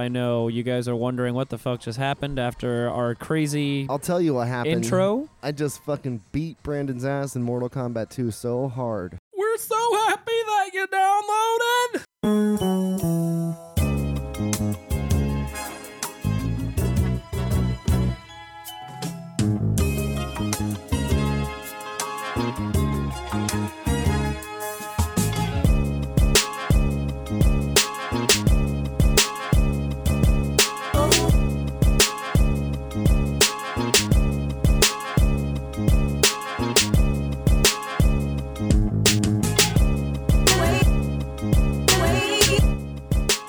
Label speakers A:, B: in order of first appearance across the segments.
A: I know you guys are wondering what the fuck just happened after our crazy
B: I'll tell you what happened.
A: intro.
B: I just fucking beat Brandon's ass in Mortal Kombat 2 so hard.
A: We're so happy that you downloaded.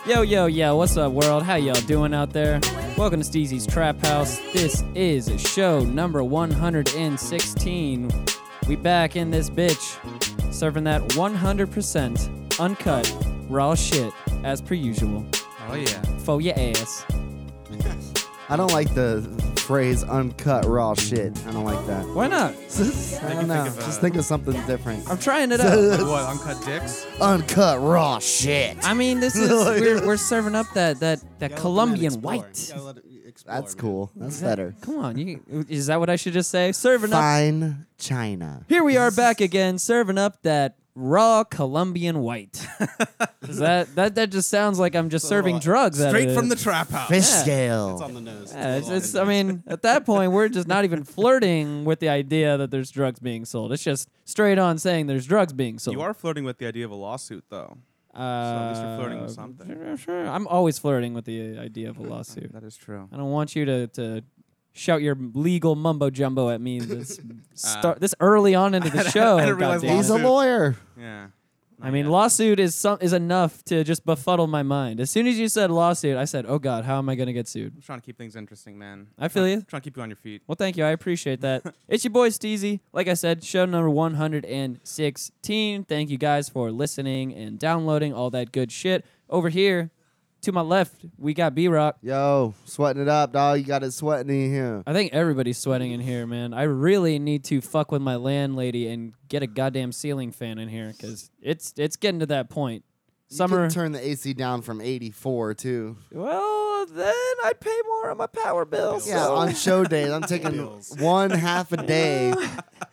A: Yo, yo, yo, what's up, world? How y'all doing out there? Welcome to Steezy's Trap House. This is show number 116. We back in this bitch, serving that 100% uncut, raw shit, as per usual.
C: Oh yeah.
A: For your ass.
B: I don't like the phrase uncut raw shit. I don't like that.
A: Why not?
B: I
C: me
B: don't know.
C: think of,
B: Just
C: uh,
B: think of something different.
A: I'm trying it out.
C: what? Uncut dicks?
B: Uncut raw shit.
A: I mean, this is we're, we're serving up that that that Colombian white.
C: e-
B: That's cool. That's better.
A: Come on, you, is that what I should just say? Serving up.
B: Fine China.
A: Here we are back again, serving up that raw Colombian white. Is that that that just sounds like I'm just serving drugs. at
C: Straight
A: a-
C: from the trap house.
B: Fish
A: Yeah.
C: It's
B: scale.
C: on the nose.
A: Yeah, it's,
C: a
A: it's, I
C: little
A: mean, at that point, we're just not even flirting with the idea that there's drugs being sold. It's just straight on saying there's drugs being sold.
C: you are flirting with the idea of a lawsuit, though.
A: Uh,
C: least you're flirting with something.
A: Sure, sure. I'm always flirting with the idea of a lawsuit.
C: That is true.
A: I don't want you to, to shout your legal mumbo jumbo at me this start this early on into the show.
C: I didn't realize
A: goddamn
B: He's a
A: it.
C: lawsuit.
B: lawyer.
C: Yeah.
A: I mean, lawsuit is some, is enough to just befuddle my mind. As soon as you said lawsuit, I said, "Oh God, how am I going to get sued?"
C: I'm trying to keep things interesting, man.
A: I feel you.
C: trying to keep you on your feet.
A: Well, thank you. I appreciate that. it's your boy Steezy. Like I said, show number 116. Thank you guys for listening and downloading all that good shit. Over here, to my left, we got B Rock.
B: Yo, sweating it up, dog. You got it sweating in here.
A: I think everybody's sweating in here, man. I really need to fuck with my landlady and get a goddamn ceiling fan in here because it's it's getting to that point.
B: You
A: Summer.
B: could turn the AC down from 84 too.
A: well, then I'd pay more on my power bill.
B: Yeah,
A: so-
B: on show days, I'm taking one half a day,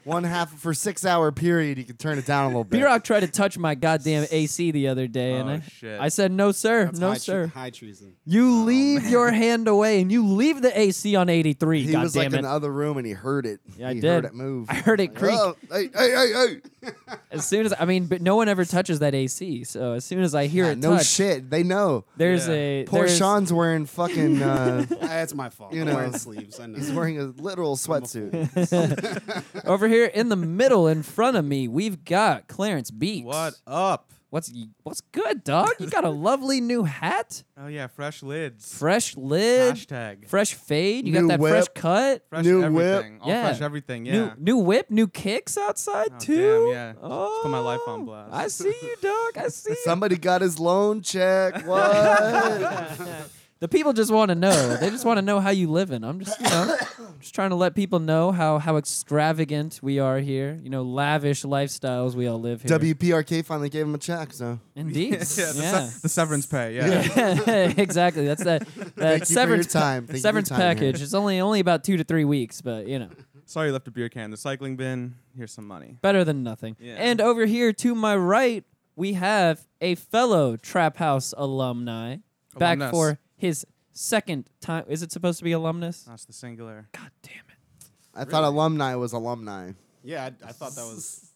B: one half for six hour period. You can turn it down a little bit.
A: B Rock tried to touch my goddamn AC the other day, and
C: Oh,
A: I,
C: shit.
A: I said, "No, sir, no,
D: high tre-
A: sir."
D: high treason.
B: Oh,
A: you leave your hand away, and you leave the AC on eighty-three.
B: He
A: God
B: was
A: damn
B: like
A: it!
B: in the other room and he heard it.
A: Yeah, I
B: he
A: did.
B: heard it move.
A: I heard it creak.
B: Oh, hey, hey, hey, hey.
A: As soon as I mean, but no one ever touches that AC. So as soon as I hear
B: Yeah,
A: it
B: no
A: touch,
B: shit. They know.
A: there's
C: Yeah.
A: a
B: Poor
A: there's,
B: Sean's wearing fucking. Uh,
D: Ah, That's my fault.
B: You
D: I'm
B: know.
D: wearing sleeves. uh, I know.
B: he's wearing a literal sweatsuit.
A: Over here in the middle, in front of me, we've got Clarence Beats.
C: What up?
A: What's what's good, dog? You got a lovely new hat,
C: Oh yeah, fresh lids.
A: fresh lid,
C: Hashtag.
A: fresh fade. You got
B: New
A: that fresh
B: whip.
A: cut.
C: Fresh
B: New whip.
C: everything. All
A: Yeah.
C: fresh everything. Yeah.
A: New new whip, new kicks outside
C: Oh,
A: too.
C: damn, yeah. Just- just put my life on
A: Oh,
C: blast.
A: I see you, dog. I see. you.
B: Somebody got his loan check. What?
A: The people just want to know. They just want to know how you living. I'm just, you know, just trying to let people know how how extravagant we are here. You know, lavish lifestyles we all live here.
B: WPRK finally gave him a check,
A: Uh,
B: so
A: Indeed.
C: yeah, the, se- the severance pay. Yeah.
A: exactly. That's that.
B: thank
A: that
B: you for your
A: severance
B: time. Thank you for your
A: severance
B: time here.
A: package. It's only only about two to three weeks, but you know,
C: Sorry, you left a beer can in the cycling bin. Here's some money.
A: better than nothing.
C: Yeah.
A: And over here to my right, we have a fellow Trap House alumni back
C: Alumnus.
A: for his second time. Is it supposed to be alumnus?
C: That's the singular.
A: God damn it!
B: I thought alumni was alumni.
D: yeah, I, I thought that was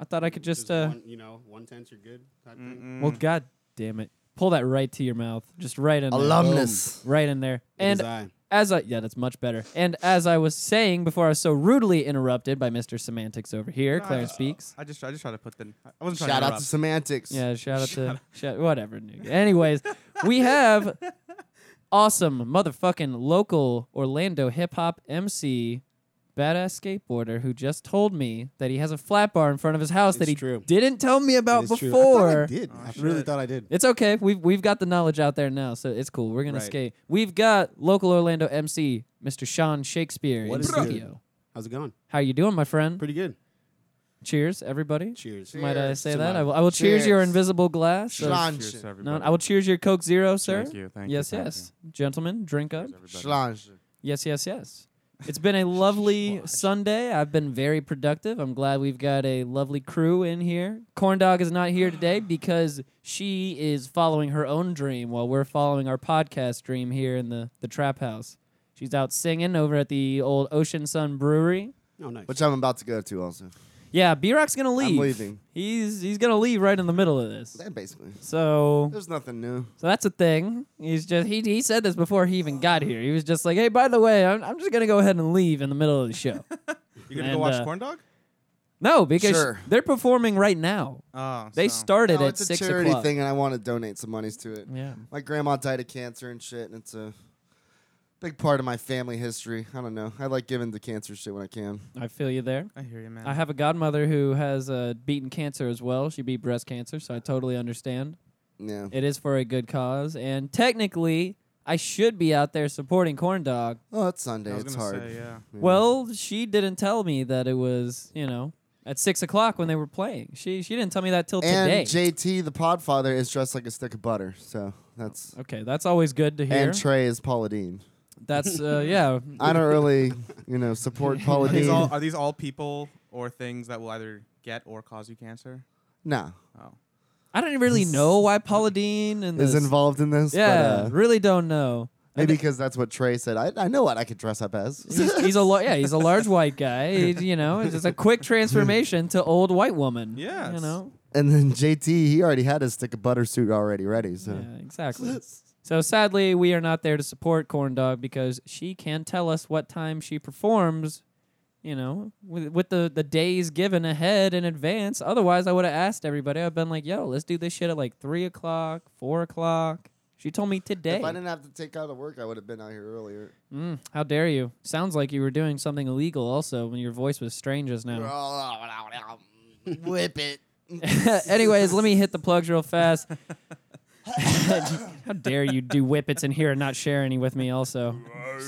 A: I thought I could just.
D: just
A: uh,
D: one, you know one tenth you're good. Type thing.
A: Well, god damn it. Pull that right to your mouth. Just right in there.
B: Alumnus.
A: Right in there.
D: It is
A: And
D: I.
A: as I yeah, that's much better. And as I was saying before I was so rudely interrupted by Mr. Semantics over here, Clarence speaks.
C: I just I just try to put the. I wasn't
B: Shout
C: trying to
B: out to
C: interrupt.
B: semantics.
A: Yeah, shout out to shout, whatever. nigga. Anyways, we have awesome motherfucking local Orlando hip hop MC badass skateboarder who just told me that he has a flat bar in front of his house that
D: It's
A: he
D: true.
A: didn't tell me about
D: It is true. I thought
A: before.
D: I did. I
C: shit.
D: really thought I did.
A: It's okay. We've we've got the knowledge out there now, so it's cool. We're gonna
C: Right.
A: skate. We've got local Orlando MC, Mr. Sean Shakespeare
D: What
A: in
D: is
A: studio.
D: How's it going?
A: How you doing, my friend?
D: Pretty good.
A: Cheers, everybody.
D: Cheers.
A: Might I say that?
D: Simone.
A: I will, I will cheers your
B: Cheers.
A: invisible glass. of-
B: Schlangen.
C: Cheers,
B: Shit.
A: no,
C: everybody.
A: I will cheers your Coke Zero, sir.
C: Thank you. Thank you,
A: yes,
C: thank
A: yes. Gentlemen, drink
C: you.
A: up.
C: Cheers, everybody.
B: Schlange.
A: Yes, yes, yes. It's been a lovely Sunday. I've been very productive. I'm glad we've got a lovely crew in here. Corndog is not here today because she is following her own dream while we're following our podcast dream here in the, the trap house. She's out singing over at the old Ocean Sun Brewery.
D: Oh, nice.
B: Which I'm about to go to also.
A: Yeah, B Rock's gonna leave.
B: leaving.
A: He's he's gonna leave right in the middle of this.
B: Yeah, Basically.
A: So
B: There's nothing new.
A: so that's a thing. He's just he he said this before he even got here. He was just like, hey, by the way, I'm I'm just gonna go ahead and leave in the middle of the show.
C: You gonna
A: And,
C: go watch
A: uh,
C: Corn Dog?
A: No, because
B: Sure.
A: they're performing right now.
C: Oh,
A: They
C: so-
A: started
B: No,
A: at
B: it's a
A: six
B: charity
A: o'clock.
B: thing, and I want to donate some monies to it.
A: Yeah,
B: My grandma died of cancer and shit, and it's a big part of my family history. I don't know. I like giving to cancer shit when I can.
A: I feel you there.
C: I hear you, man.
A: I have a godmother who has uh, beaten cancer as well. She beat breast cancer, so I totally understand.
B: Yeah.
A: It is for a good cause, and technically, I should be out there supporting Corn Dog.
B: Oh, it's
C: I
B: Sunday.
C: was
B: It's
C: gonna
B: hard.
C: Say, yeah.
B: Yeah.
A: Well, she didn't tell me that it was, you know, at six o'clock when they were playing. She she didn't tell me that till today.
B: and JT the Podfather is dressed like a stick of butter, so that's.
A: okay, that's always good to hear.
B: And Trey is Paula Dean.
A: that's uh, yeah.
B: I don't really, you know, support Paula
C: Are these
B: Dean.
C: all are these all people or things that will either get or cause you cancer?
B: no,
C: Oh,
A: I don't really know why Paula Dean and
B: is
A: this-
B: involved in this.
A: Yeah,
B: but, uh,
A: really don't know.
B: maybe because that's what Trey said. I, I know what I could dress up as.
A: he's, he's a lar- yeah, he's a large white guy. He- you know, it's just a quick transformation to old white woman.
C: Yes.
A: you know,
B: And then JT, he already had his stick of butter suit already ready. So
A: yeah, exactly. So sadly, we are not there to support Corn Dog because she can tell us what time she performs. You know, with, with the the days given ahead in advance. Otherwise, I would have asked everybody. I've been like, "Yo, let's do this shit at like three o'clock, four o'clock." She told me today.
B: if I didn't have to take out of work, I would have been out here earlier.
A: Mm, how dare you? Sounds like you were doing something illegal. Also, when your voice was strange as now.
B: Whip it.
A: Anyways, let me hit the plugs real fast. How dare you do whippets in here and not share any with me, also?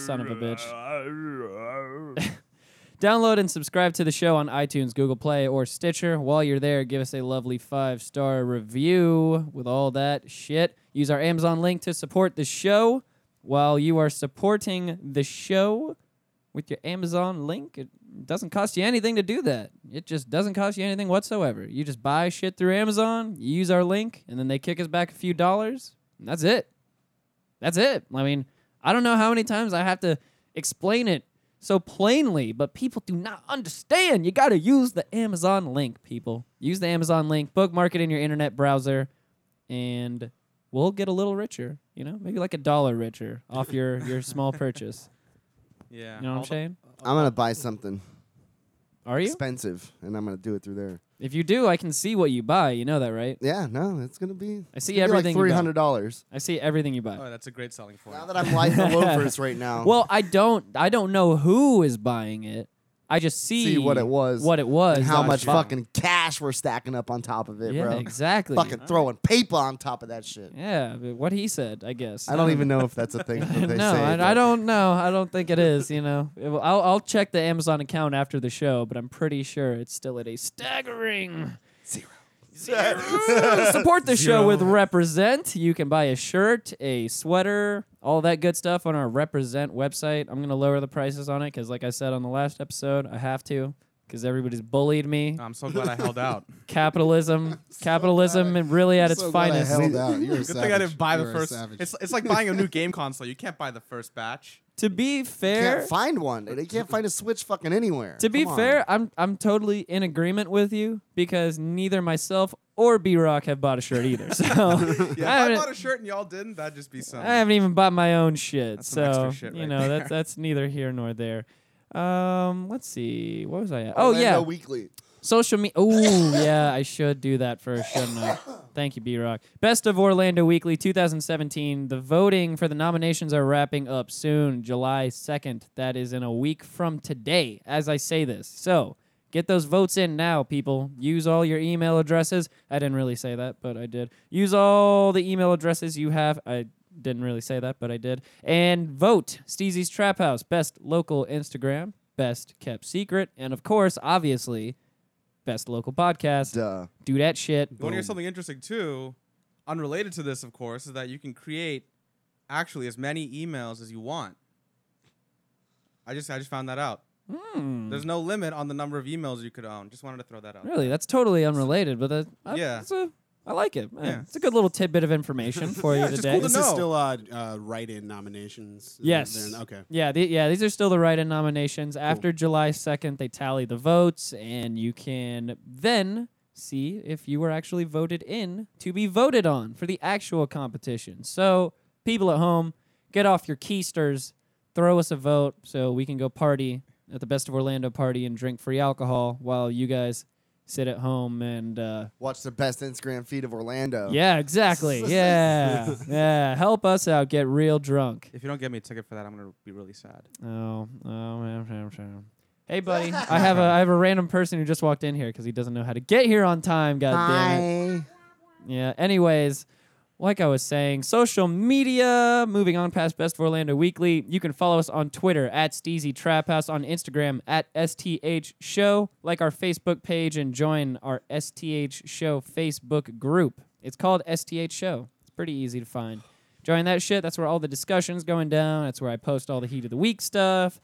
A: Son of a bitch. Download and subscribe to the show on iTunes, Google Play, or Stitcher. While you're there, give us a lovely five star review with all that shit. Use our Amazon link to support the show. While you are supporting the show, with your Amazon link. It doesn't cost you anything to do that. It just doesn't cost you anything whatsoever. You just buy shit through Amazon, you use our link, and then they kick us back a few dollars. And that's it. That's it. I mean, I don't know how many times I have to explain it so plainly, but people do not understand. You got to use the Amazon link, people. Use the Amazon link, bookmark it in your internet browser, and we'll get a little richer, you know? Maybe like a dollar richer off your your small purchase.
C: yeah.
A: You know what I'm
C: All the-
A: saying?
B: I'm gonna buy something
A: Are you?
B: expensive, and I'm gonna do it through there.
A: If you do, I can see what you buy. You know that, right?
B: Yeah, no, it's gonna be.
A: I
B: it's
A: see
B: gonna be
A: everything you
B: Like
A: buy.
B: Three hundred dollars.
A: I see everything you buy.
C: Oh, that's a great selling point.
B: Now that I'm lighting the loafers right now.
A: Well, I don't. I don't know who is buying it. I just see,
B: see what it was.
A: What it was.
B: And how
A: that I
B: much
A: bought.
B: fucking cash we're stacking up on top of it,
A: Yeah,
B: bro.
A: exactly.
B: Fucking throwing paper on top of that shit.
A: Yeah, but what he said, I guess.
B: I don't even know if that's a thing that they
A: no,
B: say.
A: I, I
B: but-
A: don't know. I don't think it is. You know, It will- I'll, I'll check the Amazon account after the show, but I'm pretty sure it's still at a staggering zero. Support the show with Represent. You can buy a shirt, a sweater, all that good stuff on our Represent website. I'm gonna lower the prices on it because, like I said on the last episode, I have to because everybody's bullied me.
C: I'm so glad I held out.
A: Capitalism, capitalism, and really at its
E: so glad
A: finest.
E: I held out. You're a
C: Good thing I didn't
E: savage.
C: buy the
E: You're a
C: first.
E: savage.
C: It's it's like buying a new game console. You can't buy the first batch.
A: To be fair,
B: can't find one. They can't find a Switch fucking anywhere.
A: To be
B: Come on.
A: fair, I'm I'm totally in agreement with you because neither myself or B Rock have bought a shirt either. So
C: Yeah,
A: I,
C: if I
A: haven't,
C: bought a shirt and y'all didn't, that'd just be something.
A: I haven't even bought my own shit.
C: That's some
A: so
C: extra shit
A: you
C: right
A: know
C: there.
A: that's that's neither here nor there. Um, let's see. What was I at? oh
B: Orlando
A: yeah,
B: Weekly.
A: Social media. Ooh, yeah, I should do that first, shouldn't I? Thank you, B Rock. Best of Orlando Weekly 2017. The voting for the nominations are wrapping up soon, July 2nd. That is in a week from today, as I say this. So get those votes in now, people. Use all your email addresses. I didn't really say that, but I did. Use all the email addresses you have. I didn't really say that, but I did. And vote Steezy's Trap House, best local Instagram, best kept secret, and of course, obviously, best local podcast.
B: Duh.
A: Do that shit.
C: You want to hear something interesting too? Unrelated to this, of course, is that you can create actually as many emails as you want. I just I just found that out. There's no limit on the number of emails you could own. Just wanted to throw that out.
A: Really, that's totally unrelated, but that, I,
C: Yeah.
A: that's a- I like it. man.
C: Yeah.
A: It's a good little tidbit of information for
C: Yeah,
A: you
C: it's just
A: today.
C: cool
D: This
C: to
D: is
C: know.
D: still uh, uh, write-in nominations. They're-
A: Yes.
D: they're- okay.
A: Yeah, the, yeah, these are still the write-in nominations. After July 2nd, they tally the votes, and you can then see if you were actually voted in to be voted on for the actual competition. So, people at home, get off your keisters, throw us a vote so we can go party at the Best of Orlando party and drink free alcohol while you guys sit at home and uh,
B: Watch the best Instagram feed of
D: Oh.
B: Orlando.
A: yeah, exactly. Yeah. yeah. Help us out. Get real drunk.
C: If you don't get me a ticket for that, I'm gonna be really sad.
A: Oh, oh, man, man, man. Hey, buddy. I have a I have a random person who just walked in here because he doesn't know how to get here on time. God damn it.
B: Hi.
A: Yeah. Anyways, like I was saying, social media. Moving on past Best of Orlando Weekly, you can follow us on Twitter at Steezy Trap House, on Instagram at STH Show, like our Facebook page, and join our STH Show Facebook group. It's called STH Show. It's pretty easy to find. Join that shit. That's where all the discussions going down. That's where I post all the heat of the week stuff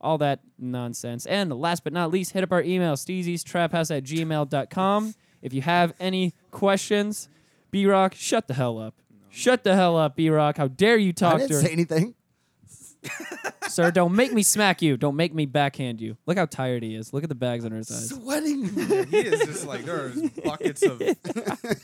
A: all that nonsense. And last but not least, hit up our email, steeziestraphouse at gmail.com. If you have any questions, B Rock, shut the hell up. Shut the hell up, B Rock. How dare you
B: I
A: talk to
B: didn't
A: her?
B: say anything.
A: Sir, don't make me smack you. Don't make me backhand you. Look how tired he is. Look at the bags under his eyes.
B: Sweating.
C: he is just like there's buckets of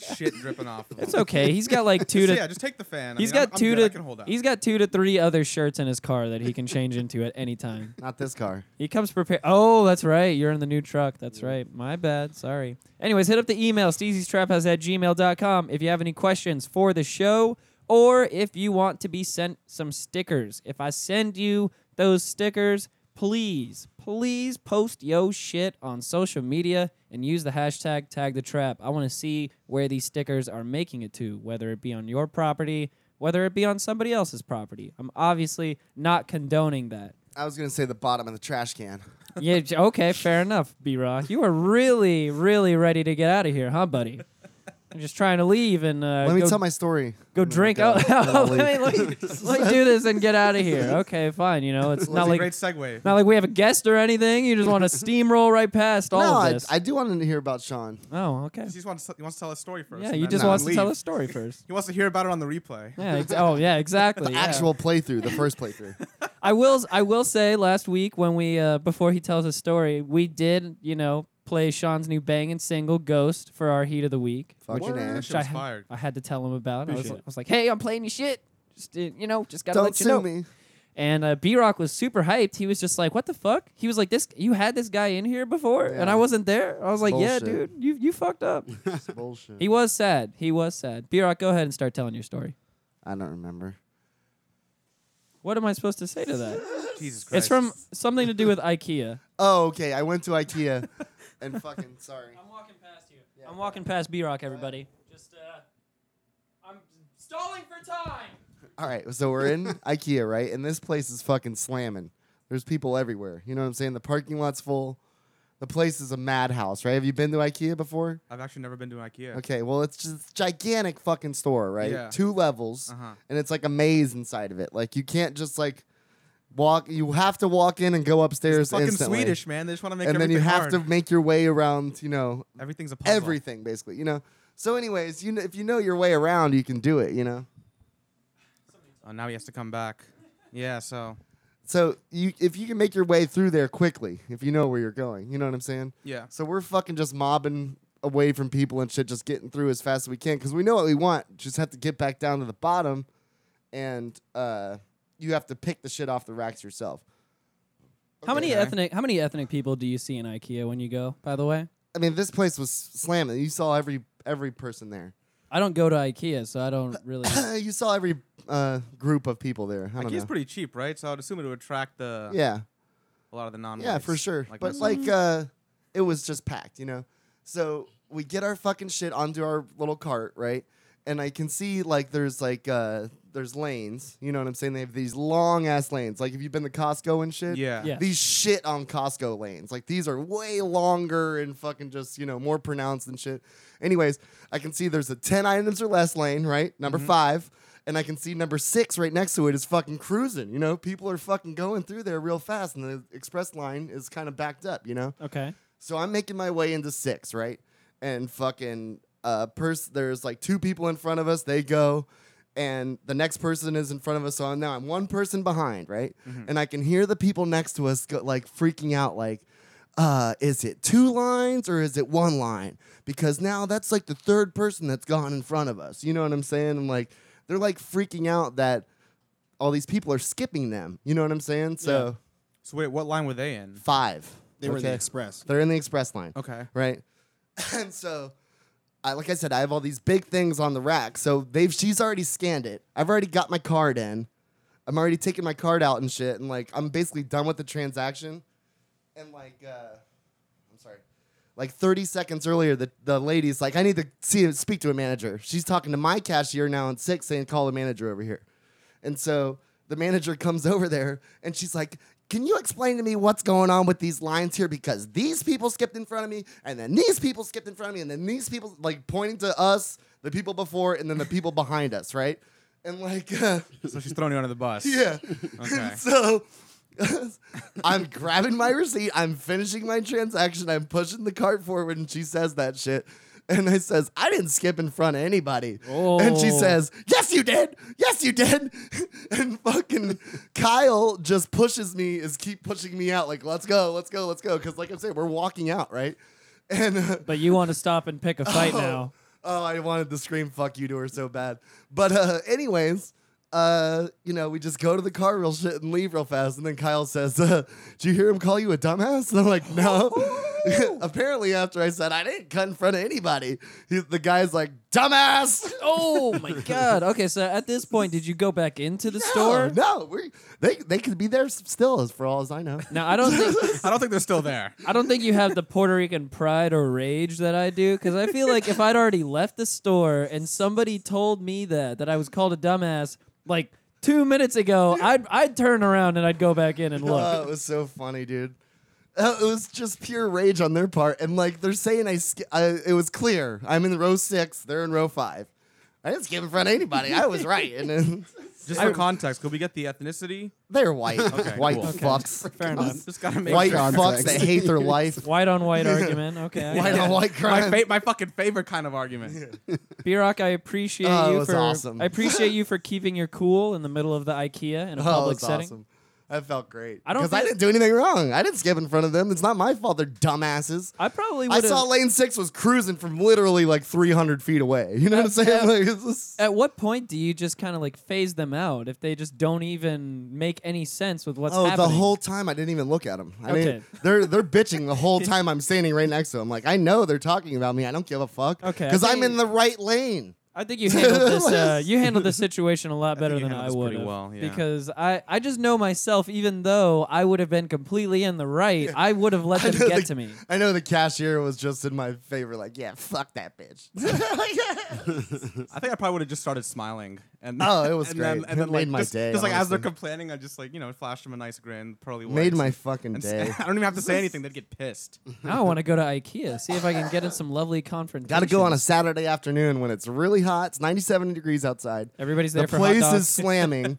C: shit dripping off. Of
A: It's okay. He's got like two
C: So
A: to
C: yeah, just take the fan.
A: he's
C: I mean,
A: got
C: I'm,
A: two
C: I'm good.
A: to
C: I can hold out.
A: he's got two to three other shirts in his car that he can change into at any time.
B: Not this car.
A: He comes prepared. Oh, that's right. You're in the new truck. That's right. My bad. Sorry. Anyways, hit up the email, steezystraphouse at gmail.com, if you have any questions for the show or if you want to be sent some stickers. If I send you those stickers, please, please post yo shit on social media and use the hashtag tag the trap. I want to see where these stickers are making it to, whether it be on your property, whether it be on somebody else's property. I'm obviously not condoning that.
B: I was gonna say the bottom of the trash can.
A: Yeah, j- okay, fair enough, B Rock. You are really, really ready to get out of here, huh, buddy? I'm just trying to leave and uh,
B: Let me
A: go,
B: tell my story.
A: go
B: I'm gonna
A: drink.
B: go.
A: Oh,
B: Then I'll leave.
A: let, me, let, me, let me do this and get out of here. Okay, fine. You know, it's
C: That's
A: not
C: a
A: like
C: great segue.
A: not like we have a guest or anything. You just want to steamroll right past all
B: no,
A: of
B: I,
A: this.
B: I do want to hear about Sean.
A: oh, okay.
C: he just wants to, he wants to tell a story first.
A: Yeah,
C: and
A: you
C: then
A: just
B: nah,
A: wants to tell
C: leave.
A: a story first.
C: He wants to hear about it on the replay.
A: Yeah. Ex- oh, yeah. Exactly.
B: The
A: yeah.
B: actual playthrough, the first playthrough.
A: I will. s- I will say last week when we uh, before he tells his story, we did you know play Sean's new banging single "Ghost" for our heat of the week.
B: Fucking
C: Word.
B: ass.
C: That
A: which
C: shit was
A: I, had-
C: fired.
A: I had to tell him about. I was,
D: Appreciate
A: I was like, "Hey, I'm playing your shit. Just uh, you know, just gotta
B: Don't
A: let you
B: sue
A: know."
B: me.
A: And uh, B Rock was super hyped. He was just like, "What the fuck?" He was like, "This, you had this guy in here before, and
B: Yeah.
A: I wasn't there." I was like, "Yeah,
B: Bullshit.
A: dude, you you fucked up."
B: It's bullshit.
A: he was sad. He was sad. B Rock, go ahead and start telling your story.
B: I don't remember.
A: What am I supposed to say to that?
C: Jesus Christ.
A: it's from something to do with IKEA.
B: Oh, okay. I went to IKEA and fucking sorry.
A: I'm walking past you. I'm walking past B Rock, everybody. Just uh, I'm stalling for time.
B: All right, so we're in IKEA, right? And this place is fucking slamming. There's people everywhere. You know what I'm saying? The parking lot's full. The place is a madhouse, right? Have you been to IKEA before?
C: I've actually never been to IKEA.
B: Okay, well, it's just gigantic fucking store, right?
C: Yeah.
B: Two levels,
C: Uh-huh.
B: and it's like a maze inside of it. Like you can't just like walk. You have to walk in and go upstairs
C: Fucking
B: instantly.
C: Swedish man. They just want to make
B: and then
C: everything
B: you have
C: hard.
B: to make your way around. You know,
C: Everything's a puzzle.
B: everything basically. You know. So, anyways, you know, if you know your way around, you can do it. You know.
C: Oh, now he has to come back. Yeah. So
B: So you, if you can make your way through there quickly, if you know where you're going, you know what I'm saying.
C: yeah.
B: So we're fucking just mobbing away from people and shit, just getting through as fast as we can because we know what we want. Just have to get back down to the bottom, and uh, you have to pick the shit off the racks yourself.
A: How many
C: Okay.
A: ethnic how many ethnic people do you see in IKEA when you go, by the way?
B: I mean, this place was slamming. You saw every every person there.
A: I don't go to IKEA, so I don't really
B: you saw every uh, group of people there. I don't
C: IKEA's
B: know.
C: pretty cheap, right? So I'd assume it would attract the
B: yeah.
C: a lot of the non.
B: Yeah, for sure. but
C: myself.
B: like, uh, it was just packed, you know. So we get our fucking shit onto our little cart, right? And I can see like there's like uh, there's lanes. You know what I'm saying? They have these long ass lanes. Like if you've been to Costco and shit.
C: Yeah.
A: Yeah.
B: These shit on Costco lanes. Like these are way longer and fucking just, you know, more pronounced and shit. Anyways, I can see there's a 10 items or less lane, right? Number five. And I can see number six right next to it is fucking cruising. You know, people are fucking going through there real fast and the express line is kind of backed up, you know?
A: Okay.
B: So I'm making my way into six, right? And fucking uh pers- there's like two people in front of us, they go, and the next person is in front of us. So I'm now I'm one person behind, right?
D: Mm-hmm.
B: And I can hear the people next to us go, like freaking out, like, uh, is it two lines or is it one line? Because now that's like the third person that's gone in front of us. You know what I'm saying? I'm like, they're like freaking out that all these people are skipping them. You know what I'm saying? So
C: So wait, what line were they in?
B: five.
D: They were in the
B: okay?
D: express.
B: They're in the express line
C: Okay.
B: right? And so, I like I said, I have all these big things on the rack. So they've she's already scanned it. I've already got my card in. I'm already taking my card out and shit, and like I'm basically done with the transaction. And like, uh, I'm sorry. Like 30 seconds earlier, the, the lady's like, I need to see speak to a manager. She's talking to my cashier now in six, saying, call the manager over here. And so the manager comes over there and she's like, Can you explain to me what's going on with these lines here? Because these people skipped in front of me, and then these people skipped in front of me, and then these people, like pointing to us, the people before, and then the people behind us, right? And like, uh,
C: So she's throwing you under the bus.
B: yeah.
C: Okay.
B: so I'm grabbing my receipt. I'm finishing my transaction. I'm pushing the cart forward, and she says that shit. And I says, I didn't skip in front of anybody. And she
A: Oh.
B: says, Yes, you did. Yes, you did. and fucking Kyle just pushes me, is keep pushing me out, like, let's go, let's go, let's go. Cause like I'm saying, we're walking out, right? And uh,
A: But you want to stop and pick a fight now.
B: Oh, I wanted to scream "fuck you" to her so bad. But uh, anyways, uh, you know, we just go to the car real shit and leave real fast. And then Kyle says, uh, "Did you hear him call you a dumbass?" And I'm like, "No." Apparently, after I said I didn't cut in front of anybody, he, the guy's like, "Dumbass."
A: Oh my god. Okay, so at this point, did you go back into the store?
B: No, no we they they could be there s- still, as for all as I know.
A: Now I don't think
C: I don't think they're still there.
A: I don't think you have the Puerto Rican pride or rage that I do because I feel like if I'd already left the store and somebody told me that that I was called a dumbass like two minutes ago, I'd I'd turn around and I'd go back in and look.
B: Oh, it was so funny, dude. Uh, it was just pure rage on their part, and like they're saying, I, sk- I it was clear. I'm in row six. They're in row five. I didn't skip in front of anybody. I was right, and then
C: Just for context, could we get the ethnicity?
B: they're white,
C: Okay,
B: white
C: cool.
B: fucks,
A: Fair enough.
C: Just gotta make
B: white
C: sure.
B: fucks that hate their life.
A: White on white argument. Okay. I
B: White
A: got
B: on
A: it.
B: white
C: My,
B: crime.
C: fa- my fucking favorite kind of argument.
A: B-Rock, I appreciate
B: Oh, it
A: you
B: was
A: for
B: awesome.
A: I appreciate you for keeping your cool in the middle of the IKEA in a
B: oh,
A: public
B: that's
A: setting.
B: awesome. That felt great.
A: I don't
B: because I
A: feel-
B: didn't do anything wrong. I didn't skip in front of them. It's not my fault. They're dumbasses.
A: I probably
B: I
A: would
B: saw
A: have.
B: lane six was cruising from literally like 300 feet away. You know what I'm saying? Like, it's just-
A: At what point do you just kind of like phase them out if they just don't even make any sense with what's
B: oh,
A: happening?
B: the whole time I didn't even look at them. I
A: Okay.
B: mean, they're they're bitching the whole time I'm standing right next to them. Like I know they're talking about me. I don't give a fuck.
A: Okay, I
B: because I'm
A: think-
B: in the right lane.
A: I think you handled this. Uh, you handled this situation a lot better
C: you
A: than I
C: handled this
A: would
C: pretty well, yeah.
A: because I, I just know myself. Even though I would have been completely in the right, I would have let them
B: know
A: get
B: the-
A: to me.
B: I know the cashier was just in my favor. Like, yeah, fuck that bitch.
C: I think I probably would have just started smiling. And
B: Oh, it was
C: and
B: great.
C: Then,
B: It
C: and then
B: made
C: like,
B: my
C: just,
B: day,
C: Just like as they're
B: honestly.
C: complaining, I just like you know flashed them a nice grin, pearly whites.
B: Made my fucking
C: and s-
B: day.
C: I don't even have to say anything. They'd get pissed.
A: Now I want to go to IKEA see if I can get in some lovely confrontation.
B: Got to go on a Saturday afternoon when it's really hot. It's 97 degrees outside.
A: Everybody's there
B: the
A: for
B: place
A: hot dogs.
B: is slamming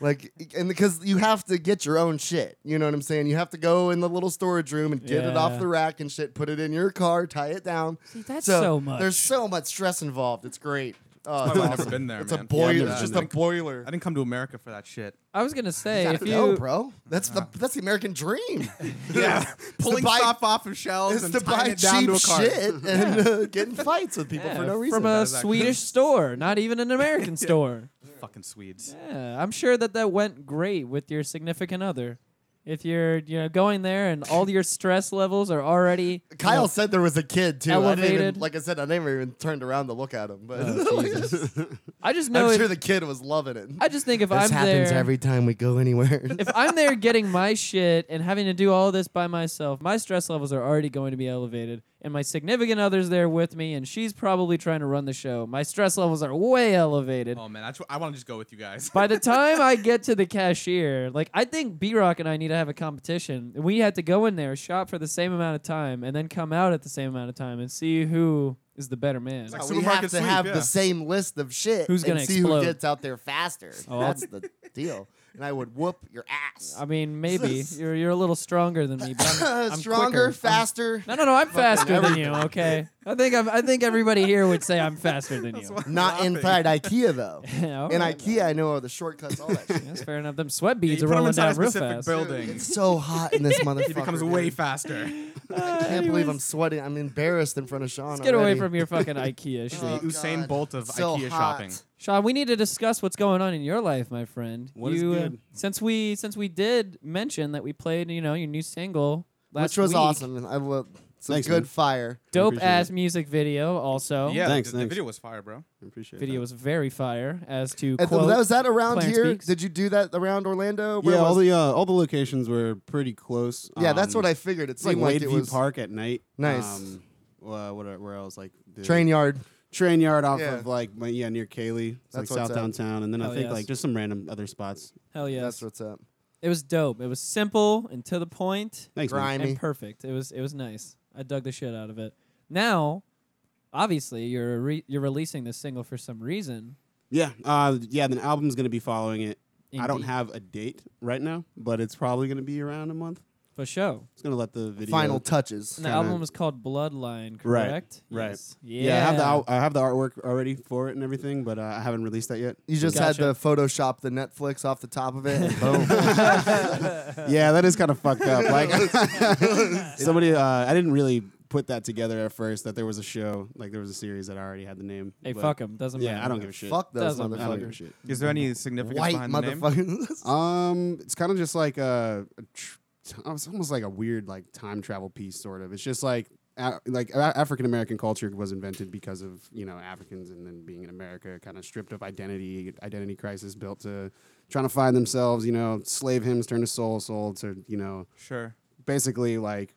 B: like and because you have to get your own shit you know what i'm saying you have to go in the little storage room and get it
A: Yeah.
B: off the rack and shit put it in your car tie it down
A: See, that's so much.
B: there's so much stress involved it's great oh, it's
C: That's why I've never
B: awesome.
C: been there,
B: it's a
C: man. Yeah,
B: boiler
D: I've never
B: it's just
D: been
B: a boiler
C: I didn't come to America for that shit.
A: I was gonna say
B: gotta
A: if you
B: go, bro that's the that's the american dream
C: Yeah, pulling
B: buy-
C: stuff off of shelves
B: is
C: and
B: to
C: tying
B: buy
C: it down
B: cheap
C: to a cart.
B: shit and uh, get in fights with people
A: yeah,
B: for no reason
A: from a
C: is actually-
A: Swedish store, not even an American store.
C: Fucking Swedes.
A: Yeah, I'm sure that that went great with your significant other. If you're you know going there and all your stress levels are already you
B: Kyle
A: know,
B: said there was a kid too. I didn't
A: Elevated.
B: even, like I said, I never even turned around to look at him, but
C: Oh,
A: I just know
B: I'm
A: if-
B: sure the kid was loving it.
A: I just think if
B: This
A: I'm
B: happens
A: there,
B: every time we go anywhere.
A: if I'm there getting my shit and having to do all this by myself, my stress levels are already going to be elevated. and my significant other's there with me, and she's probably trying to run the show. My stress levels are way elevated.
C: Oh man, I, tr- I want to just go with you guys.
A: By the time I get to the cashier, like I think B Rock and I need to have a competition. We had to go in there, shop for the same amount of time, and then come out at the same amount of time and see who is the better man.
C: like-
B: No, we
C: supermarket
B: have to
C: sweep,
B: have
C: yeah.
B: the same list of shit.
A: Who's gonna
B: and see
A: explode?
B: who gets out there faster?
A: Oh, I'll-
B: That's the deal. And I would whoop your ass.
A: I mean, maybe you're you're a little stronger than me, but I'm, I'm
B: Stronger,
A: quicker.
B: faster,
A: No, no, no! I'm faster than you. Okay, I think I'm, I think everybody here would say I'm faster than you.
B: not
C: Laughing.
B: inside IKEA though.
A: Yeah,
B: In
A: alright.
B: IKEA, I know all the shortcuts, all that shit.
A: That's fair enough. Them sweat beads
C: you
A: are
C: put 'em
A: rolling
C: inside a
A: down real
C: specific
A: fast.
C: building.
B: It's so hot in this motherfucker.
C: He becomes
B: dude.
C: way faster.
B: I can't believe I'm sweating. I'm embarrassed in front of Sean.
A: Let's get away
B: already.
A: from your fucking IKEA
C: The
A: shit,
B: Oh,
C: Usain
B: God.
C: Bolt of
B: So
C: IKEA
B: hot.
C: shopping.
A: Sean. We need to discuss what's going on in your life, my friend.
D: What is
A: you, uh,
D: good?
A: since we since we did mention that we played, you know, your new single last
B: which was
A: week,
B: awesome. and I love some
D: Thanks,
B: good
D: man.
B: fire.
A: dope
D: Appreciate
A: ass
D: it.
A: music video. Also,
C: Yeah,
D: Thanks,
C: the, the
D: thanks.
C: video was fire, bro.
D: I appreciate
A: video
D: that.
A: was very fire. As to
B: And Uh, th-
A: quote,
B: was that around
A: Clarence
B: here?
A: Speaks.
B: Did you do that around Orlando? Where
D: Yeah, all
B: was-
D: the uh, all the locations were pretty close.
B: yeah, that's
D: Um,
B: what I figured. It
D: It's like
B: seemed
D: Wade
B: it
D: View
B: was
D: Park at night.
B: Nice.
D: Um, uh, what, where else? Like the
B: train yard.
D: train yard off
B: Yeah.
D: of like my, yeah near Cayley. It's
B: That's
D: like
B: what's
D: south
B: up.
D: downtown, and then
A: Hell
D: I think
A: yes.
D: like just some random other spots.
A: hell yes,
B: That's what's up.
A: it was dope. It was simple and to the point.
D: Thanks, man.
B: Grimy.
A: and perfect. It was it was nice. I dug the shit out of it. Now, obviously, you're re- you're releasing this single for some reason.
D: Yeah, uh, yeah. The album's gonna be following it. I don't
A: Indeed.
D: have a date right now, but it's probably gonna be around a month.
A: for show.
D: It's gonna let the video
B: Final touches.
A: And the
D: Kinda-
A: album is called Bloodline,
D: Right,
A: correct?
D: right.
A: Yes. Yeah.
D: Yeah, I have the al- I have the artwork already for it and everything, but uh, I haven't released that yet.
B: You just
A: Gotcha.
B: had to Photoshop the Netflix off the top of it. and boom.
D: yeah, that is kind of fucked up. Like somebody, uh, I didn't really put that together at first that there was a show, like there was a series that I already had the name.
A: Hey,
D: but-
A: fuck him. Doesn't matter.
D: Yeah, I don't give a shit.
B: Fuck those
A: Doesn't
D: I don't give a
B: motherfuckers.
D: shit.
C: Is there any significance
B: White
C: behind the name?
B: motherfuckers.
D: Um, it's kind of just like a, a tr- t- oh, it's almost like a weird like time travel piece, sort of. It's just like a- like African American culture was invented because of you know Africans and then being in America, kind of stripped of identity, identity crisis, built to trying to find themselves. You know, slave hymns turned to soul, soul to you know,
C: Sure.
D: basically like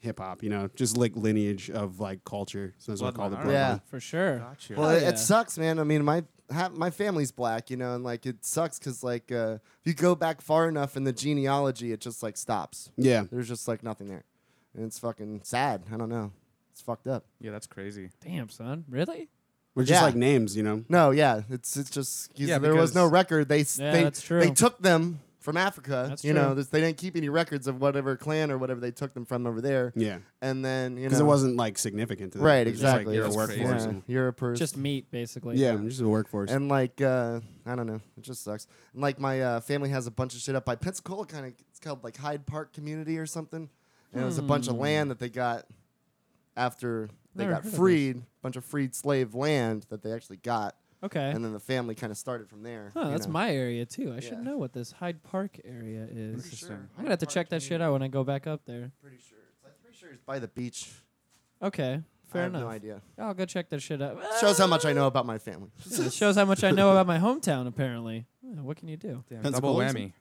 D: hip hop. You know, just like lineage of like culture. So that's what I call the
C: Bloodline,
D: bloodline.
B: Yeah.
A: For sure.
C: Gotcha.
B: Well,
A: Hell
B: it,
A: yeah.
B: it sucks, man. I mean, my ha- my family's black, you know, and like it sucks because like uh, if you go back far enough in the genealogy, it just like stops.
D: Yeah.
B: There's just like nothing there, and it's fucking sad. I don't know. It's fucked up.
C: yeah, that's crazy.
A: Damn, son. Really?
D: We're just
B: Yeah.
D: like names. You know.
B: No, yeah, it's it's just 'cause
C: Yeah,
B: there was no
C: because-
B: record. They s-
A: Yeah,
B: they
A: that's true.
B: they took them from Africa.
A: That's
B: you
A: true.
B: know, this, they didn't keep any records of whatever clan or whatever they took them from over there.
D: Yeah.
B: And then you know,
D: Because it wasn't like significant to them.
B: right
D: It was just,
B: exactly.
D: like, you're a
B: It's-
C: That's crazy.
D: workforce.
B: yeah,
D: and-
B: you're a person.
A: Just meat, basically.
D: Yeah, I'm just a workforce.
B: And like, uh, I don't know, it just sucks. And like, my uh, family has a bunch of shit up by Pensacola, kind of. It's called like Hyde Park Community or something. And it was a bunch
D: Hmm.
B: of land that they got after they
A: Never heard
B: got
A: of this.
B: freed, bunch of freed slave land that they actually got,
A: Okay.
B: and then the family kind of started from there.
A: huh,
B: you
A: that's
B: know.
A: my area, too. I should
B: Yeah.
A: know what this Hyde Park area is.
B: Pretty sure.
A: I'm going to have to
B: Hyde
A: check
B: Park
A: that shit out when I go back up there.
B: Pretty sure. It's like pretty sure it's by the beach.
A: Okay. Fair
B: I have
A: enough.
B: no idea.
A: I'll go check that shit out.
B: Shows how much I know about my family.
A: Yeah, it shows how much I know about my hometown, apparently. Yeah, What can you do?
C: Damn, double
D: Pensacola, is
C: whammy.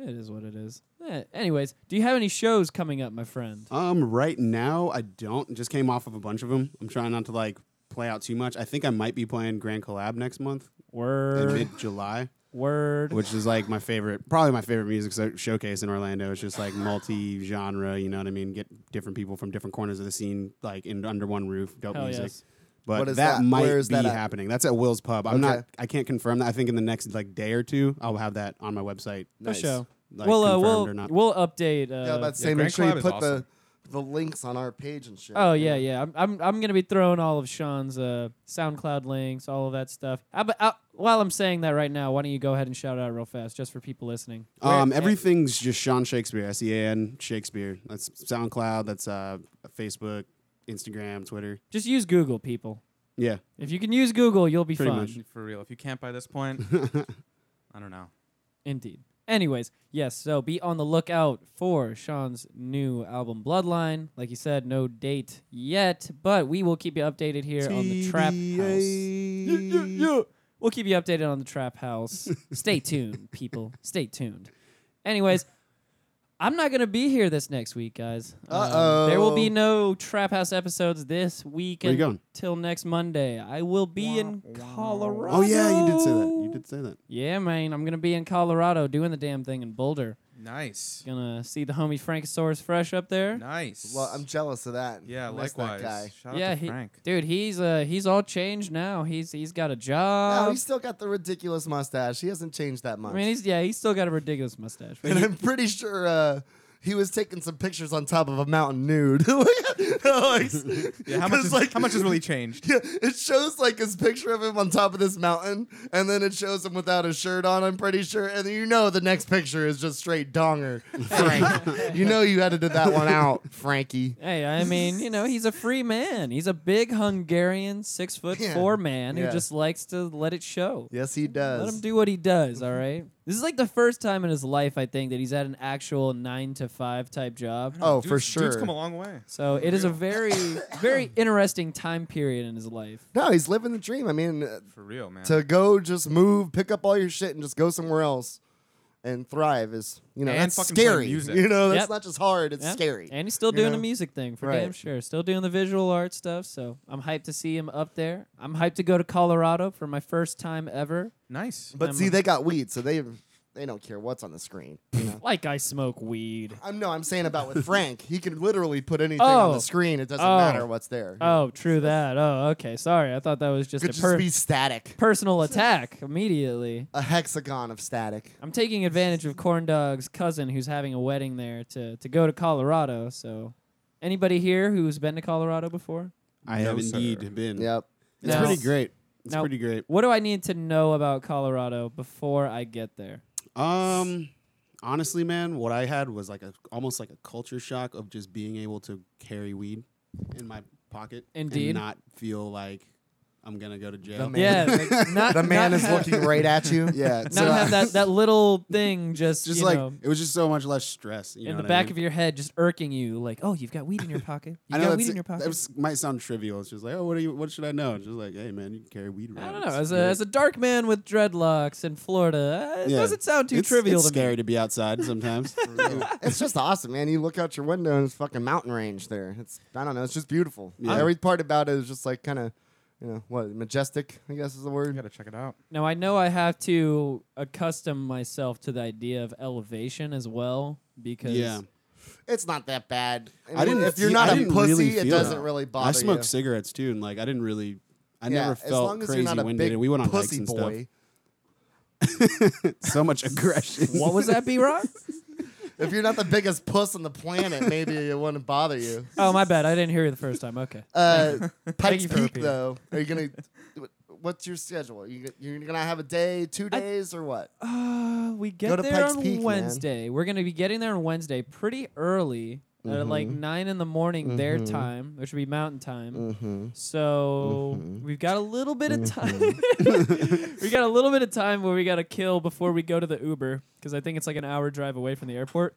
A: It is what it is. Eh, anyways, do you have any shows coming up, my friend?
D: Um, right now I don't. Just came off of a bunch of them. I'm trying not to like play out too much. I think I might be playing Grand Collab next month in
A: Word.
D: mid July,
A: Word.
D: which is like my favorite, probably my favorite music so- showcase in Orlando. It's just like multi genre. You know what I mean? Get different people from different corners of the scene, like in under one roof. Dope
A: Hell
D: music.
A: yes.
D: But
B: What is
D: that,
B: that?
D: might
B: Where is
D: be
B: that at?
D: happening. That's at Will's Pub. I'm
B: Okay.
D: not. I can't confirm that. I think in the next like day or two, I'll have that on my website.
A: For sure.
D: Like,
A: we'll uh,
D: confirmed
A: we'll
D: or not.
A: we'll update. Uh,
B: yeah, about to say,
C: yeah,
B: make
C: Grand
B: sure you
C: Collab is
B: put
C: awesome.
B: the the links on our page and shit.
A: oh yeah, yeah. I'm, I'm I'm gonna be throwing all of Sean's uh, SoundCloud links, all of that stuff. How about- uh, while I'm saying that right now, why don't you go ahead and shout out real fast, just for people listening?
D: Um,
A: Where-
D: everything's just Sean Shakespeare, S E A N Shakespeare. That's SoundCloud. That's uh, Facebook, Instagram, Twitter.
A: Just use Google, people.
D: Yeah,
A: If you can use Google, you'll be
D: Pretty
A: fine.
D: much.
C: For real. If you can't by this point, I don't know.
A: Indeed. Anyways, yes, so be on the lookout for Sean's new album Bloodline. Like you said, no date yet, but we will keep you updated here on the Trap House. We'll keep you updated on the Trap House. Stay tuned, people. Stay tuned. Anyways, I'm not gonna be here this next week, guys. Um,
B: Uh-oh.
A: there will be no Trap House episodes this week
D: Where you going?
A: until next Monday. I will be in Colorado.
D: Oh yeah, you did say that. You did say that.
A: Yeah, man. I'm gonna be in Colorado doing the damn thing in Boulder.
C: Nice.
A: Gonna see the homie Frankosaurus Fresh up there.
C: Nice.
B: Well, I'm jealous of that.
C: yeah,
B: I miss
C: likewise.
B: That guy.
C: Shout
A: yeah,
C: out to
A: he-
C: Frank.
A: dude, he's uh he's all changed now. He's he's got a job.
B: No, he's still got the ridiculous mustache. He hasn't changed that much.
A: Uh, I mean, he's yeah, he's still got a ridiculous mustache.
B: and I'm pretty sure uh, he was taking some pictures on top of a mountain nude. Like,
C: Yeah, how much
B: 'cause,
C: is,
B: like-
C: how much has really changed?
B: Yeah, it shows like his picture of him on top of this mountain, and then it shows him without a shirt on. I'm pretty sure, and you know the next picture is just straight donger, Frank. you know you edited that one out, Frankie.
A: Hey, I mean, you know, he's a free man. He's a big Hungarian, six foot
B: Yeah.
A: four man who
B: Yeah.
A: just likes to let it show.
B: Yes, Mm-hmm. he
A: Let
B: does.
A: him do what he does, all right? This is like the first time in his life, I think, that he's had an actual nine to five type job.
B: oh,
C: Dudes-
B: for
C: Dude's
B: sure.
C: come a long way.
A: So it is a very, very interesting time period in his life.
B: No, he's living the dream. I mean, uh,
C: For real, man.
B: to go just move, pick up all your shit, and just go somewhere else and thrive is you know
C: And
B: that's
C: fucking play
B: scary.
C: music.
B: You know that's
A: Yep.
B: not just hard; it's
A: Yeah.
B: scary.
A: And he's still
B: You
A: doing the
B: know?
A: music thing for
B: Right.
A: damn sure. Still doing the visual art stuff. So I'm hyped to see him up there. I'm hyped to go to Colorado for my first time ever.
C: nice.
B: but
A: I'm
B: see,
A: a-
B: they got weed, so they they don't care what's on the screen. You know?
A: Like I smoke weed.
B: I'm no, I'm saying about with Frank. He can literally put anything on
A: Oh.
B: the screen. It doesn't
A: Oh.
B: matter what's there.
A: Oh, true that. Oh, okay. Sorry. I thought that was just
B: Could
A: a
B: just
A: per-
B: be static,
A: personal attack immediately.
B: a hexagon of static.
A: I'm taking advantage of Corn Dog's cousin who's having a wedding there to, to go to Colorado. So, anybody here who's been to Colorado before?
D: I
C: No,
D: have
C: sir.
D: indeed been.
B: Yep.
D: It's
A: No.
D: pretty great. It's
A: No.
D: pretty great.
A: What do I need to know about Colorado before I get there?
D: Um, honestly, man, what I had was like a almost like a culture shock of just being able to carry weed in my pocket
A: Indeed.
D: and not feel like I'm gonna go to
B: The
D: jail.
B: man-
A: Yeah, like, not
B: The man
A: not
B: is
A: have-
B: looking right at you.
D: Yeah,
A: Not have that, that little thing just,
D: just
A: you
D: like
A: know,
D: it was just so much less stress.
A: in
D: You know
A: the
D: what I
A: back
D: mean?
A: of your head, just irking you, like, oh, you've got weed in your pocket. You
D: I know
A: got
D: that's-
A: weed in your
D: that
A: pocket.
D: was- might sound trivial. It's just like, oh, what are you? What should I know? It's just like, hey, man, you can carry weed around.
A: I don't know. As
D: It's
A: a,
D: great.
A: as a dark man with dreadlocks in Florida, uh, it
D: Yeah.
A: doesn't sound too
D: It's-
A: trivial
D: It's
A: to
D: scary
A: me.
D: to be outside sometimes.
B: it's just awesome, man. You look out your window and it's fucking mountain range there. It's I don't know, it's just beautiful.
D: Yeah.
B: Every part about it is just like kind of, you know, what majestic, I guess is the
C: You
B: word.
C: gotta check it out.
A: Now I know I have to accustom myself to the idea of elevation as well because
D: yeah,
B: It's not that bad. I,
D: I
B: mean,
D: didn't
B: if you're
D: feel-
B: not
D: I
B: a
D: didn't
B: pussy,
D: really
B: it
D: feel
B: doesn't
D: that.
B: really bother
D: I smoked
B: you.
D: cigarettes too, and like I didn't really, I
B: Yeah,
D: never
B: as
D: felt
B: long as
D: crazy
B: you're not a
D: when
B: big
D: we went on hikes
B: pussy
D: and
B: boy.
D: stuff. so much aggression.
A: what was that, B Rock?
B: If you're not the biggest puss on the planet, maybe it wouldn't bother you.
A: oh my bad, I didn't hear you the first time. Okay.
B: Uh, Pikes
A: you for
B: Peak,
A: repeating.
B: though, are you gonna? What's your schedule? You you're gonna have a day, two
A: I-
B: days, or what?
A: Uh, we get
B: Go to
A: there
B: Pikes
A: on
B: Peak, man.
A: Wednesday. We're gonna be getting there on Wednesday pretty early. At like nine in the morning their time, which would be mountain time. So we've got a little bit of time. we got a little bit of time where we got to kill before we go to the Uber because I think it's like an hour drive away from the airport.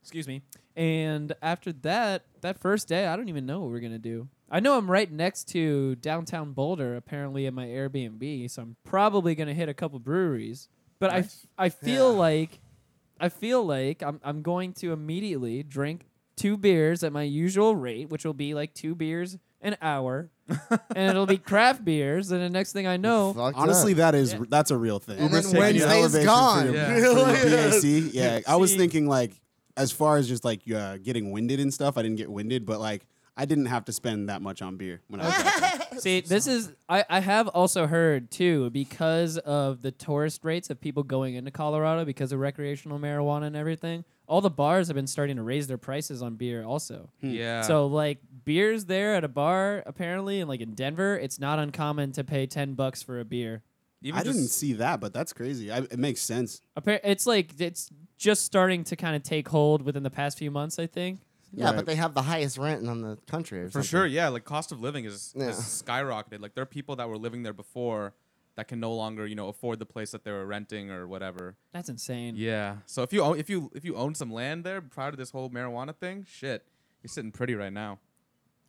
A: Excuse me. And after that, that first day, I don't even know what we're gonna do. I know I'm right next to downtown Boulder, apparently in my Airbnb, so I'm probably gonna hit a couple breweries. But I f- I, feel
B: Yeah.
A: like I feel like I'm I'm going to immediately drink two beers at my usual rate, which will be like two beers an hour, and it'll be craft beers. And the next thing I know,
B: Fucked
D: Honestly,
B: up.
D: that is
A: Yeah.
D: that's a real thing.
B: and then
A: taking
B: Wednesday is
D: Elevation
B: gone.
D: for your-
C: Yeah.
D: for your
B: Yes.
D: BAC. Yeah, I was
A: See-
D: thinking like as far as just like uh, getting winded and stuff. I didn't get winded, but like I didn't have to spend that much on beer when I was out there.
A: see, this is I I have also heard too because of the tourist rates of people going into Colorado because of recreational marijuana and everything. All the bars have been starting to raise their prices on beer also.
B: Hmm.
C: Yeah.
A: So like beers there at a bar apparently and like in Denver, it's not uncommon to pay 10 bucks for a beer.
C: even
D: I
C: just-
D: didn't see that, but that's crazy. I, it makes sense.
A: Appar- It's like it's just starting to kind of take hold within the past few months, I think.
B: yeah, but
D: Right.
B: they have the highest rent in the country. Or
C: For
B: something.
C: sure, yeah. Like cost of living is,
B: Yeah.
C: is skyrocketed. Like there are people that were living there before that can no longer, you know, afford the place that they were renting or whatever.
A: That's insane.
C: Yeah. So if you own, if you if you own some land there prior to this whole marijuana thing, shit, you're sitting pretty right now.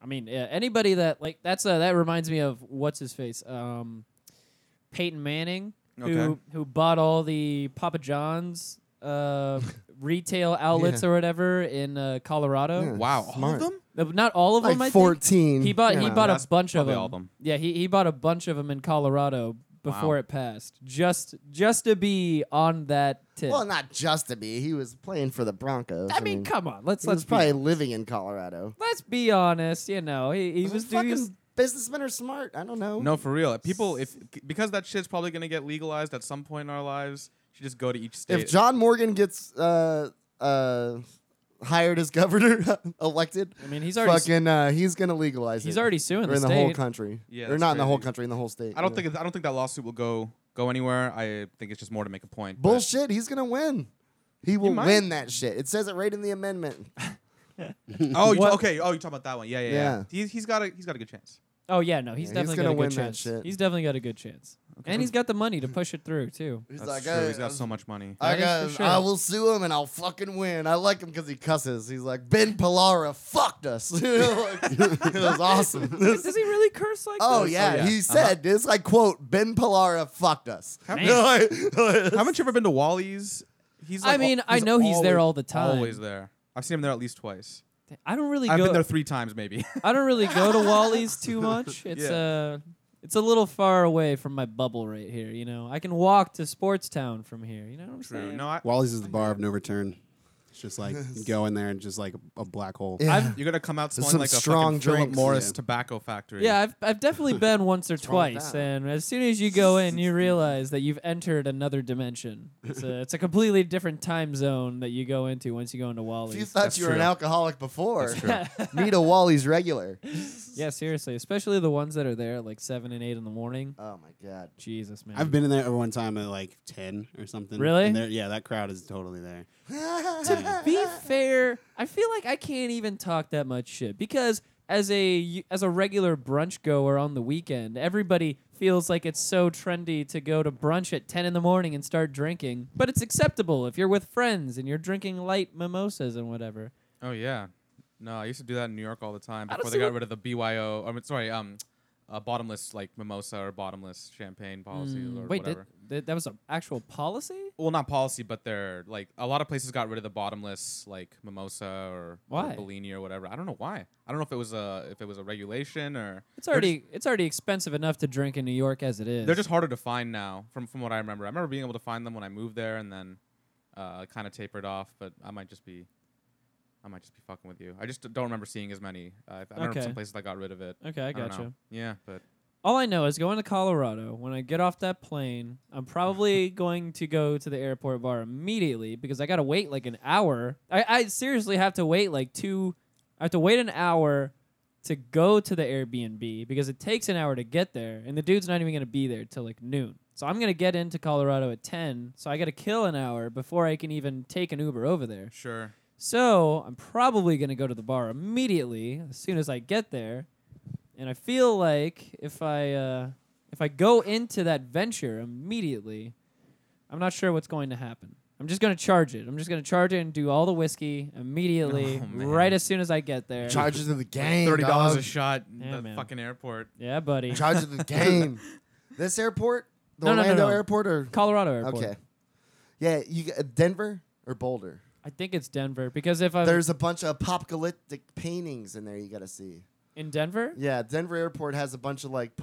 A: I mean, yeah, anybody that like that's uh, that reminds me of what's his face, um, Peyton Manning, who
C: Okay.
A: who bought all the Papa Johns uh, retail outlets or whatever in uh, Colorado.
B: Yeah.
C: Wow, all
B: Smart.
C: of them?
A: Uh, Not all of
B: like
A: them. I think.
B: 14.
A: He bought. He
B: Yeah.
A: bought a
C: That's
A: bunch of
C: probably
A: them.
C: all of them.
A: Yeah, he, he bought a bunch of them in Colorado before
C: Wow.
A: it passed, just just to be on that tip.
B: Well, not just to be. He was playing for the Broncos.
A: I mean, come on. Let's
B: he
A: let's
B: was
A: be,
B: probably living in Colorado.
A: let's be honest. You know, he, he was doing.
B: fucking
A: his-
B: businessmen are smart. I don't know.
C: No, for real. People, if because that shit's probably gonna get legalized at some point in our lives, should just go to each state.
B: If John Morgan gets uh uh hired as governor, elected,
A: I mean, he's already s-
B: fucking uh, he's gonna legalize
A: He's
B: it.
A: already suing
B: or
A: the
B: in the whole
A: state.
B: country.
C: Yeah,
B: or
C: that's
B: not in the whole
C: crazy.
B: country, in the whole state.
C: I don't
B: yeah.
C: think I don't think that lawsuit will go go anywhere. I think it's just more to make a point. but-
B: bullshit. He's gonna win. He will
C: might.
B: win that shit. It says it right in the amendment.
C: Oh, you,
A: What-
C: okay. Oh, you talking about that one? Yeah, yeah, yeah.
B: Yeah.
C: He's, he's got a he's got a good chance.
A: Oh yeah, no, he's
B: Yeah, he's
A: definitely
B: gonna
A: got a good
B: win that
A: chance.
B: shit.
A: He's definitely got a good chance, and he's got the money to push it through too.
B: He's
C: That's
B: like, uh,
C: true.
B: I,
C: he's got so much money.
B: I,
A: That is
B: got,
A: for
B: I
A: sure.
B: will sue him and I'll fucking win. I like him because he cusses. He's like Ben Pilara fucked us. You know, like, it was awesome.
A: Does he really curse like
B: Oh
A: this?
B: yeah,
C: yeah. Uh-huh.
B: he said this. I quote Ben Pilara fucked us.
C: How-
B: How
C: Haven't you ever been to Wally's? He's.
A: I mean, I know he's there all the time.
C: Always there. I've seen him there at least twice.
A: I don't really
C: I've
A: go.
C: been there three times, maybe.
A: I don't really go to Wally's too much. It's
C: Yeah.
A: uh it's a little far away from my bubble right here. You know, I can walk to Sports Town from here. You know what I'm
C: True.
A: saying?
C: No, I,
D: Wally's is the bar of no return. It's just like you go in there and just like a, a black hole.
B: Yeah.
C: you're gonna come out
B: There's
C: smelling
B: some
C: like a
B: strong
C: fucking Philip
B: drinks.
C: Morris
D: Yeah.
C: tobacco factory.
A: yeah, I've I've definitely been once or
B: wrong with
A: twice,
B: that?
A: and as soon as you go in, you realize that you've entered another dimension. It's a, it's a completely different time zone that you go into once you go into
B: If you
A: Wally's.
B: thought
C: That's
B: you were an
C: true.
B: alcoholic before,
C: That's
B: meet a Wally's regular.
A: yeah, seriously, especially the ones that are there at like seven and eight in the morning.
B: Oh my god.
A: Jesus, man.
D: I've been in there at one time at like ten or something.
A: Really?
D: And there- yeah, that crowd is totally there.
A: to be fair, I feel like I can't even talk that much shit because as a as a regular brunch goer on the weekend, everybody feels like it's so trendy to go to brunch at 10 in the morning and start drinking. But it's acceptable if you're with friends and you're drinking light mimosas and whatever.
C: Oh yeah. No, I used to do that in New York all the time
A: I don't
C: before
A: see
C: they got
A: what-
C: rid of the BYO. I mean, sorry, um, uh, bottomless like mimosa or bottomless champagne policy or
A: Mm, Wait,
C: whatever.
A: that, that, that was an actual policy?
C: well, not policy, but they're like a lot of places got rid of the bottomless like mimosa or,
A: Why?
C: or Bellini or whatever. I don't know why. I don't know if it was a if it was a regulation or
A: It's already it's already expensive enough to drink in New York as it is.
C: they're just harder to find now. From from what I remember, I remember being able to find them when I moved there, and then uh, kind of tapered off. But I might just be. I might just be fucking with you. I just don't remember seeing as many. Uh, I remember
A: Okay.
C: some places that got rid of it.
A: Okay, I
C: don't
A: gotcha.
C: know. Yeah, but
A: All I know is going to Colorado, when I get off that plane, I'm probably going to go to the airport bar immediately because I got to wait like an hour. I, I seriously have to wait like two, I have to wait an hour to go to the Airbnb because it takes an hour to get there, and the dude's not even going to be there till like noon. So I'm going to get into Colorado at 10, so I got to kill an hour before I can even take an Uber over there.
C: sure.
A: So I'm probably going to go to the bar immediately as soon as I get there. And I feel like if I uh, if I go into that venture immediately, I'm not sure what's going to happen. I'm just going to charge it. I'm just going to charge it and do all the whiskey immediately,
C: Oh, man.
A: right as soon as I get there.
B: Charges of the game.
C: Thirty dollars a
B: dog.
C: shot. in
A: Yeah,
C: the
A: man.
C: fucking airport.
A: yeah, buddy.
B: Charges of the game. This airport, the
A: No, no, no,
B: Orlando
A: no.
B: airport, or
A: Colorado Airport.
B: okay, yeah, you g- uh, Denver or Boulder.
A: I think it's Denver because if I'm
B: There's a bunch of apocalyptic paintings in there you gotta see.
A: in Denver,
B: Yeah, Denver airport has a bunch of like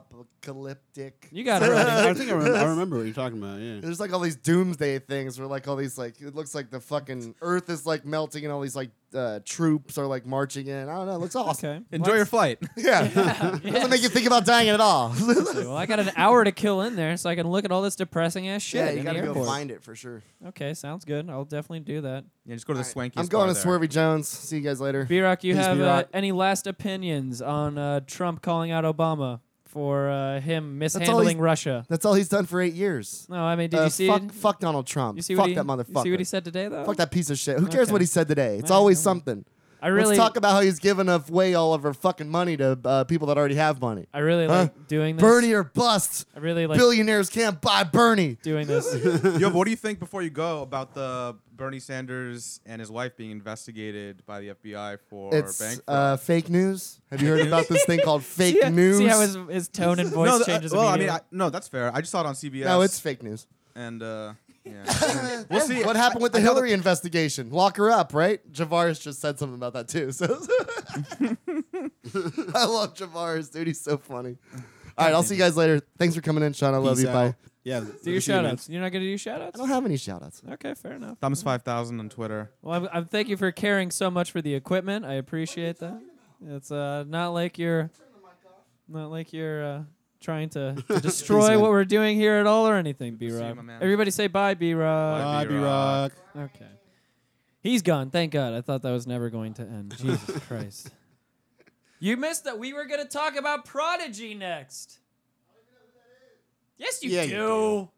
B: post-apocalyptic.
A: you got it. right.
D: I think I, remember, I remember what you're talking about. Yeah.
B: There's like all these doomsday things where like all these like it looks like the fucking earth is like melting and all these like uh, troops are like marching in. I don't know. It looks awesome.
A: Okay.
C: Enjoy your flight.
B: Yeah. Doesn't make you think about dying at all.
A: well, I got an hour to kill in there, so I can look at all this depressing ass shit.
B: yeah, you
A: in
B: gotta
A: the
B: go
A: airport.
B: find it for sure.
A: Okay, sounds good. I'll definitely do that.
C: Yeah, just go to the
B: Alright,
C: swankiest.
B: I'm going
C: bar
B: to
C: there.
B: Swervy Jones. See you guys later.
A: B Rock, you
D: Peace,
A: have uh,
D: B-Rock.
A: any last opinions on uh, Trump calling out Obama for uh, him
B: all
A: mishandling
B: he's-
A: Russia?
B: That's all he's done for eight years.
A: No, I mean, did
B: Uh,
A: you see?
B: fuck,
A: it?
B: fuck Donald Trump.
A: you see
B: fuck
A: what he,
B: that motherfucker.
A: You see what he said today, though.
B: fuck that piece of shit. Who cares
A: Okay.
B: what he said today? It's
A: All right,
B: always
A: come on.
B: something.
A: I really,
B: Let's talk about how he's giving af- away all of our fucking money to uh, people that already have money.
A: I really
B: Huh?
A: like doing this.
B: Bernie or bust.
A: I really like
B: Billionaires can't buy Bernie.
A: doing this.
C: Yo, but what do you think before you go about the Bernie Sanders and his wife being investigated by the FBI for
B: It's
C: bank fraud?
B: uh, fake news. Have you heard about this thing called fake
A: see, how-
B: news? uh,
A: See how his, his tone and voice
C: no, th- uh,
A: changes.
C: well, I mean,
A: immediately?
C: I, no, that's fair. I just saw it on CBS.
B: no, it's fake news.
C: and uh, Yeah. we'll see.
B: What happened with the Hillary investigation? Lock her up, right? Javaris just said something about that too. So I love Javaris, dude. He's so funny. All right, I'll see you guys later. Thanks for coming in, Sean. I love
D: Peace
B: you.
D: out.
B: Bye.
D: Yeah.
A: Do your shout outs. You're not going to do shout outs?
B: I don't have any shout outs.
A: Okay, fair enough.
C: Thumbs five thousand on Twitter.
A: Well, I'm, I'm thank you for caring so much for the equipment. I appreciate that. It's uh, not like you're, not like you're uh, trying to, to destroy
D: man.
A: what we're doing here at all or anything, B
C: you,
A: Rock.
C: my man.
A: Everybody say bye, B Rock.
D: Bye,
C: Bye,
D: B-Rock.
A: Okay. He's gone. Thank God. I thought that was never going to end. Jesus Christ. You missed that. We were going to talk about Prodigy next. Yes, you
D: Yeah,
A: do.
D: you do.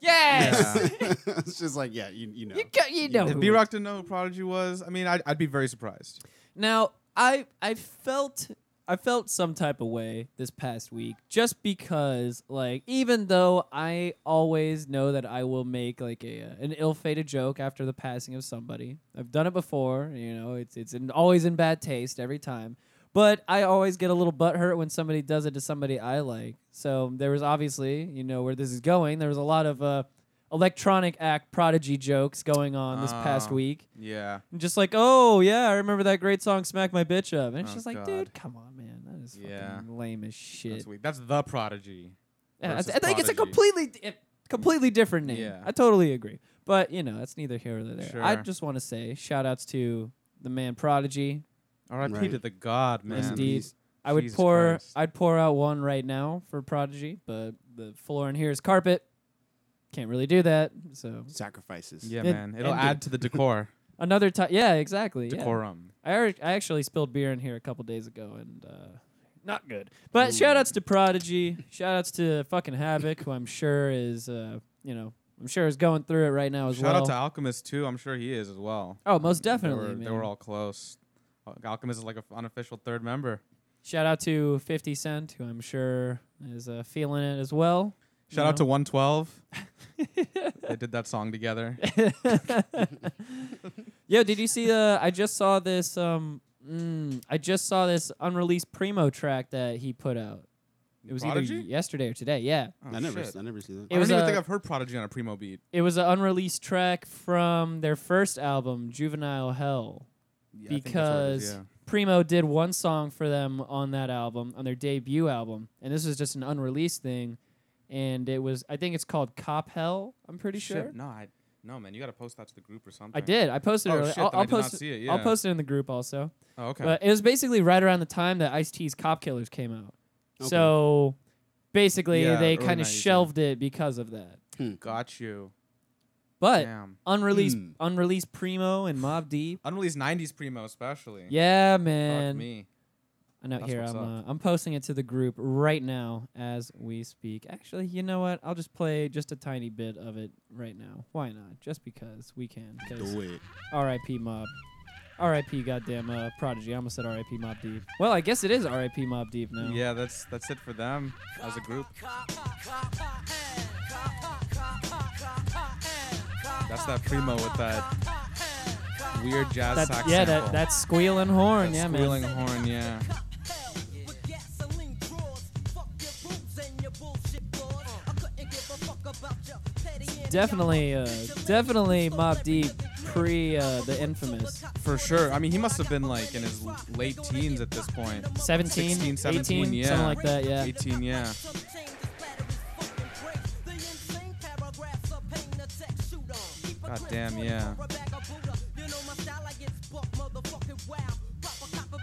A: Yes.
C: Yeah.
D: it's just like, yeah, you, you know.
A: You, ca- you know.
C: if
A: who
C: B Rock didn't know who Prodigy was, I mean, I'd, I'd be very surprised.
A: Now, I I felt I felt some type of way this past week just because like even though I always know that I will make like a uh, an ill-fated joke after the passing of somebody. I've done it before, you know, it's it's in, always in bad taste every time. But I always get a little butthurt when somebody does it to somebody I like. So there was obviously, you know, where this is going. There was a lot of uh, electronic act prodigy jokes going on this past
C: Ah.
A: week.
C: Yeah.
A: And just like, oh yeah, I remember that great song "Smack My Bitch Up," and
C: Oh,
A: she's like,
C: God.
A: dude, come on, man, that is
C: Yeah.
A: fucking lame as shit.
C: That's weak. That's the Prodigy.
A: Yeah, I,
C: versus
A: th- I think it's a
C: Prodigy.
A: completely, di- a completely different name.
C: Yeah.
A: I totally agree, but you know, that's neither here nor there. I
C: Sure.
A: just want to say shout outs to the man Prodigy.
C: R.I.P.
D: Right.
C: to the God, man.
A: Rest Indeed.
D: peace.
A: I would
C: Jesus
A: pour,
C: Christ.
A: I'd pour out one right now for Prodigy, but the floor in here is carpet. Can't really do that. So
D: Sacrifices.
C: Yeah,
A: It-
C: man. It'll
A: ended.
C: add to the decor.
A: another time, yeah, exactly. yeah.
C: Decorum.
A: I alre- I actually spilled beer in here a couple days ago and uh, not good. But shout outs to Prodigy. shout outs to fucking Havoc, who I'm sure is uh, you know I'm sure is going through it right now as
C: Shout
A: well.
C: out to Alchemist too. I'm sure he is as well.
A: oh, most
C: They
A: definitely.
C: were, they
A: man.
C: were all close. Al- Alchemist is like an unofficial third member.
A: shout out to 50 Cent, who I'm sure is uh, feeling it as well.
C: Shout out to 112. they did that song together.
A: Yo, did you see? Uh, I just saw this. Um, mm, I just saw this unreleased Primo track that he put out. It was
C: Prodigy?
A: either yesterday or today. Yeah,
C: Oh,
D: I never,
C: shit.
D: I never see that.
A: It
C: I
A: was
C: don't even
A: a-
C: think I've heard Prodigy on a primo beat.
A: It was an unreleased track from their first album, Juvenile Hell,
C: Yeah, I think that's what it is,
A: because Primo did one song for them on that album, on their debut album, and this was just an unreleased thing. And it was, I think it's called Cop Hell. I'm pretty
C: yeah.
A: sure.
C: Shit, no, I, no, man, you got to post that to the group or
A: I
C: something.
A: did. I posted it.
C: Oh,
A: earlier.
C: shit,
A: I'll,
C: then
A: I'll
C: I did not
A: post.
C: see it,
A: I'll
C: yeah.
A: post it in the group also.
C: Oh, okay.
A: But it was basically right around the time that Ice T's Cop Killers came out.
D: Okay.
A: So basically,
C: Yeah,
A: they
C: early
A: kind of
C: 90s, yeah.
A: shelved it because of that.
C: Got you.
A: But
C: Damn.
A: unreleased,
D: Hmm.
A: unreleased Primo and Mob Deep.
C: Unreleased 90s primo, especially.
A: Yeah,
C: Fuck
A: man.
C: me.
A: I know
C: That's
A: here
C: what's
A: I'm uh,
C: up.
A: I'm posting it to the group right now as we speak. Actually, you know what? I'll just play just a tiny bit of it right now. Why not? Just because we can. 'Cause
D: Do it.
A: R.I.P. Mob. R.I.P. Goddamn uh, Prodigy. I almost said R.I.P. Mob Deep. Well, I guess it is R.I.P. Mob Deep now.
C: Yeah, that's that's it for them as a group. That's that primo with that weird jazz
A: That-
C: sax.
A: yeah,
C: sample.
A: that that squealing horn.
C: That
A: yeah,
C: squealing
A: man.
C: horn. Yeah.
A: Definitely, uh, definitely Mob Deep pre uh, the infamous.
C: For sure. I mean, he must have been like in his l- late teens at this point.
A: 17,
C: 16, 17,
A: 18,
C: yeah.
A: something like that, yeah.
C: 18, yeah.
E: God damn, yeah.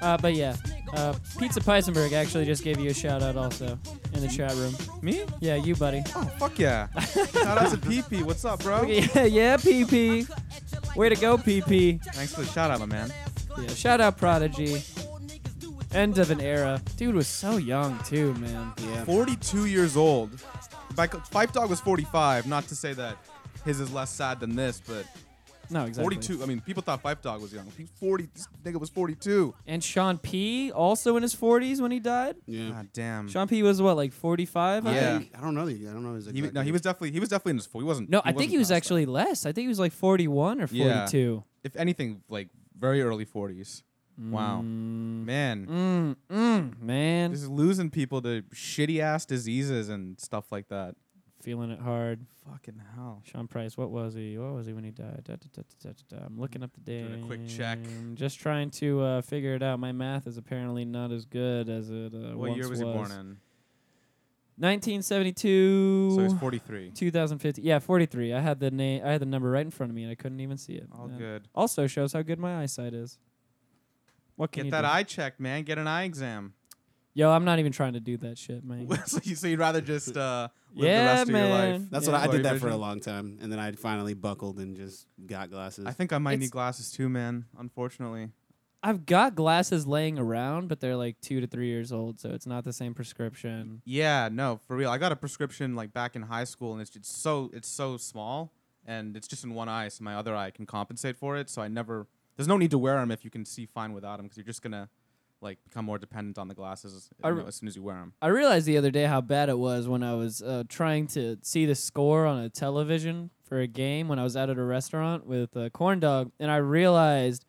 A: Uh, but yeah, uh, Pizza Peisenberg actually just gave you a shout out also in the chat room.
C: Me?
A: Yeah, you buddy.
C: Oh fuck yeah! Shout out to PP. What's up, bro?
A: yeah, yeah, PP. Way to go, PP.
C: Thanks for the shout out, my man.
A: Yeah, shout out Prodigy. End of an era. Dude was so young too, man.
D: Yeah.
C: 42 years old. By co- Fife Dog was 45. Not to say that his is less sad than this, but
A: No, exactly.
C: 42. I mean, people thought Fife Dog was young. He's 40. This nigga was 42.
A: And Sean P. also in his 40s when he died.
D: Yeah.
C: God damn.
A: Sean P. was what, like 45? I
C: Hmm. Yeah.
A: think?
D: I don't know. the- I don't know. His
C: He,
D: exact
C: no, he
D: age.
C: was definitely he was definitely in his 40s. He wasn't.
A: No, I think he was
C: wasn't past that.
A: actually less. I think he was like 41 or
C: Yeah.
A: 42.
C: if anything, like very early 40s. Wow, man,
A: Mm, mm, man.
C: just losing people to shitty ass diseases and stuff like that.
A: Feeling it hard.
C: Fucking hell.
A: Sean Price, what was he? What was he when he died? Da, da, da, da, da, da, da. I'm looking up the date.
C: Doing a quick check.
A: Just trying to uh, figure it out. My math is apparently not as good as it uh,
C: What
A: once
C: year was, he born in?
A: 1972.
C: So he's 43.
A: 2050. Yeah, 43. I had the name. I had the number right in front of me, and I couldn't even see it.
C: All
A: Yeah.
C: good.
A: Also shows how good my eyesight is. What can
C: Get
A: you
C: that
A: do?
C: eye checked, man. Get an eye exam.
A: Yo, I'm not even trying to do that shit, man.
C: so, you, so you'd rather just uh, live
A: Yeah,
C: the rest of your
A: man.
C: life.
D: That's
A: Yeah.
D: what I, I
C: Blurry
D: did that for a
C: vision.
D: long time, and then I finally buckled and just got glasses.
C: I think I might
A: It's-
C: need glasses too, man. Unfortunately.
A: I've got glasses laying around, but they're like two to three years old, so it's not the same prescription.
C: Yeah, no, for real. I got a prescription like back in high school, and it's just so it's so small, and it's just in one eye, so my other eye can compensate for it. So I never. There's no need to wear them if you can see fine without them, because you're just gonna like become more dependent on the glasses
A: I
C: you
A: re-
C: know, as soon as you wear them.
A: I realized the other day how bad it was when I was uh, trying to see the score on a television for a game when I was out at a restaurant with a corn dog, and I realized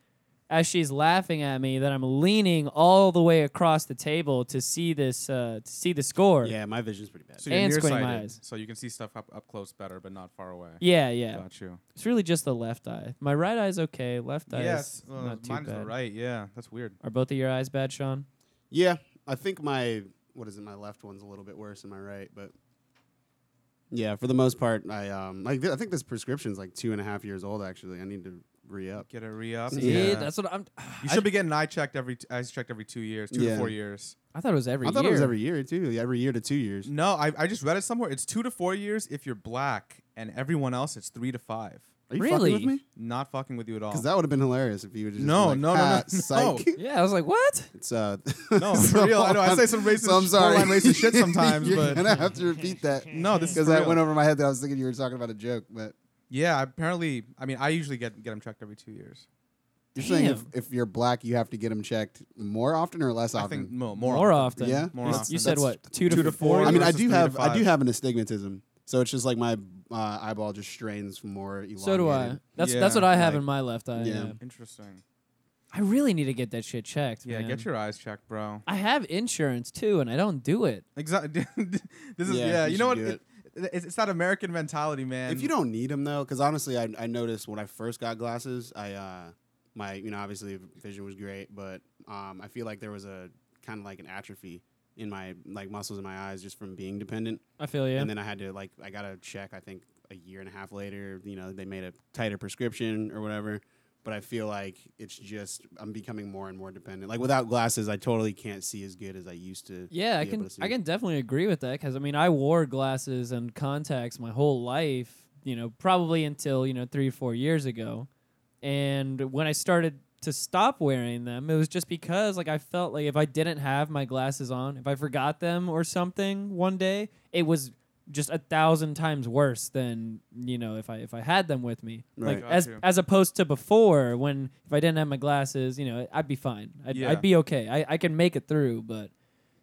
A: as she's laughing at me that I'm leaning all the way across the table to see this uh, to see the score.
D: yeah, my vision's pretty bad.
C: So you're
A: And squinting my
C: nearsighted,
A: eyes.
C: so you can see stuff up up close better, but not far away.
A: yeah, yeah.
C: Got you.
A: It's really just the left eye. My right eye's okay. Left eye
C: yes,
A: is
C: well,
A: not too
C: mine's the
A: bad.
C: right. Yeah, that's weird.
A: Are both of your eyes bad, Sean?
D: Yeah, I think my what is it? My left one's a little bit worse than my right, but yeah, for the most part, I um, like th- I think this prescription's like two and a half years old. Actually, I need to re up.
C: Get a re up.
D: Yeah. Yeah,
A: that's what I'm.
C: You should be getting eye checked every t- eyes checked every two years, two to
D: Yeah.
C: four years.
A: I thought it was every
D: I thought
A: year.
D: it was every year too, every year to two years.
C: No, I, I just read it somewhere. It's two to four years if you're black, and everyone else it's three to five.
D: Are you
A: Really?
D: fucking with me?
C: Not fucking with you at all.
D: Because that would have been hilarious if you would just
C: Oh. No,
D: been
C: no,
D: like,
C: no,
D: "Ah,
C: no,
D: psych."
C: no.
A: Yeah, I was like, what?
D: It's uh,
C: No, for real. I know, I say some racist-
D: so I'm sorry.
C: borderline racist shit sometimes,
D: You're
C: but-
D: gonna have to repeat that.
C: No, this is
D: because
C: for
D: that
C: real.
D: went over my head. That I was thinking you were talking about a joke, but
C: yeah, apparently, I mean, I usually get get them checked every two years.
D: you're saying if,
A: Damn.
D: if you're black, you have to get them checked more often or less
C: I
D: often.
C: think mo- more,
A: More
C: often.
A: often.
D: Yeah?
C: More
A: You-
C: often.
A: You said
C: That's
A: what? Two to,
C: two to
A: four.
C: four
D: I mean, I
C: versus
D: do
C: three to
D: have I do
C: five.
D: have an astigmatism, so it's just like my uh, eyeball just strains more. Elongated.
A: So do I. That's that's
C: Yeah,
A: what I have
D: like-
A: in my left eye.
D: Yeah.
A: yeah.
C: Interesting.
A: I really need to get that shit checked.
C: Yeah,
A: man.
C: get your eyes checked, bro.
A: I have insurance too, and I don't do it.
C: Exactly. this is
D: Yeah,
C: yeah.
D: you
C: you, know what?
D: should
C: It, it's, it's that American mentality, man.
D: If you don't need them though, because honestly, I, I noticed when I first got glasses, I uh, my you know obviously vision was great, but um, I feel like there was a kind of like an atrophy in my like muscles in my eyes just from being dependent,
A: I feel you.
D: and then I had to like I got a check. I think a year and a half later, you know, they made a tighter prescription or whatever. But I feel like it's just I'm becoming more and more dependent. Like without glasses, I totally can't see as good as I used to.
A: yeah, I
D: be able
A: can
D: to see.
A: I can definitely agree with that because I mean I wore glasses and contacts my whole life, you know, probably until you know three or four years ago, and when I started to stop wearing them, it was just because like I felt like if I didn't have my glasses on, if I forgot them or something one day, it was just a thousand times worse than you know if I if I had them with me,
D: Right.
A: like
C: Got
A: as
C: you.
A: as opposed to before when if I didn't have my glasses, you know, I'd be fine. I'd,
C: Yeah.
A: I'd be okay. I, I can make it through, but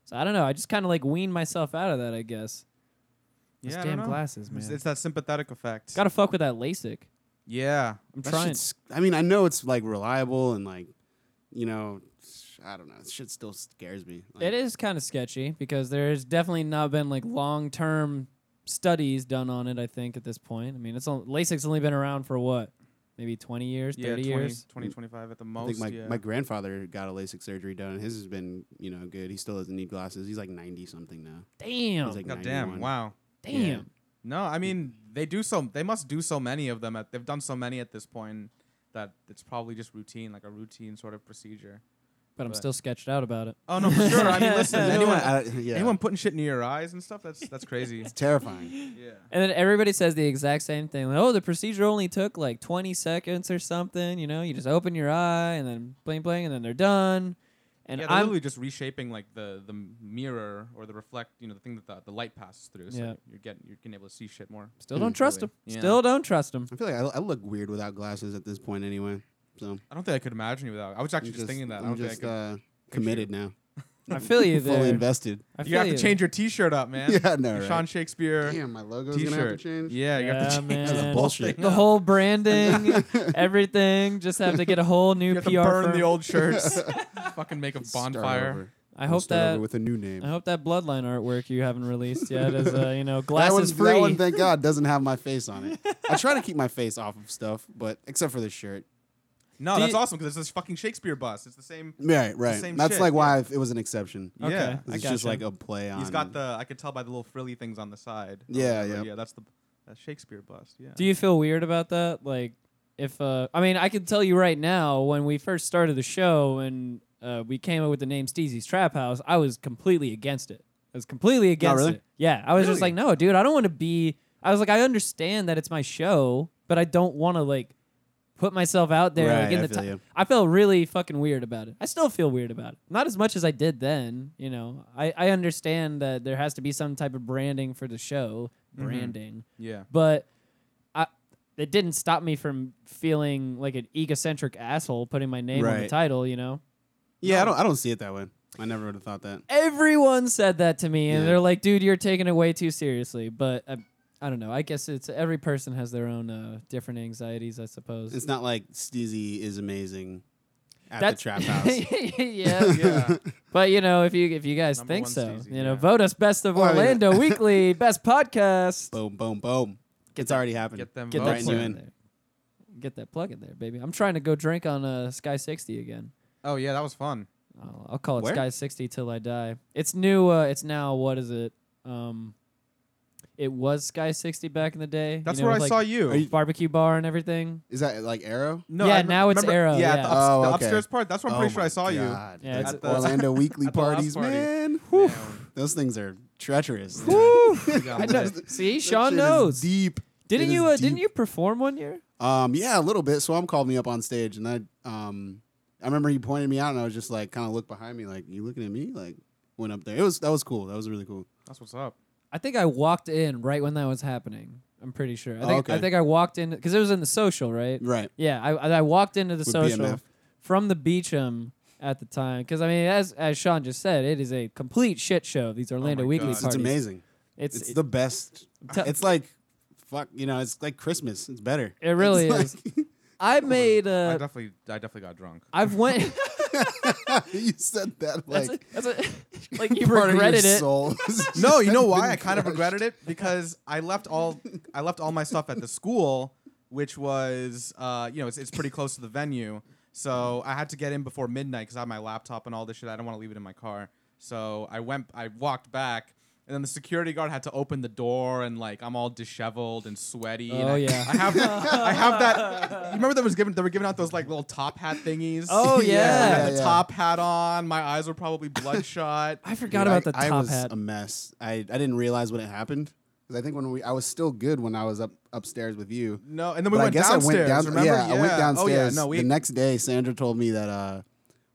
A: so I don't know. I just kind of like wean myself out of that, I guess. Those
C: yeah, I don't
A: damn
C: know.
A: glasses, man.
C: It's, it's that sympathetic effect.
A: Gotta fuck with that LASIK.
C: yeah.
A: I'm
D: That
A: trying.
D: shit's- I mean, I know it's like reliable and like, you know, I don't know. This shit still scares me. Like,
A: It is kind of sketchy because there's definitely not been like long term studies done on it. I think at this point, I mean, it's on, LASIK's only been around for what, maybe 20 years,
C: Yeah,
A: 30
C: 20,
A: years.
C: 20, 25 at the
D: I
C: most.
D: think my,
C: yeah.
D: my grandfather got a LASIK surgery done. and His has been, you know, good. He still doesn't need glasses. He's like 90 something now.
A: Damn,
D: He's like
C: God
D: 91.
C: damn! Wow.
A: damn.
D: yeah.
C: No, I mean they do so. They must do so many of them. At, they've done so many at this point that it's probably just routine, like a routine sort of procedure.
A: But I'm
C: But-
A: still sketched out about it.
C: Oh no, for sure. I mean, listen,
D: You know
C: anyone,
D: what? I- yeah.
C: anyone putting shit near your eyes and stuff. That's that's crazy.
D: It's terrifying.
C: yeah.
A: And then everybody says the exact same thing. Like, oh, the procedure only took like 20 seconds or something. You know, you just open your eye and then bling bling, and then they're done. And
C: yeah, they're
A: I'm
C: literally just reshaping like the the mirror or the reflect, you know, the thing that the, the light passes through. So
A: Yeah.
C: you're getting you're getting able to see shit more.
A: still don't trust them.
D: really.
C: Yeah.
A: Still don't trust them.
D: I feel like I, I look weird without glasses at this point anyway. So I'm
C: I don't think I could imagine you without. I was actually just, thinking that. I
D: I'm
C: don't
D: just
C: think I
D: uh, committed now.
A: I feel you there.
D: Fully invested.
A: I
C: could.
A: feel
C: You have to change your T-shirt up, man.
D: Yeah, I know,
C: Your
D: right?
C: Sean Shakespeare
D: Damn, my logo's going to have to
C: T-shirt.
D: change.
C: Yeah, you have to
A: Yeah,
C: change.
A: man.
C: the whole
D: Bullshit.
C: thing
A: The
C: up.
A: whole branding, everything. Just have to get a whole new
C: You have
A: PR.
C: to burn
A: firm.
C: the old shirts. Fucking make a
D: Start
C: bonfire.
D: over.
A: I
D: We'll
A: hope
D: start over
A: that
D: with a new name.
A: I hope that bloodline artwork you haven't released yet is uh, you know
D: that one,
A: glasses
D: that
A: free.
D: one, thank God, doesn't have my face on it. I try to keep my face off of stuff, but except for this shirt.
C: No,
A: Do
C: that's
A: you-
C: awesome because it's this fucking Shakespeare bus. It's the same.
D: Right, right.
C: same
D: That's
C: shit,
D: like
C: yeah.
D: why it was an exception.
C: Okay, Yeah.
A: I
D: It's
A: gotcha.
D: just like a play on.
C: He's got the. I could tell by the little frilly things on the side. or
D: Yeah,
C: whatever.
D: yeah.
C: yeah. That's the that's Shakespeare bust. Yeah.
A: Do you feel weird about that? Like, if uh, I mean, I can tell you right now, when we first started the show and uh, we came up with the name Steezy's Trap House, I was completely against it. I was completely against
D: really?
A: it. Yeah, I was just
C: Really?
A: like, no, dude, I don't want to be. I was like, I understand that it's my show, but I don't want to like put myself out there. like,
D: Right,
A: in
D: I
A: the
D: feel
A: ti-
D: you.
A: I felt really fucking weird about it. I still feel weird about it. Not as much as I did then. You know, I I understand that there has to be some type of branding for the show,
D: Mm-hmm.
A: branding
C: yeah.
A: but I it didn't stop me from feeling like an egocentric asshole putting my name on the
D: Right.
A: title, you know.
D: Yeah, I don't. I don't see it that way. I never would have thought that.
A: Everyone said that to me and
D: Yeah.
A: they're like, "Dude, you're taking it way too seriously." But I, I don't know. I guess it's every person has their own uh, different anxieties, I suppose.
D: It's not like Steezy is amazing at the
A: That's-
D: trap house.
A: yeah.
C: Yeah.
A: But you know, if you if you guys
C: Number
A: think
C: one's
A: so,
C: easy,
A: you know,
C: yeah.
A: vote us best of
D: Oh, yeah.
A: Orlando Weekly, best podcast.
D: boom, boom, boom. It's already happened.
C: Get them
A: Get
D: Right
A: that
C: votes
A: plug
D: you
A: in
D: in.
A: there. Get that plug in there, baby. I'm trying to go drink on uh, Sky 60 again.
C: Oh yeah, that was fun.
A: I'll, I'll call it
D: Where?
A: Sky 60 till I die. It's new. Uh, it's now. What is it? Um, it was Sky 60 back in the day.
C: That's
A: you know,
C: where I
A: with, like,
C: saw you.
D: Are you-
A: Barbecue bar and everything.
D: Is that like Arrow?
C: no,
A: Yeah,
C: I remem-
A: now it's
C: remember-
A: Arrow,
C: Yeah,
A: yeah.
C: At the,
D: Oh,
C: ups- the
D: okay.
C: upstairs part. That's where I'm
D: Oh
C: pretty sure
D: my
C: I saw
D: God.
A: Yeah,
D: That's
A: it's-
D: Orlando Weekly
C: at the
D: parties,
C: launch party.
D: man.
C: you.
D: Whew. Those things are treacherous.
C: Damn.
A: I
C: Yeah,
A: know.
C: but-
A: See,
D: That
A: Sean
D: shit is
A: knows.
D: Deep.
A: Didn't
D: It is
A: you? Uh,
D: deep.
A: didn't you perform one year?
D: Um, yeah, a little bit. Swam called me up on stage, and I, um, I remember he pointed me out, and I was just like, kind of looked behind me, like, "You looking at me?" Like, went up there. It was that was cool. That was really cool.
C: That's what's up.
A: I think I walked in right when that was happening. I'm pretty sure. I
D: Oh,
A: think I
D: okay.
A: think I walked in because it was in the social, right?
D: Right.
A: Yeah, I I I walked into the
D: With
A: social
D: BMF.
A: from the Beecham at the time because I mean, as as Sean just said, it is a complete shit show. These Orlando
C: my
A: Weekly
C: God.
A: parties.
C: It's
D: Oh It's amazing.
A: It's,
D: It's, the best.
A: Tell-
D: it's like, fuck, you know, it's like Christmas. It's better.
A: It really
D: It's like-
A: I made
C: I
A: uh,
C: definitely, I definitely got drunk.
A: I've went.
D: you said that
A: that's
D: like
A: a, that's a, like you
D: part of your
A: regretted it.
D: soul is just
C: No, you know
D: been
C: why? I kind of
D: crushed.
C: regretted it because I left all I left all my stuff at the school, which was uh, you know it's, it's pretty close to the venue, so I had to get in before midnight because I had my laptop and all this shit. I don't want to leave it in my car, so I went. I walked back. And then the security guard had to open the door, and like I'm all disheveled and sweaty. and
A: Oh,
C: I,
A: yeah.
C: I have I have that. You remember that was given? They were giving out those like little top hat thingies.
A: Oh,
C: So I
A: yeah.
C: had the
D: Yeah, yeah.
C: top hat on. My eyes were probably bloodshot.
A: I forgot
D: Dude,
A: about the
D: I,
A: top
D: I was
A: hat.
D: a mess. I, I didn't realize when it happened because I think when we I was still good when I was up upstairs with you.
C: No, and then we
D: But I
C: went
D: guess I
C: downstairs.
D: went down.
C: remember?
D: Yeah, I went
C: Oh, yeah.
D: downstairs.
C: No, we.
D: the next day, Sandra told me that uh,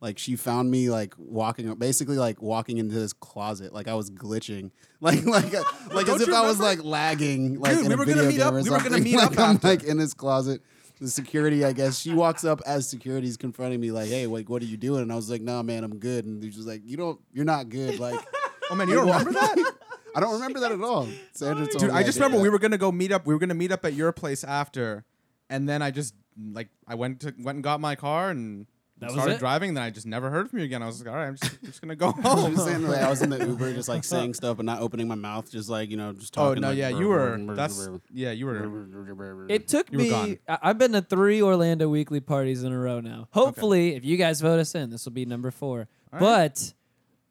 D: like she found me like walking, basically like walking into this closet. Like I was glitching, like like uh, like
C: Don't
D: as if
C: you
D: I was like
C: remember?
D: lagging. Like
C: Dude,
D: in
C: we
D: a
C: were gonna
D: video
C: meet
D: game
C: up-
D: or
C: we were gonna
D: something.
C: meet up
D: Like, I'm
C: after.
D: like in this closet. The security, I guess, she walks up as security's confronting me, like, "Hey, like, what are you doing?" And I was like, "Nah, man, I'm good." And she's like, "You don't, you're not good." Like,
C: oh man, you don't remember that?
D: I don't remember that at all. Sandra told
C: Dude,
D: me
C: I just
D: did
C: remember
D: that.
C: we were gonna go meet up. We were gonna meet up at your place after, and then I just like I went to went and got my car and
A: That was
C: started
A: it?
C: driving. And then I just never heard from you again. I was like, all right, I'm just, just gonna go
D: I
C: home.
D: was, saying, like, I was in the Uber, just like saying stuff and not opening my mouth, just like you know, just
C: oh
D: talking.
C: no,
D: like,
C: yeah, you were. That's yeah, you were.
A: It took
C: You were
A: me.
C: gone.
A: I, I've been to three Orlando Weekly parties in a row now. Hopefully, if you guys vote us in, this will be number four.
C: All right.
A: But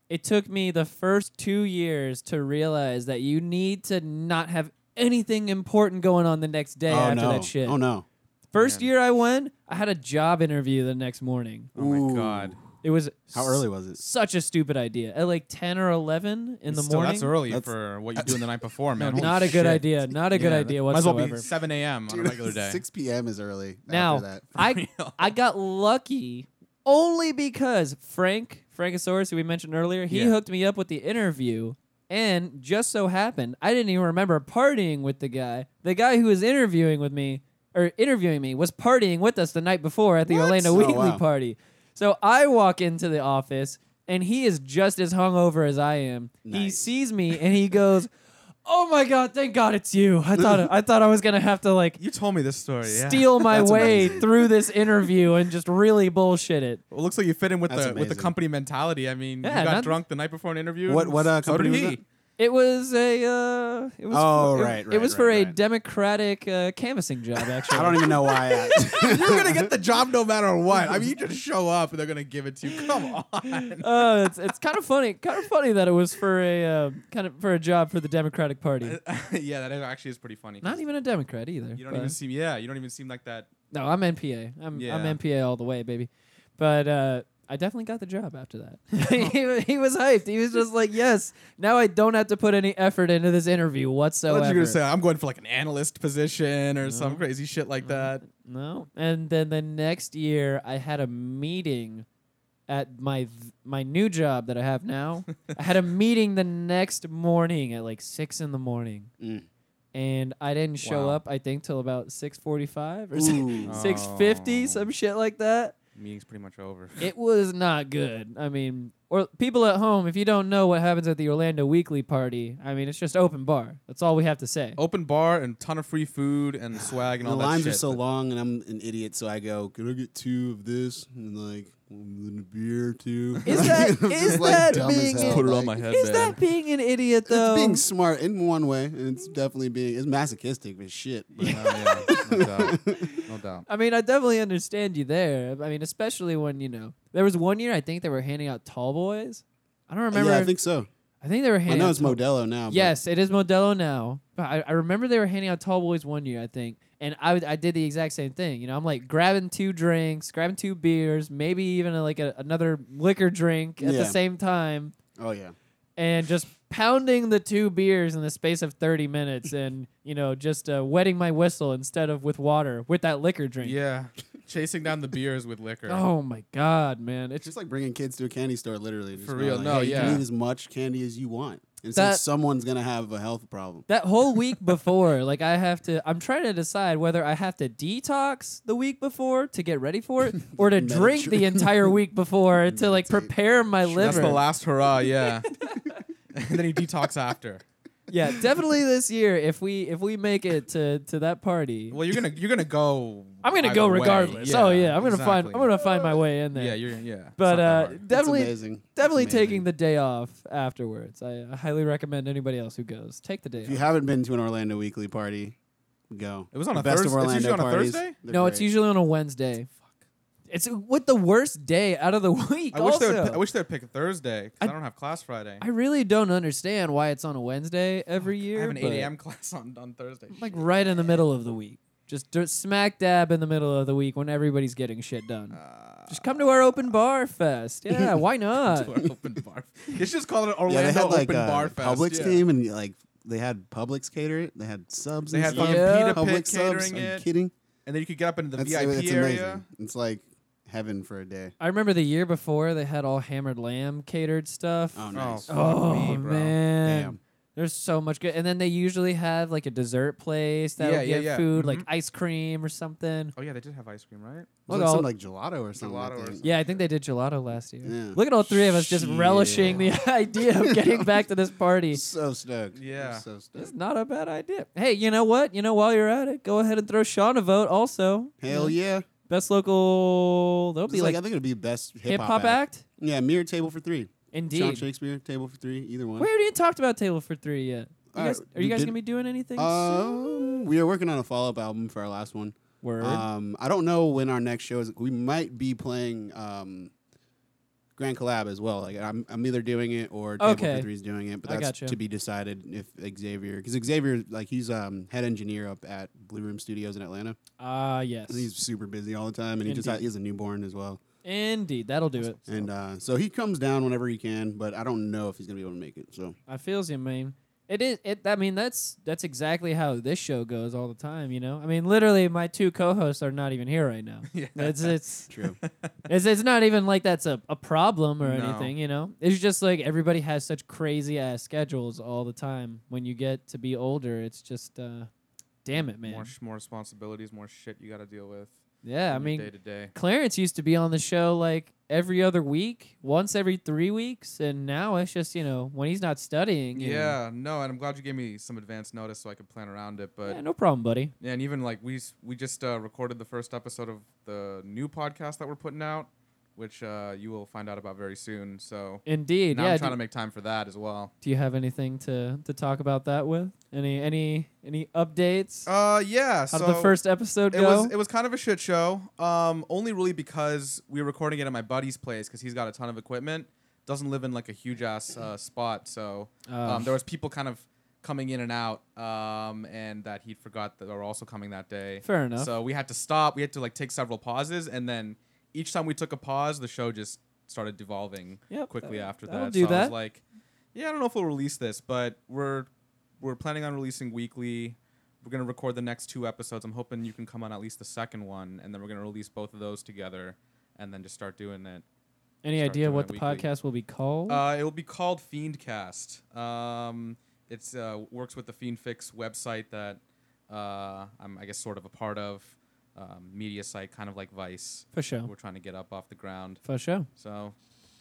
A: it took me the first two years to realize that you need to not have anything important going on the next day
D: oh
A: after
D: no!
A: that shit.
D: Oh no!
A: First
C: Man.
A: year I went, I had a job interview the next morning.
C: Oh my
D: Ooh.
C: god,
A: It was
D: How
A: s-
D: early was it?
A: Such a stupid idea. At like ten or eleven in the
C: Still,
A: morning.
C: That's early
D: That's-
C: for what you do in the night before,
A: No,
C: man. Holy
A: not a
C: shit.
A: good idea. Not a good
C: Yeah,
A: idea
C: Might as
A: whatsoever.
C: well be 7 a.m. on a regular day.
D: Six p.m. is early. after
A: Now,
D: that.
A: I I got lucky only because Frank Frankosaurus, who we mentioned earlier, he
C: Yeah.
A: hooked me up with the interview, and just so happened I didn't even remember partying with the guy. The guy who was interviewing with me or interviewing me was partying with us the night before at the Orlando
D: Oh,
A: Weekly
D: wow.
A: party. So I walk into the office and he is just as hungover as I am. He
D: Nice.
A: sees me and he goes. "Oh my god, thank God it's you." I thought I thought I was gonna have to like
C: You told me this story. yeah.
A: steal my
D: That's
A: way
D: amazing.
A: through this interview and just really bullshit it.
C: Well, it looks like you fit in with
D: That's
C: the with the
D: amazing.
C: company mentality. I mean,
A: Yeah,
C: you got
A: not-
C: drunk the night before an interview.
D: What-
C: and
D: what, uh,
C: so did
D: company was
C: he.
D: it?
A: It was a uh, it was
D: Oh,
A: it-
D: right,
A: it
D: right,
A: was for
D: right,
A: a
D: right.
A: democratic uh, canvassing job actually.
D: I don't even know why. I,
C: You're gonna get the job no matter what. I mean, you just show up and they're gonna give it to you. Come on.
A: uh, it's it's kind of funny, kind of funny that it was for a uh, kind of for a job for the Democratic Party.
C: yeah, that is- actually is pretty funny. 'cause
A: Not even a Democrat either.
C: You don't
A: but-
C: even seem. Yeah, you don't even seem like that.
A: No, I'm NPA. I'm
C: Yeah.
A: I'm NPA all the way, baby. But uh, I definitely got the job after that. he, wa- he was hyped. He was just like, "Yes, now I don't have to put any effort into this interview
C: I
A: whatsoever."
C: thought you were gonna say I'm going for like an analyst position or some crazy shit like that.
A: No. And then the next year, I had a meeting at my th- my new job that I have now. I had a meeting the next morning at like six in the morning,
D: Mm.
A: and I didn't show
C: Wow.
A: up. I think till about six forty five or
D: Ooh.
A: six fifty,
C: Oh.
A: some shit like that.
C: Meeting's pretty much over.
A: It was not good. I mean, or people at home, if you don't know what happens at the Orlando Weekly party, I mean, it's just open bar. That's all we have to say.
B: Oh.
C: Open bar and ton of free food and swag and
D: the
C: all that
D: lines
C: shit.
D: are so
C: but-
D: long, and I'm an idiot, so I go, "Can I get two of this and like and a beer too?"
A: Is that
D: Just
A: is
B: like
A: that
B: dumb as
A: being
B: hell.
C: Put it
B: Like,
C: on my head,
A: is
C: man.
A: that being an idiot though?
D: It's being smart in one way, and it's definitely being it's masochistic but shit.
C: Oh,
D: But
C: yeah, no doubt. No doubt.
A: I mean, I definitely understand you there. I mean, especially when you know there was one year I think they were handing out tall boys. I don't remember.
D: yeah, I
A: if-
D: think so.
A: I think they were
D: I
A: handing.
D: know
A: out
D: it's
A: tall-
D: Modelo now. but-
A: Yes, it is Modelo now. But I, I remember they were handing out tall boys one year, I think, and I would- I did the exact same thing. You know, I'm like grabbing two drinks, grabbing two beers, maybe even like a, another liquor drink at
D: Yeah.
A: the same time,
D: Oh yeah.
A: and just pounding the two beers in the space of 30 minutes, and you know, just uh, wetting my whistle instead of with water with that liquor drink.
C: Yeah, chasing down the beers with liquor.
A: Oh my god, man! It's
D: It's just like bringing kids to a candy store, literally. Just
C: For
D: go
C: real,
D: like,
C: no,
D: hey, You
C: yeah.
D: can eat as much candy as you want. And
A: That-
D: so someone's gonna have a health problem.
A: That whole week before, like I have to, I'm trying to decide whether I have to detox the week before to get ready for it, or to
D: Meditate.
A: drink the entire week before to like prepare my
C: That's
A: liver.
C: the last hurrah, yeah. and then you detox after.
A: yeah, definitely this year if we if we make it to to that party,
C: Well, you're gonna you're gonna go.
A: I'm gonna
C: either
A: go
C: way.
A: regardless. oh yeah, I'm gonna find I'm
C: exactly.
A: gonna find my way in there.
C: Yeah, you're yeah. it's not
A: but
C: that
A: uh,
C: hard.
D: That's
A: definitely
D: amazing. That's
A: definitely
D: amazing.
A: taking the day off afterwards. I, I highly recommend anybody else who goes take the day.
D: If you
A: off.
D: haven't been to an Orlando Weekly party, go.
C: It was on
D: The
C: a
D: best
C: Thursday-
D: of
C: it's
D: Orlando
C: usually on a
D: parties,
C: Thursday?
D: they're
A: no, it's
D: great.
A: usually on a Wednesday. It's what the worst day out of the week.
C: I wish
A: also.
C: they would. I wish they would pick a Thursday because I, don't have class Friday.
A: I really don't understand why it's on a Wednesday every year.
C: I have an
A: but
C: 8 a.m. class on on Thursday.
A: Like right in the middle of the week. Just d- smack dab in the middle of the week when everybody's getting shit done. just come to our open bar fest. Yeah, why not?
C: Uh, To our open bar. You should just call it Orlando
D: yeah, they had like
C: Open
D: uh,
C: Bar Fest.
D: Publix
C: yeah.
D: came and like they had Publix cater it. They had subs.
C: They
D: and
C: had
D: stuff.
C: fucking
A: Yeah.
C: pita
D: Public
C: pit
D: subs.
C: catering
D: Are you
C: it,
D: kidding?
C: and then you could get up into the
D: That's,
C: VIP
D: it's
C: area.
D: amazing. It's like heaven for a day.
A: I remember the year before they had all hammered lamb catered stuff.
D: Oh,
C: Oh,
D: nice.
C: fuck
A: Oh,
C: me, bro.
A: man.
D: Damn.
A: There's so much good. And then they usually have like a dessert place that
C: Yeah,
A: would
C: yeah,
A: give
C: yeah.
A: food, like
D: Mm-hmm.
A: ice cream or something.
C: Oh yeah, they did have ice cream, right?
A: Oh,
D: Was
A: Look
D: it
A: at all-
D: some like gelato or something? I
C: Gelato or
D: think.
C: something.
A: Yeah, I think they did gelato last year.
D: Yeah.
A: Look at all three of us just
D: Shit.
A: relishing the idea of getting back to this party.
D: So stoked.
C: Yeah.
D: So stoked.
A: It's not a bad idea. Hey, you know what? You know, while you're at it, go ahead and throw Sean a vote. Also,
D: Hell yeah.
A: best local. That'll
D: It's
A: be
D: like,
A: like,
D: I think it'd be best
A: hip
D: hip
A: hop act.
D: Yeah, mirror table for three. John
A: Indeed.
D: Shakespeare table for three. Either one.
A: We already talked about Table for Three yet. You
D: All
A: guys,
D: right,
A: are you
D: we
A: guys
D: did-
A: gonna be doing anything? soon?
D: Um, we are working on a follow up album for our last one.
A: Word.
D: Um, I don't know when our next show is. We might be playing um, Grand Collab as well. Like I'm, I'm either doing it or Table
A: Okay.
D: for Three's doing it, but
A: I
D: that's
A: gotcha.
D: to be decided if Xavier, because Xavier, like he's um, head engineer up at Blue Room Studios in Atlanta.
A: Ah, yes.
D: He's super busy all the time, and he just
A: Indeed.
D: he has a newborn as well.
A: Indeed, that'll do it.
D: And uh, so he comes down whenever he can, but I don't know if he's gonna be able to make it. So
A: I feels you, man. It is. It. I mean, that's that's exactly how this show goes all the time. You know. I mean, literally, my two co-hosts are not even here right now.
C: Yeah.
A: It's it's
D: true.
A: It's, it's not even like that's a, a problem or
C: No.
A: anything, you know? It's just like everybody has such crazy ass schedules all the time. When you get to be older, it's just, uh, damn it, man.
C: More sh- more responsibilities, more shit you got to deal with.
A: Yeah, I
C: day to
A: mean,
C: day.
A: Clarence used to be on the show like every other week, once every three weeks, and now it's just you know when he's not studying. you know.
C: Yeah, no, and I'm glad you gave me some advance notice so I could plan around it. But
A: yeah, no problem, buddy.
C: Yeah, and even like we s- we just uh, recorded the first episode of the new podcast that we're putting out, which uh, you will find out about very soon. So
A: Indeed,
C: now
A: yeah.
C: I'm trying
A: do,
C: to make time for that as well.
A: do you have anything to to talk about that with? Any any any updates?
C: Uh, yeah.
A: How
C: so
A: did the first episode
C: it
A: go?
C: was it was kind of a shit show. Um, only really because we were recording it at my buddy's place because he's got a ton of equipment. Doesn't live in like a huge ass uh, spot, so
A: Oh.
C: um, there was people kind of coming in and out, um, and that he forgot that were also coming that day.
A: Fair enough.
C: So we had to stop. We had to like take several pauses, and then each time we took a pause, the show just started devolving
A: Yep,
C: quickly
A: that'll-
C: after
A: that'll
C: that.
A: do
C: so I was
A: that.
C: like, yeah, I don't know if we'll release this, but we're we're planning on releasing weekly. We're gonna record the next two episodes. I'm hoping you can come on at least the second one, and then we're gonna release both of those together, and then just start doing it.
A: Any
C: start
A: idea
C: doing
A: what
C: it
A: the
C: weekly.
A: podcast will be called?
C: Uh, it will be called Fiendcast. Um, it's uh, works with the Fiendfix website that uh, I'm, I guess, sort of a part of. Um, media site, kind of like Vice.
A: For sure.
C: We're trying to get up off the ground.
A: For sure.
C: So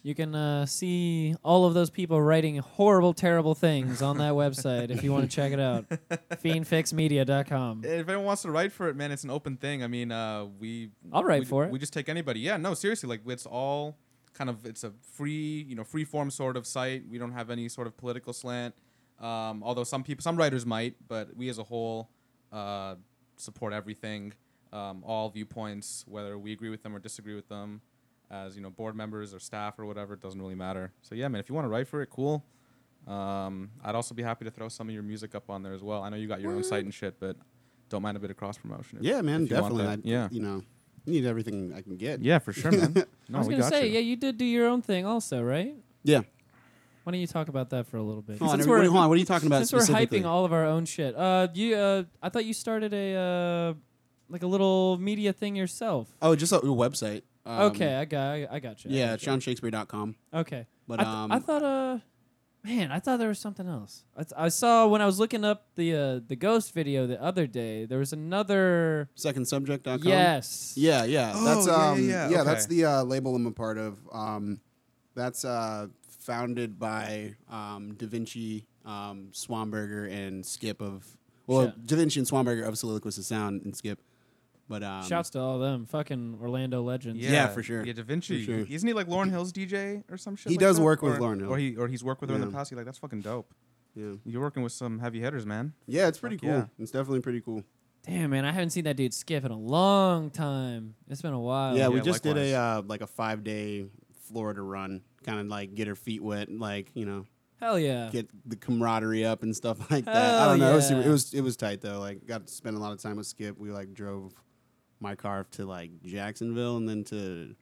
A: You can uh, see all of those people writing horrible, terrible things on that website if you want to check it out. Fiendfixmedia.com.
C: if anyone wants to write for it, man, it's an open thing. I mean, uh, we
A: I'll write
C: we,
A: for it.
C: We just take anybody. Yeah, no, seriously, like it's all kind of it's a free, you know, free form sort of site. We don't have any sort of political slant. Um, although some people, some writers might, but we as a whole uh, support everything, um, all viewpoints, whether we agree with them or disagree with them, as you know, board members or staff or whatever. It doesn't really matter. So yeah, man, if you want to write for it, cool. Um, I'd also be happy to throw some of your music up on there as well. I know you got your own site and shit, but don't mind a bit of cross promotion.
D: Yeah, man, definitely. I,
C: yeah,
D: you know, need everything I can get.
C: yeah, for sure, man.
A: I
C: No,
A: was
C: we
A: going to
C: got
A: say,
C: you.
A: yeah, you did do your own thing also, right?
D: yeah.
A: Why don't you talk about that for a little bit?
D: Hold on,
A: Since
D: everybody,
A: we're-
D: hold on, What are you talking about
A: since we're
D: specifically?
A: hyping all of our own shit. Uh, you, uh, I thought you started a uh, like a little media thing yourself.
D: oh, just a, a website. Um,
A: okay, I got, I, I got you. I
D: Yeah,
A: got
D: it's
A: you.
D: SeanShakespeare.com.
A: Okay.
D: But,
A: I, th-
D: um,
A: I thought, uh, man, I thought there was something else. I, th- I saw when I was looking up the uh, the ghost video the other day. There was another.
D: Secondsubject.com.
A: Yes.
D: Yeah, yeah.
C: Oh,
D: that's
C: yeah, yeah,
D: um
C: yeah,
D: that's
C: okay.
D: the uh, label I'm a part of. Um that's uh founded by um Da Vinci, um Swanberger and Skip of well,
A: Shit.
D: Da Vinci and Swanberger of Soliloquist of Sound and Skip. But um
A: Shouts to all them fucking Orlando legends.
D: Yeah, for sure.
C: Yeah, Da Vinci.
D: For sure.
C: Isn't he like Lauren Hill's DJ or some shit?
D: He
C: like
D: does
C: that?
D: work with
C: Or-
D: Lauryn Hill.
C: or he or he's worked with her in the
D: Yeah.
C: past. He's like, that's fucking dope.
D: yeah.
C: You're working with some heavy hitters, man.
D: Yeah, it's pretty
C: Fuck
D: cool.
C: yeah.
D: It's definitely pretty cool.
A: Damn, man, I haven't seen that dude skip in a long time. It's been a while.
D: yeah,
C: yeah,
D: we just did a
C: likewise.
D: uh, like a 5-day Florida run, kind of like get her feet wet, and like, you know,
A: Hell yeah.
D: get the camaraderie up and stuff like that. I
A: Hell
D: don't know. It, was,
A: yeah.
D: super- it was it was tight though. Like got to spend a lot of time with Skip. We like drove my car to like Jacksonville and then to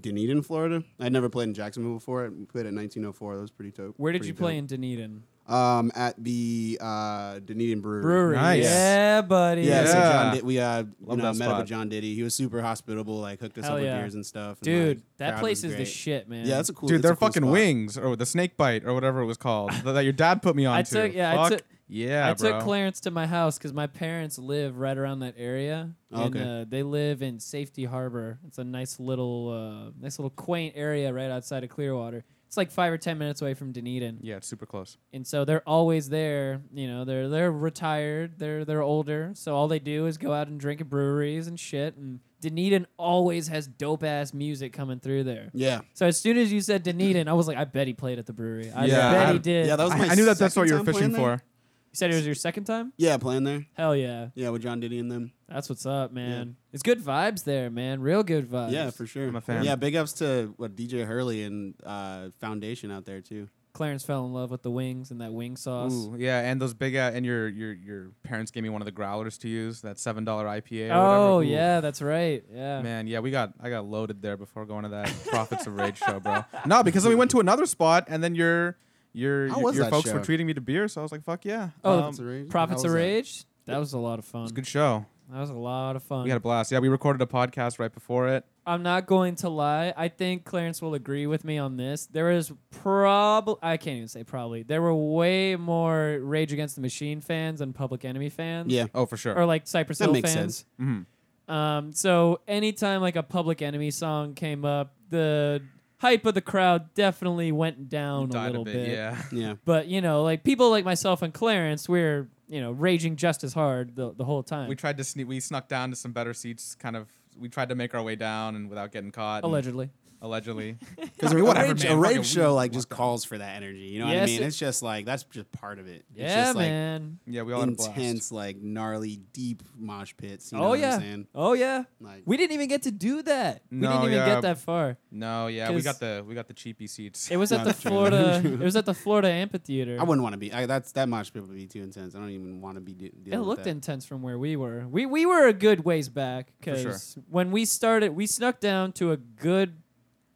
D: Dunedin, Florida. I'd never played in Jacksonville before. I played at 1904. That was pretty dope.
A: Where did
D: pretty
A: you play
D: dope.
A: in Dunedin?
D: Um, at the uh, Dunedin Brewery.
A: Brewery.
C: Nice.
A: Yeah, buddy.
D: Yeah, so
C: Yeah.
D: John Did- we uh, you
C: Love
D: know,
C: that
D: met up
C: spot.
D: with John Diddy. He was super hospitable. Like hooked us
A: Hell
D: up
A: yeah.
D: with beers and stuff. and,
A: Dude,
D: like,
A: that
D: crowd
A: place is
D: was
A: the
D: great.
A: shit, man.
D: Yeah, that's a cool.
C: Dude,
D: that's
C: they're
D: a cool
C: fucking
D: spot.
C: wings or the snake bite or whatever it was called that that your dad put me on
A: I
C: to.
A: took- yeah, I
C: Fuck
A: took-
C: yeah,
A: I
C: bro.
A: took Clarence to my house because my parents live right around that area.
D: Oh, Okay.
A: And, uh, they live in Safety Harbor. It's a nice little, uh, nice little quaint area right outside of Clearwater. It's like five or ten minutes away from Dunedin,
C: yeah, it's super close.
A: and so they're always there. You know, they're they're retired, they're they're older, so all they do is go out and drink at breweries and shit. And Dunedin always has dope ass music coming through there.
D: Yeah.
A: So as soon as you said Dunedin, I was like, I bet he played at the brewery. I
C: Yeah,
A: bet
C: I-
A: he did.
D: Yeah, that was
C: I,
D: my
C: I knew that that's what
D: second
C: you were
D: time playing
C: fishing
D: there.
C: for.
A: you said it was your second time.
D: Yeah, playing there.
A: Hell yeah.
D: Yeah, with John Diddy and them.
A: That's what's up, man. It's good vibes there, man. Real good vibes.
D: Yeah, for sure.
C: I'm a fan.
D: Yeah, big ups to what DJ Hurley and uh, Foundation out there too.
A: Clarence fell in love with the wings and that wing sauce.
C: Ooh, yeah, and those big uh, and your your your parents gave me one of the growlers to use that seven dollar IPA. Or
A: oh
C: whatever. Ooh,
A: yeah, that's right. Yeah.
C: Man, yeah, we got I got loaded there before going to that Prophets of Rage show, bro. No, because then we went to another spot and then your your
D: How
C: your,
D: was
C: your
D: that
C: folks
D: show?
C: were treating me to beer, so I was like, fuck yeah.
A: Oh,
C: Um,
A: that's
C: it
A: Prophets
D: How
A: of
D: was that?
A: Rage. That was a lot of fun.
C: was a good show.
A: That was a lot of fun.
C: We had a blast. Yeah, we recorded a podcast right before it.
A: I'm not going to lie. I think Clarence will agree with me on this. There is probably I can't even say probably. There were way more Rage Against the Machine fans and Public Enemy fans.
D: Yeah.
C: Oh, for sure.
A: Or like Cypress
D: That
A: Hill
D: makes
A: fans.
D: sense.
C: Mhm.
A: Um, so anytime like a Public Enemy song came up, the hype of the crowd definitely went down a
C: Died
A: little
C: bit, yeah.
D: Yeah.
A: But you know, like people like myself and Clarence, we're you know raging just as hard the, the whole time.
C: We tried to sneak. We snuck down to some better seats. Kind of. We tried to make our way down and without getting caught. and-
A: allegedly.
C: Allegedly.
D: Because I mean,
C: Whatever,
D: a rave,
C: man,
D: a rave
C: fucking-
D: show like just calls for that energy. You know what I
A: Yes,
D: mean?
A: it-
D: It's just like that's just part of it.
A: Yeah,
D: it's just, like,
A: man.
C: yeah, we all had a blast.
D: intense, like gnarly, deep mosh pits. You know
A: oh
D: what
A: yeah.
D: I'm saying?
A: oh yeah.
D: Like-
A: We didn't even get to do that. we
C: No,
A: didn't even
C: yeah.
A: get that far.
C: No, yeah, we
A: 'Cause-
C: got the we got the cheapy seats.
A: It was at
D: No,
A: the
D: that's true.
A: Florida. it was at the Florida amphitheater.
D: I wouldn't want to be. I, that's that mosh pit would be too intense. I don't even want to be. De- dealing
A: It
D: with
A: looked
D: that.
A: intense from where we were. We we were a good ways back
C: For
A: because
C: sure.
A: when we started, we snuck down to a good,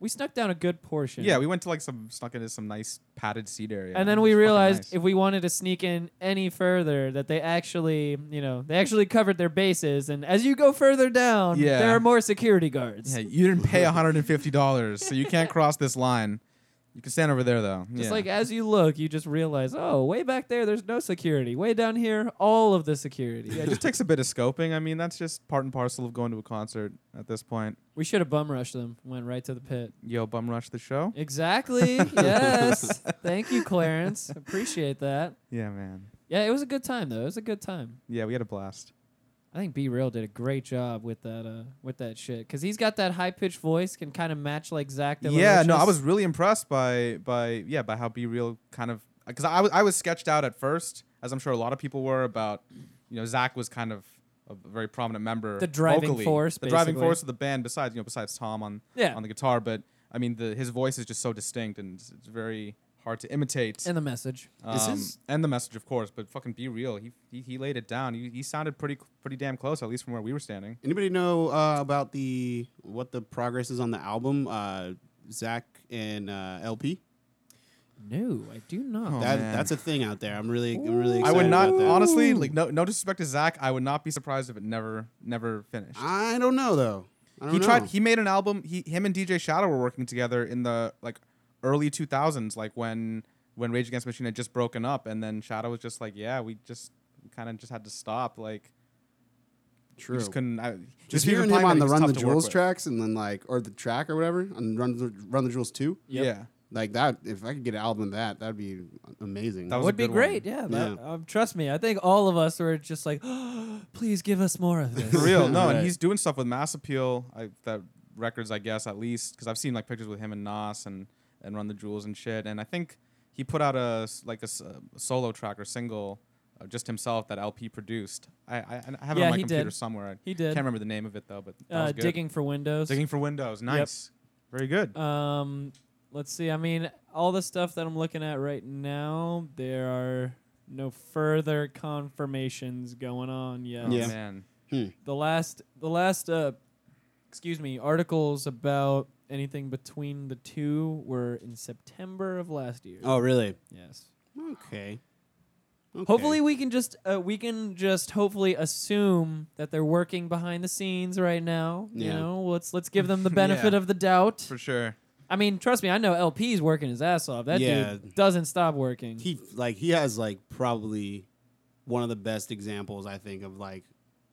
A: we snuck down a good portion.
C: yeah, we went to like some snuck into some nice padded seat area.
A: and then we realized if we wanted to sneak in any further, that they actually, you know, they actually covered their bases. And as you go further down,
C: Yeah.
A: there are more security guards.
C: yeah, you didn't pay $150, so you can't cross this line. You can stand over there though.
A: Just
C: yeah.
A: like as you look, you just realize, oh, way back there, there's no security. Way down here, all of the security.
C: yeah, it just takes a bit of scoping. I mean, that's just part and parcel of going to a concert at this point.
A: we should have bum rushed them. Went right to the pit.
C: Yo, bum rush the show.
A: Exactly. yes. Thank you, Clarence. Appreciate that.
C: Yeah, man.
A: Yeah, it was a good time though. It was a good time.
C: Yeah, we had a blast.
A: I think B Real did a great job with that uh with that shit because he's got that high pitched voice can kind of match like Zach. De La
C: Yeah, no, I
A: Rocha's.
C: was really impressed by by yeah by how Be Real kind of because I was I was sketched out at first, as I'm sure a lot of people were about. You know, Zach was kind of a very prominent member,
A: The driving
C: vocally,
A: force,
C: the driving
A: basically.
C: force of the band. Besides, you know, besides Tom on
A: Yeah.
C: on the guitar, but I mean, the his voice is just so distinct and it's, it's very hard to imitate.
A: in the message.
D: Is
C: Um,
D: his-
C: and the message, of course, but fucking be real. He he, he laid it down. He, he sounded pretty pretty damn close, at least from where we were standing.
D: Anybody know uh, about the what the progress is on the album? Uh, Zach and uh, LP.
A: No, I do not.
C: Oh,
D: that,
C: man.
D: that's a thing out there. I'm really, I'm really.
C: I
D: Excited
C: would not
D: about that.
C: honestly like no no disrespect to Zach. I would not be surprised if it never never finished.
D: I don't know though. I don't
C: he
D: know.
C: tried. He made an album. He him and DJ Shadow were working together in the like early 2000s, like when when Rage Against the Machine had just broken up, and then Shadow was just like, yeah, we just kind of just had to stop. Like we
D: True.
C: just couldn't. I,
D: just
C: he was
D: hearing
C: playing that,
D: him on
C: he
D: the
C: was
D: Run
C: tough
D: the
C: to work
D: Jewels
C: with.
D: tracks and then like or the track or whatever on Run the Run the Jewels two.
A: Yep.
C: Yeah.
D: Like that, if I could get an album of that, that'd be amazing.
C: That was a
A: would be
C: good one.
A: great. Yeah, that- um, trust me. I think all of us were just like, please give us more of this.
C: For real, no,
D: Right.
C: and he's doing stuff with Mass Appeal. I, that records, I guess, at least because I've seen like pictures with him and Nas and and Run the Jewels and shit. And I think he put out a s- like a, s- a solo track or single, uh, just himself that LP produced. I I, and I have it
A: Yeah,
C: on my
A: he
C: computer
A: did.
C: somewhere. I
A: He did.
C: Can't remember the name of it though, but that
A: uh,
C: was good.
A: digging for windows.
C: digging for Windows. Nice, very good.
A: Um, let's see. I mean, all the stuff that I'm looking at right now, there are no further confirmations going on yet.
C: Oh,
D: yeah.
C: man.
A: The last, the last, uh, excuse me, articles about anything between the two were in September of last year.
D: oh, really?
A: Yes.
D: Okay. Okay.
A: Hopefully we can just uh, we can just hopefully assume that they're working behind the scenes right now. You
D: Yeah.
A: know, let's let's give them the benefit of the doubt.
C: for sure.
A: I mean, trust me, I know LP's working his ass off. That
D: Yeah.
A: dude doesn't stop working.
D: he like he has like probably one of the best examples I think of like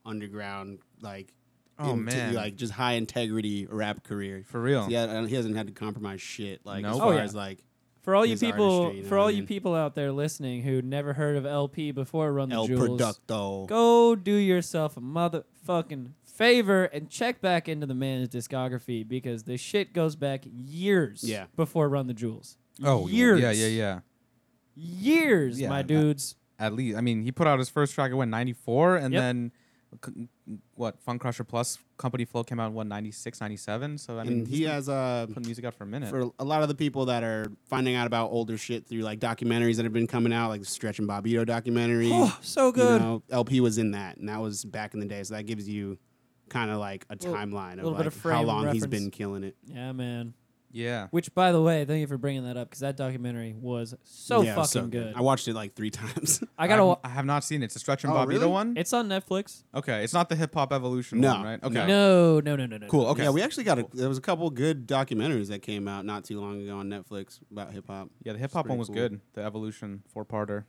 D: underground like
C: Oh,
D: inte-
C: man.
D: like just high integrity rap career
C: For real.
D: Yeah, and he hasn't had to compromise shit like as
C: Nope.
D: far
A: Oh, yeah.
D: as like
A: for all you
D: his
A: people,
D: artistry, you know
A: for
D: what
A: all
D: I
A: you
D: mean?
A: people out there listening who never heard of LP before, Run the
D: El
A: Jewels.
D: Producto.
A: Go do yourself a motherfucking favor and check back into the man's discography because this shit goes back years
D: Yeah.
A: before Run the Jewels.
C: Oh,
A: years.
C: Yeah, yeah, yeah.
A: Years,
C: Yeah,
A: my
C: that-
A: dudes.
C: at least. I mean, he put out his first track in what '94, and
A: Yep.
C: then c- what Fun Crusher Plus Company Flow came out in what '96, '97. So I mean,
D: and he has uh
C: put music out for a minute.
D: for a lot of the people that are finding out about older shit through like documentaries that have been coming out, like the Stretch and Bobito documentary.
A: Oh, so good.
D: You know, LP was in that, and that was back in the day. So that gives you kind of like a
A: Little-
D: timeline
A: little
D: of
A: bit
D: like
A: of
D: how
A: frame
D: long he's
A: reference.
D: been killing it.
A: yeah, man.
C: yeah,
A: Which, by the way, thank you for bringing that up because that documentary was so
D: Yeah, it
A: fucking
D: was so
A: good.
D: I watched it like three times.
A: I gotta.
C: I've-
A: wa-
C: I have not seen it. It's a Stretch and
D: Oh,
C: Bobito
D: really?
C: one.
A: It's on Netflix.
C: okay, it's not the Hip Hop Evolution
D: No,
C: one, right? Okay,
A: No, no, no, no, no.
C: cool. Okay,
D: Yeah, we actually got a, there was a couple good documentaries that came out not too long ago on Netflix about hip hop.
C: yeah, the Hip Hop
D: pretty
C: one was
D: cool.
C: good. The Evolution four parter.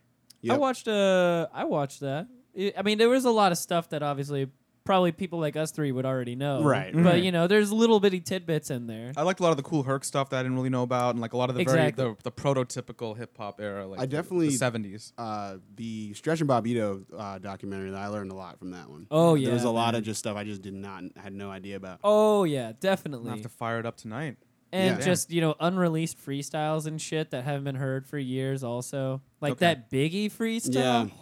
A: I watched. Uh, I watched that. I I mean, there was a lot of stuff that obviously probably people like us three would already know.
D: Right,
A: But
D: right.
A: you know, there's little bitty tidbits in there.
C: I liked a lot of the cool Herc stuff that I didn't really know about, and like a lot of the
A: Exactly.
C: very the, the prototypical hip hop era. Like
D: I definitely-
C: the seventies.
D: uh, the Stretch and Bobito uh, documentary that I learned a lot from that one.
A: Oh,
D: there was
A: yeah,
D: a lot
A: man.
D: of just stuff I just did not had no idea about.
A: Oh yeah,
C: I have
A: definitely.
C: to fire it up tonight.
A: and
D: yeah.
A: just you know, unreleased freestyles and shit that haven't been heard for years. Also, like
C: Okay.
A: that Biggie freestyle.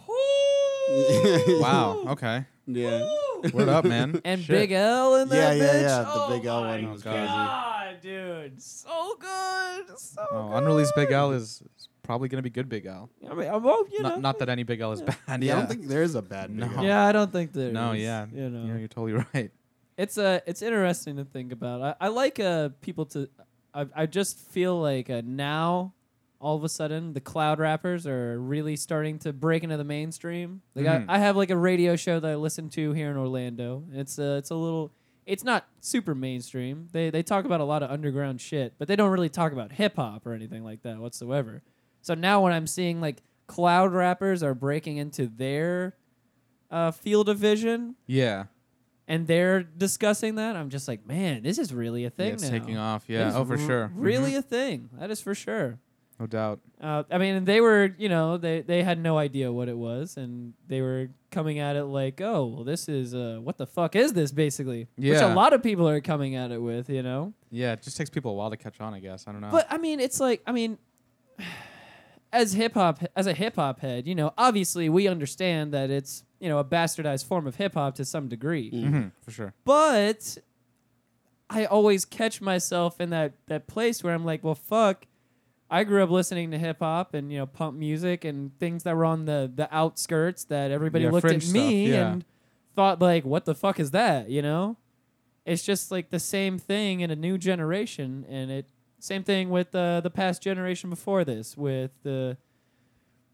C: Wow. Okay.
D: yeah,
C: Word up, man.
A: And
C: Shit.
A: Big L in
D: yeah, yeah,
A: that bitch.
D: yeah. The
A: oh
D: Big L
A: my
D: one was
C: God.
D: crazy.
A: God, dude, so good, so
C: Oh,
A: good.
C: unreleased Big L is is probably gonna be good. Big L.
A: I mean, I'm, oh, you know,
C: Not, not that any Big L is bad.
D: Yeah,
C: Yeah.
D: I don't think there is a bad.
C: No.
D: Big L.
A: Yeah, I don't think there.
C: no.
A: is,
C: Yeah.
A: you know,
C: You're, you're totally right.
A: it's uh, it's interesting to think about. I, I like uh, people to. I, I just feel like uh, now, all of a sudden, the cloud rappers are really starting to break into the mainstream. Like
C: Mhm.
A: I, I have like a radio show that I listen to here in Orlando. It's uh, it's a little. It's not super mainstream. They they talk about a lot of underground shit, but they don't really talk about hip hop or anything like that whatsoever. So now when I'm seeing like cloud rappers are breaking into their uh, field of vision,
C: Yeah.
A: and they're discussing that, I'm just like, man, this is really a
C: Yeah,
A: thing
C: it's
A: now.
C: taking off.
A: It
C: Yeah.
A: is
C: Oh, for
A: r-
C: sure.
A: Really a thing. That is for sure.
C: Mhm. No doubt.
A: Uh, I mean, and they were, you know, they, they had no idea what it was, and they were coming at it like, oh, well, this is, uh, what the fuck is this, basically? Which
C: Yeah.
A: a lot of people are coming at it with, you know?
C: Yeah. It just takes people a while to catch on. I guess. I don't know.
A: But I mean, it's like I mean, as hip hop as a hip hop head, you know, obviously we understand that it's you know a bastardized form of hip hop to some degree.
C: Mhm, for sure.
A: But I always catch myself in that that place where I'm like, well, fuck. I grew up listening to hip hop and you know pump music and things that were on the the outskirts that everybody
C: Yeah,
A: looked at
C: fringe stuff,
A: me
C: yeah.
A: and thought like, what the fuck is that? You know, it's just like the same thing in a new generation, and it same thing with uh, the past generation before this with the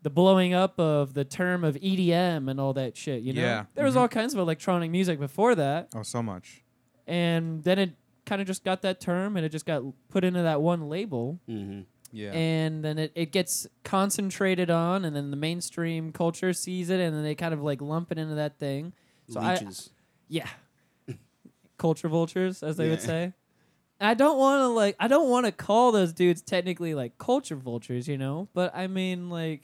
A: the blowing up of the term of EDM and all that shit. You know,
C: Yeah.
A: there was
C: Mhm.
A: all kinds of electronic music before that
C: Oh, so much.
A: and then it kind of just got that term and it just got put into that one label
D: Mm-hmm.
C: Yeah.
A: and then it, it gets concentrated on and then the mainstream culture sees it and then they kind of like lump it into that thing so I,
D: Leeches.
A: yeah culture vultures as they would
D: Yeah.
A: say And i don't want to like i don't want to call those dudes technically like culture vultures you know but i mean like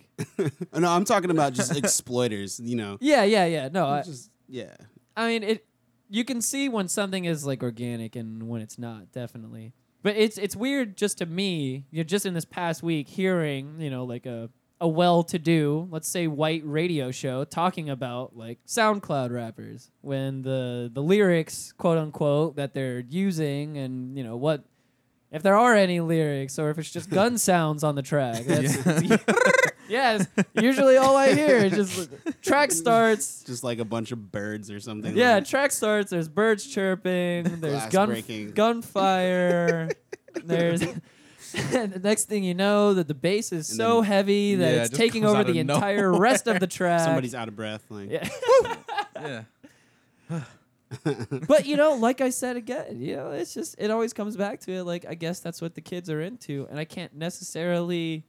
D: no, I'm talking about just exploiters. You know,
A: yeah yeah yeah no I,
D: just yeah.
A: I mean, it. You can see when something is like organic and when it's not, definitely. But it's it's weird just to me. You know, just in this past week, hearing you know like a a well-to-do, let's say white radio show talking about like SoundCloud rappers when the the lyrics, quote unquote, that they're using and you know what. If there are any lyrics, or if it's just gun sounds on the track, that's, yes. Usually, all I hear is just track starts,
D: Just like a bunch of birds or something.
A: yeah,
D: like-
A: track starts. There's birds chirping. There's
D: Glass
A: gun
D: breaking.
A: gunfire. there's the next thing you know that the bass is
D: And
A: so
D: then-
A: heavy that
C: Yeah, it
A: it's
C: just
A: taking
C: comes
A: over
C: out
A: the
C: of nowhere.
A: entire rest of the track.
D: somebody's out of breath. Like,
A: yeah.
C: yeah.
A: but you know, like I said again, you know, it's just it always comes back to it. Like I guess that's what the kids are into, and I can't necessarily,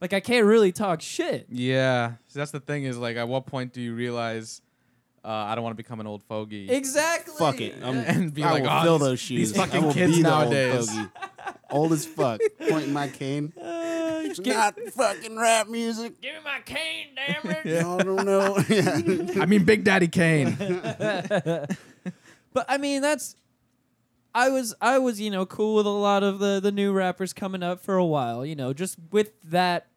A: like I can't really talk shit.
C: Yeah. So that's the thing is like, at what point do you realize uh, I don't want to become an old fogey?
A: Exactly.
D: fuck it. I'm,
C: And be
D: I
C: like,
D: will
C: "Oh,
D: fill
C: these-
D: those shoes.
C: these fucking
D: I will
C: kids
D: be
C: nowadays."
D: The old, fogey. old as fuck. Pointing my cane.
A: Uh,
D: It's
A: give-
D: not fucking rap music.
A: give me my cane, damn it.
D: I don't know. yeah.
C: I mean, Big Daddy Kane.
A: But I mean, that's I was I was you know cool with a lot of the the new rappers coming up for a while. You know, just with that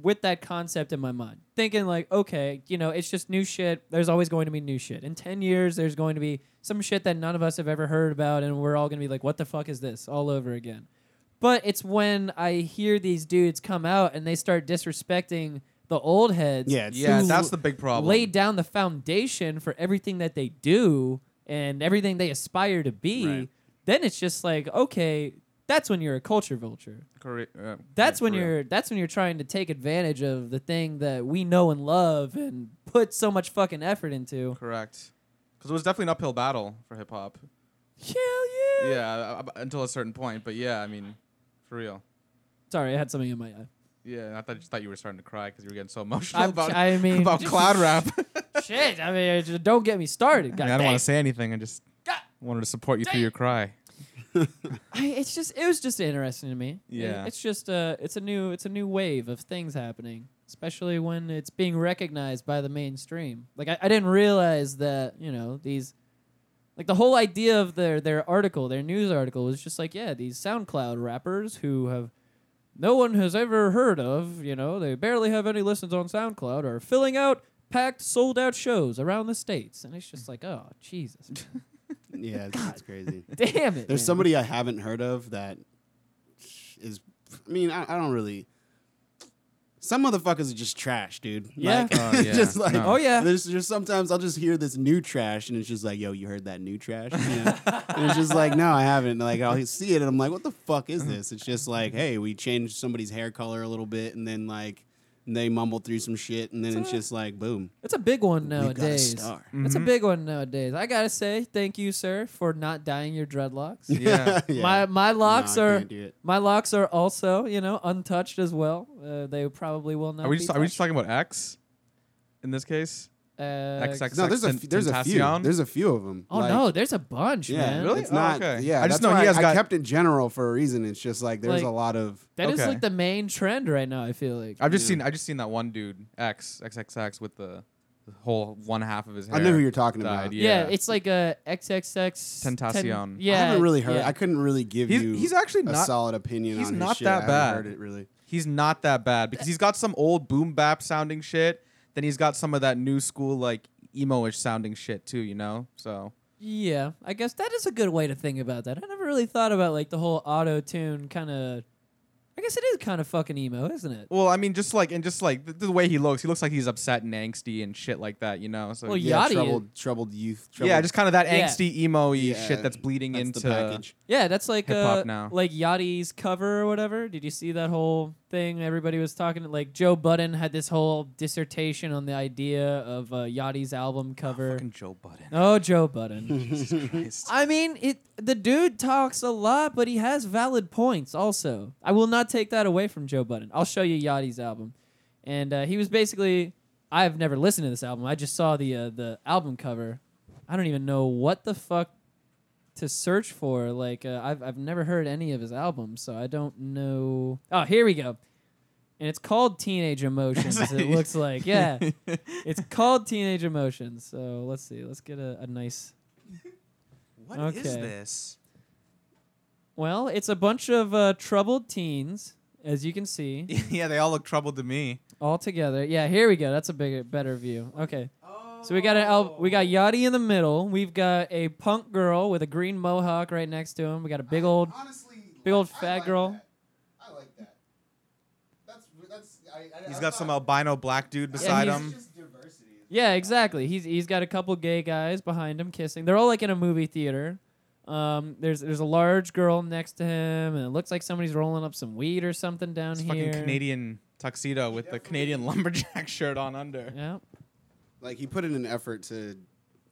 A: with that concept in my mind, thinking like, okay, you know, it's just new shit. There's always going to be new shit. In ten years, there's going to be some shit that none of us have ever heard about, and we're all gonna be like, what the fuck is this? All over again. But it's when I hear these dudes come out and they start disrespecting the old heads
D: Yeah, it's-
C: yeah,
D: Who
C: that's the big problem.
A: lay down the foundation for everything that they do and everything they aspire to be,
D: Right.
A: then it's just like, okay, that's when you're a culture vulture.
C: Corre- uh,
A: That's
C: yeah,
A: when
C: for real.
A: you're that's when you're trying to take advantage of the thing that we know and love and put so much fucking effort into.
C: correct. Because it was definitely an uphill battle for hip hop.
A: Hell yeah.
C: Yeah, uh, up until a certain point. But yeah, I mean, for real.
A: Sorry, I had something in my eye.
C: Yeah, I thought, just thought you were starting to cry because you were getting so emotional
A: I'm-
C: about
A: I mean-
C: about cloud rap.
A: Shit, I mean, just don't get me started. God
C: I don't
A: dang.
C: want to say anything. I just wanted to support you through your cry.
A: I, it's just it was just interesting to me. It-
C: Yeah.
A: it's just uh it's a new it's a new wave of things happening, especially when it's being recognized by the mainstream. Like I, I didn't realize that you know these. Like the whole idea of their their article, their news article was just like, yeah, these SoundCloud rappers who have no one has ever heard of, you know, they barely have any listens on SoundCloud are filling out packed sold out shows around the states. And it's just like, oh, Jesus.
D: Yeah, it's, it's crazy.
A: Damn it.
D: There's
A: man.
D: somebody I haven't heard of that is. I mean, I, I don't really. Some motherfuckers are just trash, dude.
A: Yeah.
D: Like,
C: Oh, yeah.
D: just like
C: No.
A: Oh, yeah.
D: There's just sometimes I'll just hear this new trash and it's just like, yo, you heard that new trash? You know? and it's just like, no, I haven't. Like I'll see it and I'm like, what the fuck
A: Uh-huh.
D: is this? It's just like, hey, we changed somebody's hair color a little bit and then like they mumbled through some shit and then it's just like, boom.
A: It's a big one
D: got a
A: nowadays.
D: star.
A: It's a big one nowadays. I gotta say, thank you, sir, for not dyeing your dreadlocks.
C: Yeah.
D: Yeah.
A: My my locks
D: No, I
A: are
D: can't do it.
A: my locks are also you know untouched as well. Uh, they probably will not.
C: Are we
A: be
C: just are we just
A: touched.
C: talking about X? In this case,
A: Uh,
C: XX?
D: no, there's a f- there's a few there's a few of them.
A: oh no, there's a bunch,
D: Yeah,
A: man.
C: Really?
D: It's
C: Oh,
D: not.
C: okay.
D: Yeah,
C: I just
D: that's
C: know he
D: why
C: has
D: I
C: got-
D: kept it general for a reason. It's just like there's a
A: Like-
D: lot of.
A: That is
C: Okay.
A: like the main trend right now. I feel like.
C: I've just seen I've just seen that one dude X XXX with the, the whole one half of his hair.
D: I know who you're talking about.
C: dyed,
A: yeah. it's like a XXX ten-
C: Tentacion.
A: yeah,
D: I haven't really heard.
A: yeah.
D: I couldn't really give
C: He's-
D: you.
C: he's actually
D: a
C: not-
D: solid opinion.
C: he's
D: on his
C: not
D: shit.
C: that
D: I
C: bad.
D: haven't heard it really.
C: he's not that bad because he's got some old boom bap sounding shit. Then he's got some of that new school like emo-ish sounding shit too. You know, so
A: Yeah, I guess that is a good way to think about that. I never really thought about like the whole auto tune kind of. I guess it is kind of fucking emo, isn't it?
C: well, I mean, just like and just like the, the way he looks, he looks like he's upset and angsty and shit like that. You know, so
A: Well, yeah.
C: yeah,
A: Yachty is-
D: troubled, troubled youth. Troubled,
C: yeah, just kind of that
A: Yeah.
C: angsty emo-y
D: Yeah,
C: shit that's bleeding
D: that's
C: into
D: the package.
A: Yeah, that's like
C: Hip hop
A: uh,
C: now.
A: like Yachty's cover or whatever. Did you see that whole thing? Everybody was talking. Like Joe Budden had this whole dissertation on the idea of uh, Yachty's album cover.
C: fucking Joe Budden.
A: Oh, Joe Budden.
C: Jesus Christ.
A: I mean, it. The dude talks a lot, but he has valid points. Also, I will not take that away from Joe Budden. I'll show you Yachty's album, and uh, he was basically. I've never listened to this album. I just saw the uh, the album cover. I don't even know what the fuck to search for. Like uh, I've I've never heard any of his albums, so I don't know. Oh, here we go. And it's called Teenage Emotions. it looks like yeah, it's called Teenage Emotions. So let's see. Let's get a, a nice.
C: What
A: is Okay.
C: this?
A: Well, it's a bunch of uh, troubled teens, as you can see,
C: yeah, they all look troubled to me.
A: all together. Yeah, here we go. That's a bigger, better view. Okay. So we got an al- we got Yachty in the middle. We've got a punk girl with a green mohawk right next to him. We got a big old
D: Honestly,
A: big old
D: I
A: fat
D: like
A: girl.
D: that. I like that. That's that's. I, I,
C: He's
D: I'm
C: got some
D: not-
C: albino black dude beside
A: he's-
C: him.
D: just diversity.
A: Yeah, exactly. He's he's got a couple gay guys behind him kissing. They're all like in a movie theater. Um, there's there's a large girl next to him, and it looks like somebody's rolling up some weed or something down
C: This
A: here.
C: fucking Canadian tuxedo with the Canadian lumberjack shirt on under.
A: Yeah.
D: Like he put in an effort to,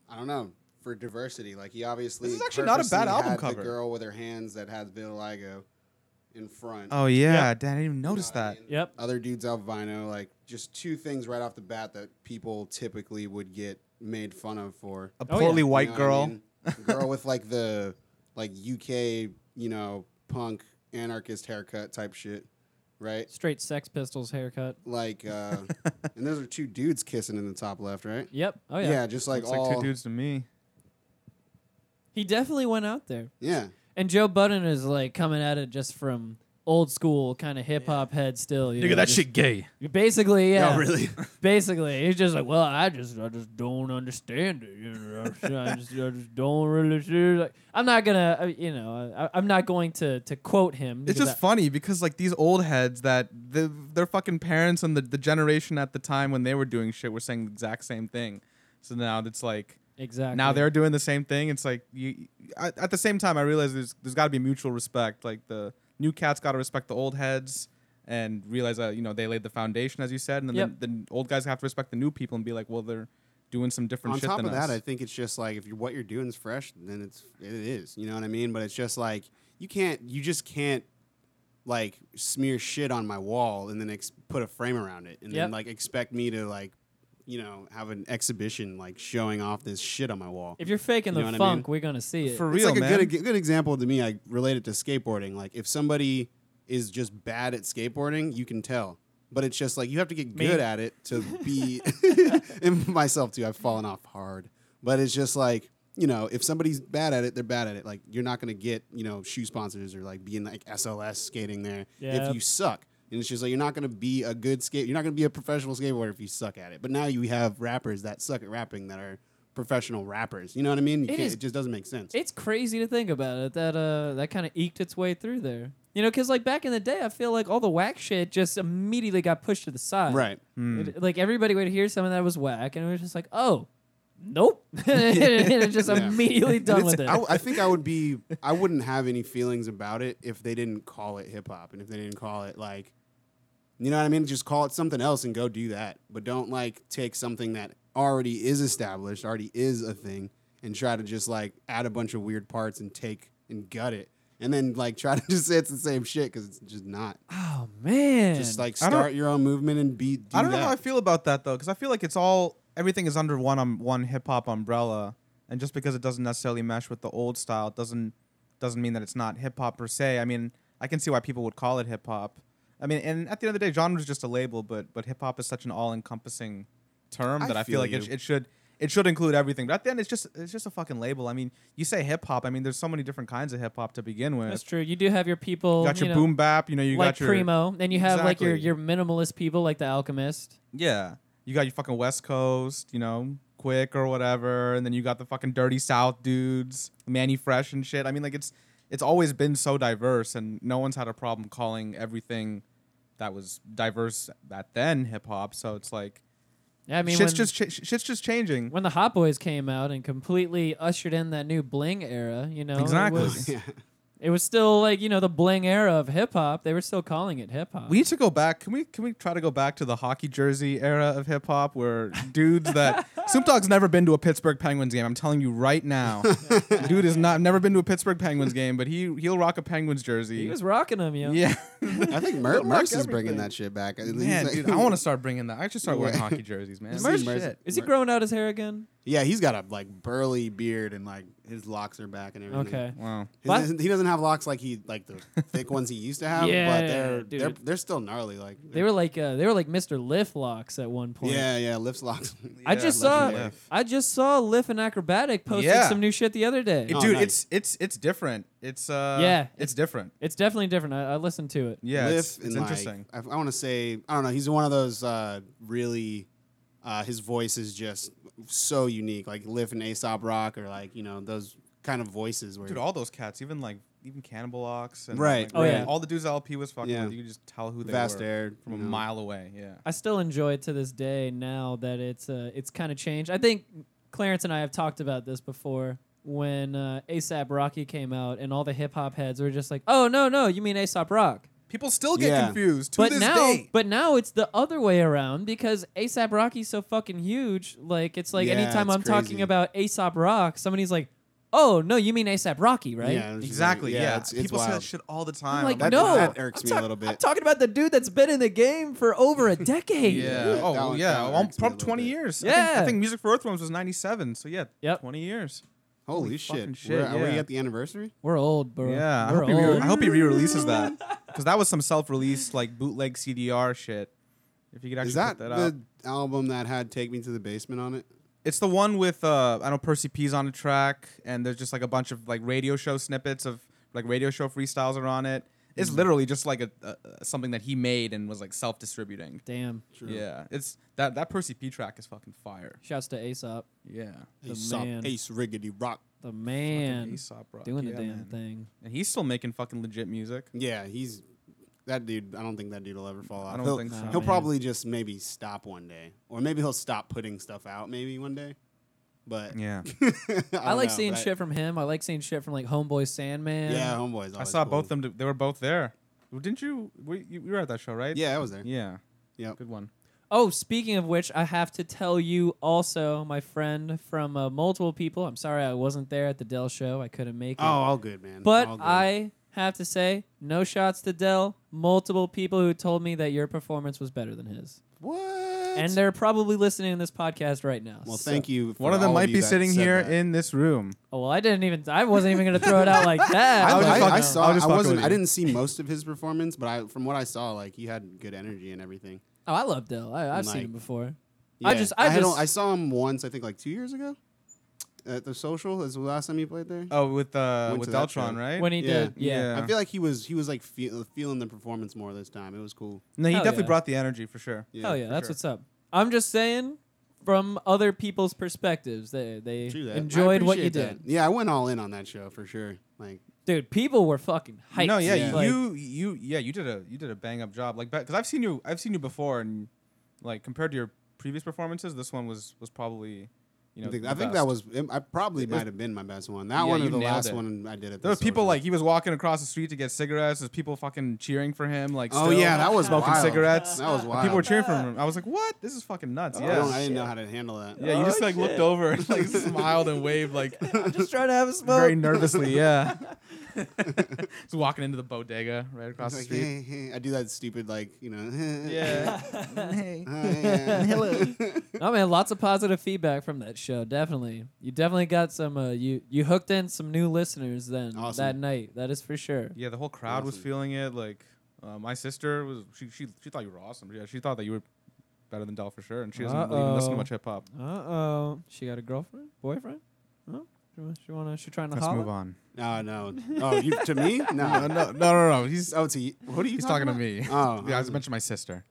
D: I don't know, for diversity. Like he obviously
C: This is actually not a bad
D: purposely
C: album
D: had
C: cover.
D: The girl with her hands that has vitiligo in front.
C: Oh yeah, Dan, I didn't even notice
D: know what I
C: that.
D: mean?
A: Yep.
D: Other dudes albino, like just two things right off the bat that people typically would get made fun of for.
C: A
A: Oh, yeah.
C: portly white
D: You know what
C: girl.
D: I mean? girl with like the like UK, you know, punk anarchist haircut type shit, right?
A: Straight Sex Pistols haircut.
D: Like, uh, and those are two dudes kissing in the top left, right?
A: Yep. Oh yeah.
D: yeah, just like
C: Looks
D: all,
C: like two dudes to me.
A: He definitely went out there.
D: yeah.
A: And Joe Budden is like coming at it just from old school kind of hip hop head still. You know, just-
C: gay.
A: Basically, yeah.
D: Oh, really?
A: Basically, he's just like, well, I just, I just don't understand it. You know, I just, I just don't really see. Like, I'm not gonna, uh, you know, I, I'm not going to to quote him.
C: It's
A: because
C: just
A: I-
C: funny because like these old heads that the, their fucking parents and the, the generation at the time when they were doing shit were saying the exact same thing. So now it's like
A: exactly.
C: now they're doing the same thing. It's like you I, at the same time I realize there's there's got to be mutual respect. Like the new cats got to respect the old heads and realize that you know they laid the foundation as you said, and then
A: Yep.
C: the, the old guys have to respect the new people and be like, well, they're doing some different
D: on
C: shit
D: top
C: than
D: of
C: us.
D: that, I think it's just like if you're, what you're doing is fresh, then it's it is. You know what I mean? But it's just like you can't, you just can't like smear shit on my wall and then ex- put a frame around it and
A: Yep.
D: then like expect me to like you know, have an exhibition like showing off this shit on my wall.
A: If you're faking
D: You
A: the
D: know what I
A: funk,
D: mean?
A: we're gonna see it.
C: For
D: it's
C: real,
D: like
C: man.
D: a good, a good example to me. I relate it to skateboarding. Like if somebody is just bad at skateboarding, you can tell. But it's just like you have to get
A: Me.
D: good at it to be. and myself too. I've fallen off hard. But it's just like you know, if somebody's bad at it, they're bad at it. Like you're not gonna get you know shoe sponsors or like being like SLS skating there
A: Yeah.
D: if you suck. And it's just like you're not gonna be a good skate. You're not gonna be a professional skateboarder if you suck at it. But now you have rappers that suck at rapping that are professional rappers. You know what I mean? You
A: It
D: can't,
A: is-
D: it just doesn't make sense.
A: it's crazy to think about it that uh that kind of eked its way through there. You know, because like back in the day, I feel like all the whack shit just immediately got pushed to the side.
D: Right.
A: It- like everybody would hear something that was whack, and it was just like, oh, nope, and it just
D: Yeah.
A: immediately done
D: It's-
A: with it.
D: I, I think I would be. I wouldn't have any feelings about it if they didn't call it hip hop and if they didn't call it like, you know what I mean? Just call it something else and go do that. But don't like take something that already is established, already is a thing, and try to just like add a bunch of weird parts and take and gut it, and then like try to just say it's the same shit because it's just not.
A: oh man,
D: Just like
C: I don't-
D: start your own movement and be. Do
C: I don't know
D: that.
C: how I feel about that though, because I feel like it's all everything is under one um, one hip hop umbrella, and just because it doesn't necessarily mesh with the old style it doesn't doesn't mean that it's not hip hop per se. I mean, I can see why people would call it hip hop. I mean, and at the end of the day, genre is just a label, but but hip hop is such an all encompassing term
D: I
C: that I feel
D: feel
C: like it, sh-
D: you.
C: it should it should include everything. But at the end, it's just it's just a fucking label. I mean, you say hip hop. I mean, there's so many different kinds of hip hop to begin with.
A: that's true. You do have your people.
C: You got
A: you
C: your
A: know,
C: boom bap. You know, you
A: like
C: got your
A: Primo, and you have like your
C: Exactly.
A: your minimalist people, like the Alchemist.
C: Yeah. You got your fucking West Coast, you know, quick or whatever, and then you got the fucking dirty South dudes, Manny Fresh and shit. I mean, like it's it's always been so diverse and no one's had a problem calling everything that was diverse back then hip hop. So it's like
A: Yeah, I mean,
C: shit's
A: when,
C: just cha- shit's just changing.
A: when the Hot Boys came out and completely ushered in that new bling era, you know, it
C: Exactly.
A: was-
D: Yeah.
A: It was still like you know the bling era of hip hop. They were still calling it hip hop.
C: We need to go back. Can we can we try to go back to the hockey jersey era of hip hop where dudes that Snoop Dogg's never been to a Pittsburgh Penguins game. I'm telling you right now. Dude has not never been to a Pittsburgh Penguins game, but he he'll rock a Penguins jersey.
A: he was rocking them, yo.
C: yeah.
D: I think Mer-
C: Rock
D: Merce is bringing
C: everything.
D: that shit back. He's
C: Man,
D: like-
C: dude, I want to start bringing that. I should start wearing
D: Yeah.
C: hockey jerseys, man.
D: Just
C: Merch
D: see Merce-
C: shit.
A: Is he growing out his hair again?
D: Yeah, he's got a like burly beard and like his locks are back and everything.
A: Okay.
C: Wow.
D: He
A: But-
D: doesn't- he doesn't have locks like he like the thick ones he used to have.
A: Yeah,
D: but they're,
A: dude.
D: they're they're still gnarly. Like
A: They were like uh, they were like Mr. Lift locks at one point.
D: yeah yeah lifts locks.
A: I just uh, saw
C: Yeah.
A: I just saw Lift and Acrobatic posting
C: Yeah.
A: some new shit the other day.
C: It-
D: Oh,
C: dude,
D: nice.
C: it's it's it's different. It's uh
A: Yeah, it's-
C: it's different.
A: it's definitely different. I, I listened to it.
C: Yeah, it's,
D: Lift
C: it's
D: and, like,
C: interesting.
D: I, I want to say I don't know. He's one of those uh, really. Uh, his voice is just so unique. Like Liff and Aesop Rock or like you know those kind of voices where
C: Dude, all those cats, even like even Cannibal Ox and like,
D: Right,
A: Oh, yeah.
C: all the dudes LP was fucking
D: Yeah.
C: with, you could just tell who they
D: vast
C: were
D: air
C: from a
D: you know.
C: mile away. Yeah.
A: I still enjoy it to this day now that it's uh, it's kind of changed. I think Clarence and I have talked about this before when uh, ASAP Rocky came out and all the hip hop heads were just like, "Oh no, no, you mean ASAP Rock."
C: People still get
D: Yeah.
C: confused to
A: but
C: this
A: now,
C: day.
A: but now it's the other way around because ASAP Rocky's so fucking huge. Like it's like
D: Yeah,
A: anytime
D: it's
A: I'm talking
D: crazy.
A: about ASAP Rock, somebody's like, "Oh no, you mean ASAP Rocky, right?"
D: Yeah, it's just
C: Exactly.
D: like-
C: yeah.
D: it's, it's
C: People say
D: wild.
C: that shit all the time.
A: I'm like,
D: That-
A: no,
D: that irks
A: I'm
D: me a little bit.
A: I'm talking about the dude that's been in the game for over a decade.
C: Yeah. Oh,
D: that
C: well,
D: one-
C: yeah.
D: that one
C: Well,
D: irks me a
C: probably
D: little
C: 20
D: bit.
C: years. I think, I
A: Yeah.
C: think Music for Earthworms was 97. So, yeah.
A: Yep.
C: 20 years.
D: Holy
C: fucking
D: shit!
C: shit,
D: We're- Are
C: yeah.
D: we at the anniveressary?
A: We're old, bro.
C: Yeah. I
A: We're
C: hope, he
A: old.
C: re- I hope he re releases that. Because that was some self release, like bootleg CDR shit. If you could actually
D: Is that,
C: put that out.
D: the album that had "Take Me to the Basement" on it?
C: It's the one with, uh, I know Percy P's on a track, and there's just like a bunch of like radio show snippets of like radio show freestyles are on it. It's
D: Mm.
C: literally just like a, a a- something that he made and was like self distributing.
A: Damn.
C: Yeah, it's that that Percy P track is fucking fire.
A: Shouts to Aesop,
C: Yeah,
A: The
D: Aesop,
A: man.
D: Ace Riggedy Rock.
A: the man,
C: Aesop Rock,
A: doing
C: yeah,
A: the damn
C: man.
A: thing.
C: and he's still making fucking legit music.
D: Yeah, he's that dude. I don't think that dude will ever fall off.
C: I don't
D: he'll
C: think so.
A: Nah,
D: he'll
A: man.
D: probably just maybe stop one day, or maybe he'll stop putting stuff out maybe one day. But
C: Yeah,
A: I, like seeing
D: shit
A: shit from him. I like seeing shit from like Homeboy Sandman.
D: Yeah, homeboys.
C: I
D: always
C: saw
D: cool.
C: both of them. They were both there. Well, Didn't you? Were you, you were at that show, right?
D: Yeah, I was there.
C: Yeah.
D: Yep.
C: Good one.
A: Oh, speaking of which, I have to tell you also, my friend from uh, multiple people. I'm sorry I wasn't there at the Dell show. I couldn't make it.
D: Oh, all good, man.
A: but
D: All good.
A: I have to say, no shots to Dell. Multiple people who told me that your performance was better than his.
D: what?
A: and they're probably listening to this podcast right now.
D: Well, thank you. For
C: One of them
D: all
C: might
D: you
C: be
D: that
C: sitting
D: said
C: here
D: that.
C: in this room.
A: Oh, well, I didn't even. I wasn't even gonna throw it out like that.
D: I,
C: was just
D: I,
C: fucking-
D: I
C: I
D: saw.
C: was
D: I,
C: just fucking
D: wasn't.
C: with
D: I
C: you.
D: didn't see most of his performance, but I, from what I saw, like he had good energy and everything.
A: Oh, I love Dill. I, I've seen
D: Like-
A: him before.
D: Yeah.
A: I just, I, just,
D: don't, I saw him once. I think like two years ago at the social. Is the last time he played there.
C: Oh, with uh,
D: Went
C: with
D: to that
C: Deltron,
D: show.
C: right?
A: when he
D: Yeah.
A: did, yeah.
C: Yeah.
D: I feel like he was he was like feel, feeling the performance more this time. It was cool.
C: no, he
A: Hell
C: definitely
A: yeah.
C: brought the energy for sure.
A: Oh yeah,
C: for
A: that's
C: sure.
A: what's up. I'm just saying, from other people's perspectives, they they
D: True that. I
A: enjoyed what you
D: appreciate
A: did,
D: that. Yeah, I went all in on that show for sure. Like
A: dude. People were fucking hyped.
C: No, yeah,
D: Yeah.
A: Like,
C: you you yeah you did a you did a bang up job like because I've seen you I've seen you before and like compared to your previous performances, this one was was probably you know
D: I think,
C: the
D: I think
C: best.
D: that was it, I probably
C: It was-
D: might have been my best one.
C: Yeah,
D: That one
C: you
D: or the
C: nailed
D: last
C: it.
D: one I did at the
C: there was people
D: social.
C: like he was walking across the street to get cigarettes. There's people fucking cheering for him like
D: oh
C: still
D: yeah that was
C: smoking
D: wild.
C: cigarettes.
D: That was
C: And
D: wild.
C: People were cheering for him. I was like, what? This is fucking nuts.
D: I, don't-
C: yeah.
D: I didn't know how to handle that.
C: Yeah, you just like looked over and like smiled and waved like
A: Oh, I'm just trying to have a smoke.
C: very nervously, yeah. just walking into the bodega right across
D: It's
C: the
D: like,
C: street.
D: hey, hey. I do that stupid like you know.
C: Yeah.
D: Hello.
A: oh man, lots of positive feedback from that show. Definitely, you definitely got some. Uh, you you hooked in some new listeners then
D: Awesome.
A: that night. That is for sure.
C: Yeah, the whole crowd was
D: Awesome.
C: feeling it. Like uh, my sister was she, she she thought you were awesome. Yeah, she thought that you were better than Doll for sure, and she doesn't really even listen
A: Uh-oh.
C: to much hip hop.
A: Uh oh, she got a girlfriend, boyfriend. Huh? She wa- She wanna? She trying to
C: Let's
A: holler?
C: move on.
D: No, no. Oh, you to me?
C: No,
D: No.
C: no, no, no, no. He's
D: Oh, to you. What are you
C: he's talking to
D: about?
C: me.
D: Oh,
C: yeah, I
D: I
C: was
D: see.
C: mentioning my sister,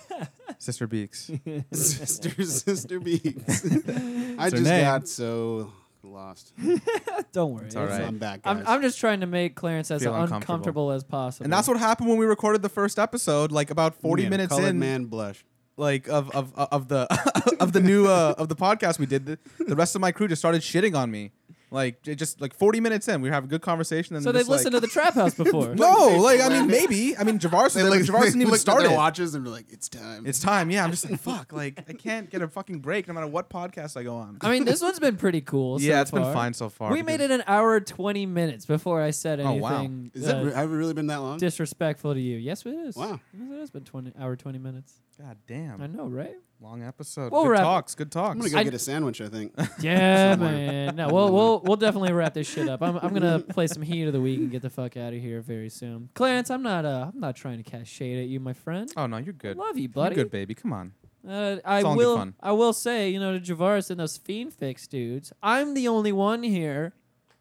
C: sister Beaks.
D: sister, sister beats. I
C: her
D: just
C: name.
D: got so lost.
A: Don't worry.
C: It's all
A: it's-
C: right.
D: I'm back. Guys.
A: I'm, I'm just trying to make Clarence as
C: Feel
A: uncomfortable.
C: uncomfortable
A: as possible.
C: And that's what happened when we recorded the first episode, like about forty
D: Man,
C: minutes
D: colored
C: in,
D: man blush.
C: like of of of the of the new uh, of the podcast we did. The, the rest of my crew just started shitting on me, like j- just like forty minutes in, we were having a good conversation. And
A: So they've
C: they're just like-
A: listened to the Trap House before.
C: No, like I mean, maybe. I mean, Javar's like, Javar's didn't even
D: looked at
C: start
D: their
C: it.
D: watches and they're like, "It's time."
C: It's time. Yeah, I'm just like, fuck. Like I can't get a fucking break no matter what podcast I go on.
A: I mean, this one's been pretty cool.
C: yeah,
A: so
C: it's been
A: far.
C: fine so far.
A: We made it an hour and twenty minutes before I said
C: Oh,
A: anything.
C: wow.
D: Is that
A: uh,
D: re- have it really been that long?
A: disrespectful to you? Yes, it is.
D: Wow.
A: Yes, it has been twenty hour twenty minutes.
C: God damn.
A: I know, right?
C: Long episode.
A: We'll
C: good
A: wrap it.
C: talks. Good
D: I'm
C: talks.
D: gonna go
A: I-
D: get a sandwich. I think.
A: Yeah,
D: Somewhere.
A: man. No, we'll we'll we'll definitely wrap this shit up. I'm I'm gonna play some heat of the week and get the fuck out of here very soon. Clarence, I'm not uh I'm not trying to cast shade at you, my friend.
C: oh no, you're good.
A: Love you,
C: You're
A: buddy.
C: good, baby. Come on.
A: Uh, I
C: It's all in good
A: will.
C: fun.
A: I will say, you know, to Javaris and those fiend fix dudes, I'm the only one here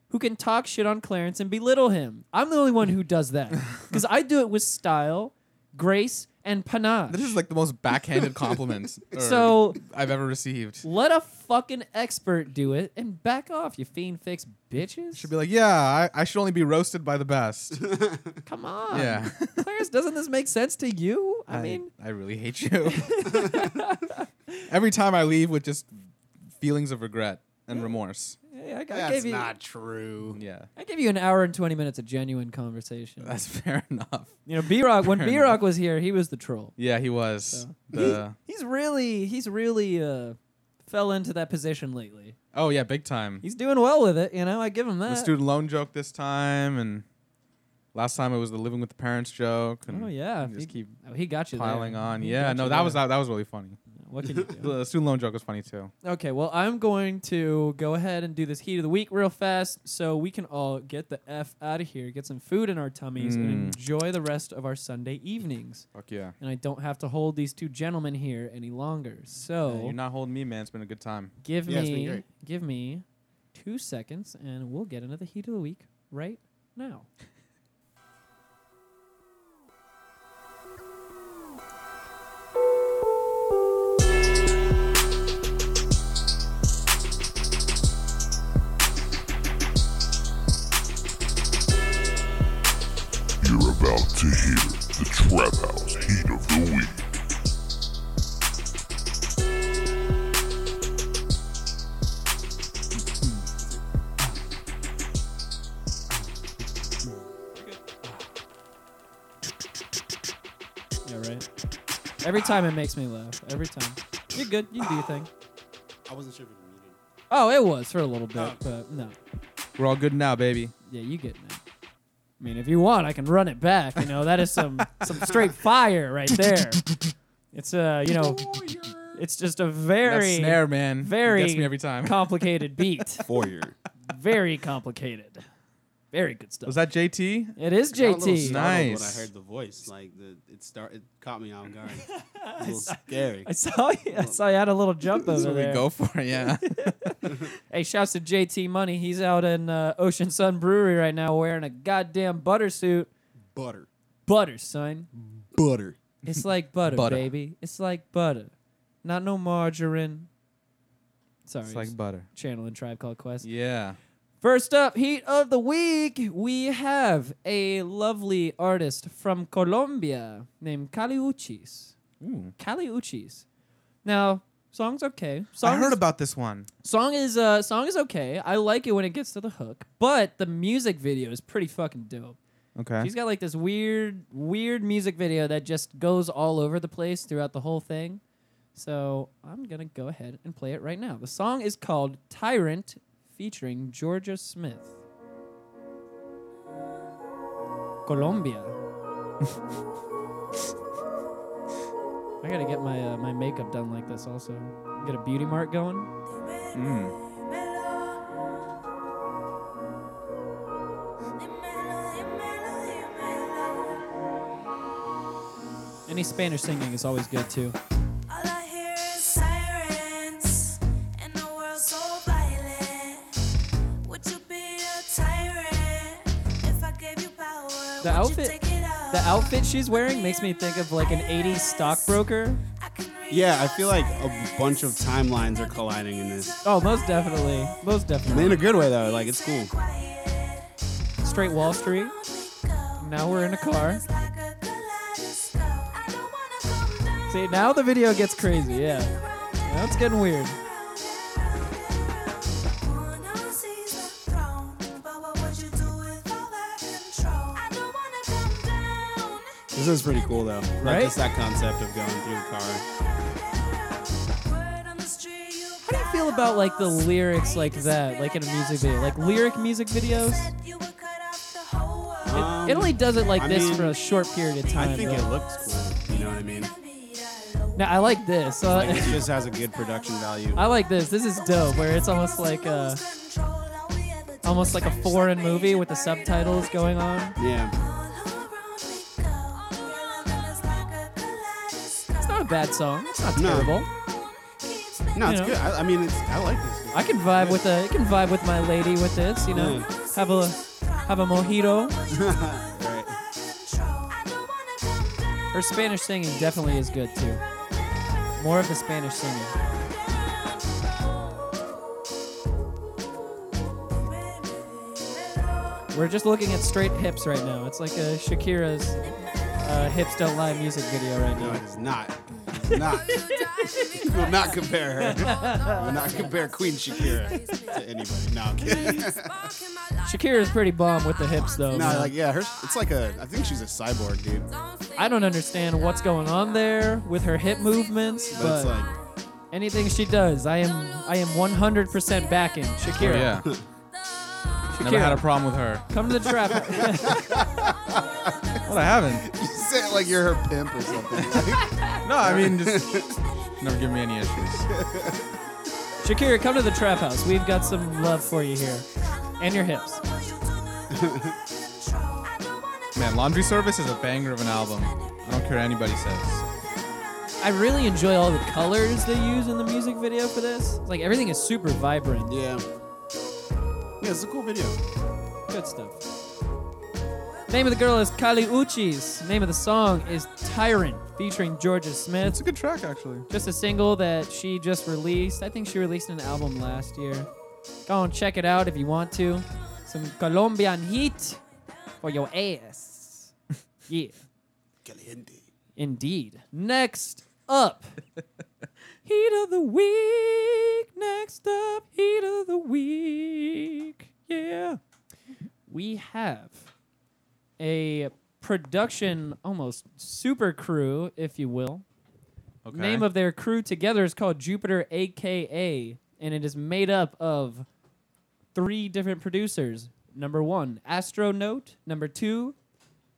A: who can talk shit on Clarence and belittle him. I'm the only one who does that because I do it with style, grace, and panache.
C: This is like the most backhanded compliments or
A: So-
C: I've ever received.
A: Let a fucking expert do it and back off, you fiend fix bitches.
C: Should be like, yeah, I, I should only be roasted by the best.
A: Come on,
C: Yeah.
A: Clarence, doesn't this make sense to you? I, mean,
C: I really hate you. Every time I leave with just feelings of regret and remorse.
A: hey, I, I
D: That's
A: gave you.
D: not true.
C: Yeah,
A: I gave you an hour and twenty minutes of genuine conversation.
C: that's fair enough.
A: you know, B Rock. When
C: fair
A: B
C: enough.
A: Rock was here, he was the troll.
C: Yeah, he was. The,
A: He's really he's really uh fell into that position lately.
C: oh yeah, big time.
A: He's doing well with it, you know. I give him
C: The
A: that.
C: student loan joke this time, and last time it was the living with the parents joke. And
A: oh yeah,
C: and
A: he,
C: just keep
A: oh, he got you there.
C: piling on.
A: He
C: Yeah,
A: got
C: no,
A: you
C: that was
A: there.
C: that, that was really funny.
A: What can you do?
C: The student loan joke was funny too.
A: okay, well, I'm going to go ahead and do this heat of the week real fast, so we can all get the f out of here, get some food in our tummies, and
C: Mm.
A: enjoy the rest of our Sunday evenings.
C: Fuck yeah.
A: And I don't have to hold these two gentlemen here any longer. So
C: You're not holding me, man. It's been a good time.
A: give
D: Yeah, it's been
A: me
D: great.
A: give me two seconds, and we'll get into the heat of the week right now.
F: You're about to hear the Trap House Heat of the Week.
A: Yeah, right. Every time it makes me laugh. Every time. You're good. You can do your thing.
D: I wasn't sure if it was muted.
A: Oh, it was for a little bit, but no.
C: We're all good now, baby.
A: Yeah, you get now. I mean, if you want, I can run it back. You know, that is some some straight fire right there. It's uh, you know, It's just a
C: That
A: very
C: snare, man.
A: very
C: Gets me every time.
A: complicated beat.
G: Foyer.
A: very complicated. Very good stuff.
H: Was that JT?
A: it is
D: I got a
A: JT.
D: little startled When I
H: Nice.
D: heard the voice, like the it start, it caught me off guard. A little scary.
A: I saw you. I saw you had a little jump
C: That's
A: over
C: what we
A: there.
C: go for, yeah.
A: Hey, shouts to JT Money. He's out in uh, Ocean Sun Brewery right now, wearing a goddamn butter suit.
G: Butter.
A: Butter, son.
G: Butter.
A: It's like butter,
C: Butter.
A: baby. It's like butter. Not no margarine. Sorry,
H: It's like
A: just
H: butter.
A: channeling Tribe Called Quest.
C: Yeah.
A: First up, heat of the week, we have a lovely artist from Colombia named Caliuchis.
C: Ooh.
A: Caliuchis. Now, song's okay. Song
H: I
A: is-
H: heard about this one.
A: song is uh song is okay. I like it when it gets to the hook, but the music video is pretty fucking dope.
H: Okay.
A: She's got like this weird, weird music video that just goes all over the place throughout the whole thing. So I'm gonna go ahead and play it right now. The song is called "Tyrant," featuring Georgia Smith. Colombia. I gotta get my uh, my makeup done like this. Also, get a beauty mark going. Any Spanish singing is always good too.
I: All I hear is sirens and the world so violent. Would you be a tyrant if I gave you power?
A: The
I: Would
A: outfit-
I: you take it out?
A: The outfit she's wearing makes me think of like an '80s stockbroker.
I: I can read
D: Yeah, I
I: your
D: feel like a
I: silence.
D: bunch of timelines are colliding in this.
A: Oh, most definitely, most definitely.
D: In a good way though, uh, like it's cool.
I: Quiet.
A: Straight Wall Street. Now we're in a car.
I: It's like a kaleidoscope. I don't wanna come down.
A: See, now the video gets crazy. Yeah, now it's getting weird.
D: This is pretty cool though.
A: Right?
D: Like it's that concept of going through the car.
A: How do you feel about like the lyrics like that, like in a music video, like lyric music videos? It, it only does it like
D: Um, I
A: this
D: mean,
A: for a short period of time.
D: I think
A: though.
D: it looks cool. You know what I mean?
A: now I like this. So
D: Like it
A: I,
D: just has a good production value.
A: I like this. This is dope. Where it's almost like a, almost like a foreign movie with the subtitles going on.
D: Yeah.
A: It's not a bad song. It's not
D: No.
A: terrible.
D: No, it's
A: You know.
D: good. I, I mean, it's, I like this.
A: I can vibe with a, I can vibe with my lady with this. You know,
C: Mm.
A: have a, have a mojito.
D: Right.
A: Her Spanish singing definitely is good too. More of the Spanish singing. We're just looking at straight hips right now. It's like a Shakira's uh, "Hips Don't Lie" music video right
D: No,
A: now.
D: it is not. It's not. you will not compare her. You will not compare Queen Shakira to anybody. No, I'm kidding.
A: Shakira's pretty bomb with the hips though.
D: No,
A: man.
D: like yeah, her. It's like a. I think she's a cyborg, dude.
A: I don't understand what's going on there with her hip movements,
D: But
A: but
D: it's like
A: anything she does, I am I am 100% backing Shakira.
C: Oh, Yeah. Never had a problem with her.
A: Come to the trap.
C: What I haven't.
D: you say it like you're her pimp or something.
C: No, I mean just never give me any issues.
A: Shakira, come to the trap house. We've got some love for you here. And your hips.
C: Man, Laundry Service is a banger of an album. I don't care what anybody says.
A: I really enjoy all the colors they use in the music video for this. Like everything is super vibrant.
D: yeah. Yeah, it's a cool video.
A: Good stuff. Name of the girl is Kali Uchis. Name of the song is Tyrant, featuring Georgia Smith.
C: It's a good track actually.
A: Just a single that she just released. I think she released an album last year. Go and check it out if you want to. Some Colombian heat for your ass. Yeah. Indeed. Next up, heat of the week. Next up, heat of the week. Yeah. We have a production, almost super crew, if you will.
C: Okay.
A: Name of their crew together is called Jupiter AKA, and it is made up of three different producers. Number one,
C: Hmm.
A: Astronaut. Number two,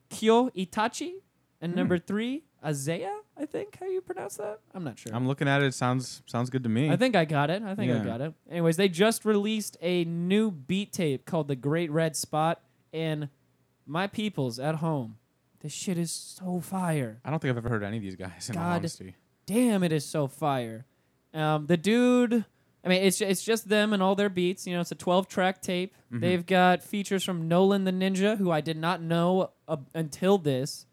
A: Kyo Itachi. And number three, Isaiah I think how you pronounce that. I'm not sure.
C: I'm looking at it. it Sounds sounds good to me.
A: I think I got it. I think I
C: Yeah.
A: got it. Anyways, they just released a new beat tape called The Great Red Spot, and my peoples at home, this shit is so fire.
C: I don't think I've ever heard any of these guys. In all
A: God.
C: honesty,
A: Damn, it is so fire. Um, the dude, I mean, it's it's just them and all their beats. You know, it's a 12 track tape.
C: Mm-hmm.
A: They've got features from Nolan the Ninja, who I did not know uh, until this.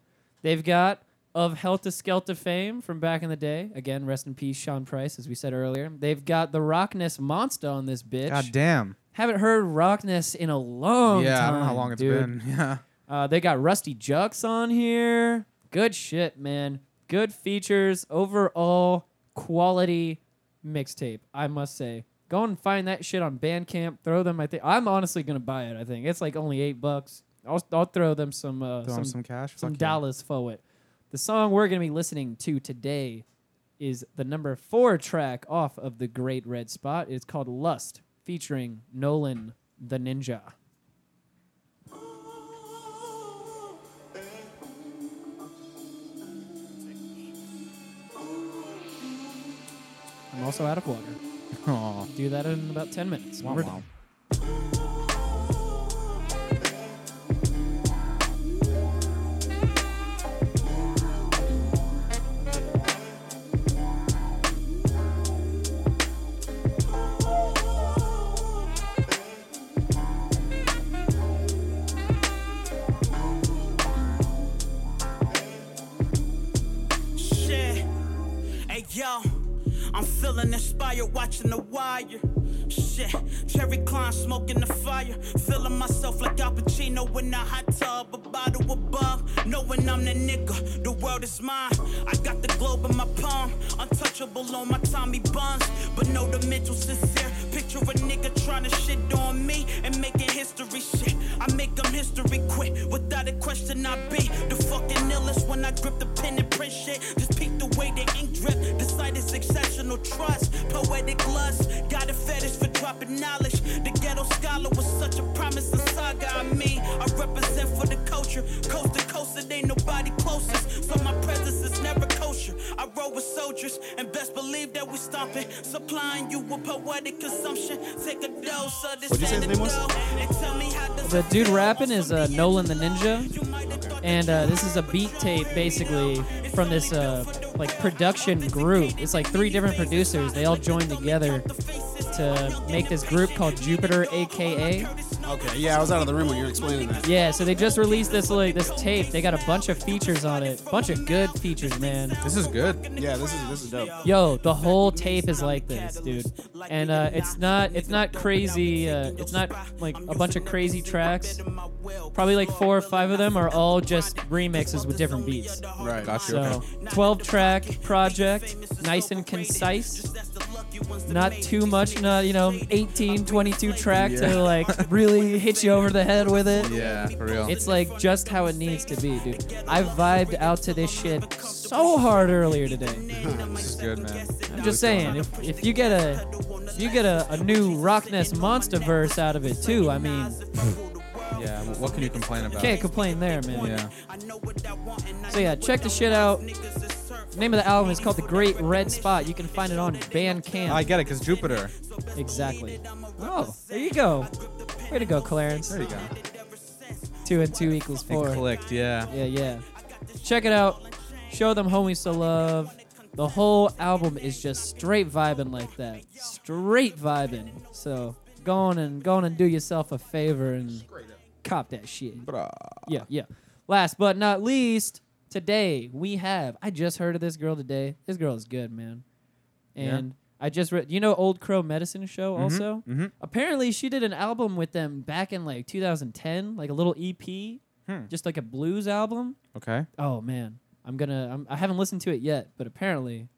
A: They've got of Helta Skelta fame from back in the day. Again, rest in peace, Sean Price, as we said earlier. They've got the Rockness Monster on this bitch.
C: God damn.
A: Haven't heard Rockness in a long
C: yeah,
A: time.
C: I don't know how long it's
A: dude.
C: been. Yeah.
A: Uh, they got Rusty Jux on here. Good shit, man. Good features. Overall quality mixtape, I must say. Go and find that shit on Bandcamp. Throw them. I think I'm honestly gonna buy it. I think it's like only eight bucks. I'll I'll throw them some uh,
C: Throw some,
A: some
C: some cash.
A: some
C: Fuck yeah.
A: dollars for it. The song we're gonna be listening to today is the number four track off of the Great Red Spot. It's called Lust, featuring Nolan the Ninja. I'm also out of water.
C: Aw.
A: Do that in about 10 minutes. when
C: Wow,
A: we're
C: wow.
A: done.
E: Shit. Hey yo, I'm feeling inspired watching the wire. Shit, Cherry Klein smoking the fire. Feeling myself like Al Pacino in a hot tub, a bottle above. Knowing I'm the nigga, the world is mine. I got the globe in my palm, untouchable on my Tommy buns. But no, the mental sincere. Picture a nigga trying to shit on me and making history shit. I make them history quick. Without a question, I be the fucking illest when I grip the pen and print shit. Just peek the way the ink drip. The sight is exceptional trust, poetic lust. Got a fetish for dropping knowledge. The ghetto scholar was such a promising saga. I mean, I represent for the culture, coast to coast. It ain't nobody closest, so my presence is never kosher. I roll with soldiers, and best believe that we stomping, supplying you with poetic consumption. Take a dose of this
I: What'd you say his name was?
E: antidote and tell me how does
A: The
E: it
A: dude
E: feel
A: rapping
E: on
A: is uh,
E: somebody
A: Nolan the
E: else's
A: Ninja. and uh, this is a beat tape basically from this uh, like production group. It's like three different producers. They all joined together to make this group called Jupiter, aka.
I: Okay, yeah, I was out of the room when you were explaining that.
A: Yeah, so they just released this like this tape. They got a bunch of features on it, bunch of good features, man.
C: This is good.
I: Yeah, this is this is dope.
A: Yo, the whole tape is like this, dude. And uh, it's not it's not crazy. Uh, it's not like a bunch of crazy tracks. Probably like four or five of them are all just remixes with different beats.
I: Right.
C: Gotcha.
A: So,
C: Okay.
A: 12 track project, nice and concise. Not too much, not, you know, 18, 22 track to like really hit you over the head with it.
C: Yeah, for real.
A: It's like just how it needs to be, dude. I vibed out to this shit so hard earlier today.
C: this is good, man.
A: I'm just saying, if, if you get a if you get a, a new Rockness Monster verse out of it too, I mean,
C: Yeah. wh- What can you complain about?
A: can't complain there, man.
C: Yeah.
A: So yeah, check the shit out. Name of the album is called The Great Red Spot. You can find it on Bandcamp.
C: Oh, I get it, cause Jupiter.
A: Exactly. Oh, there you go. Way to go, Clarence.
C: There you go.
A: Two and two equals
C: And
A: four.
C: clicked. Yeah.
A: Yeah, yeah. Check it out. Show them homies some love. The whole album is just straight vibing like that. Straight vibing. So go on and go on and do yourself a favor and cop that shit. Yeah, yeah. Last but not least, today we have. I just heard of this girl today. This girl is good, man.
C: Yeah.
A: And I just read. You know, Old Crow Medicine Show. Also,
C: mhm.
A: apparently she did an album with them back in like 2010, like a little EP,
C: Hmm.
A: just like a blues album.
C: Okay.
A: Oh man, I'm gonna. I'm, I haven't listened to it yet, but apparently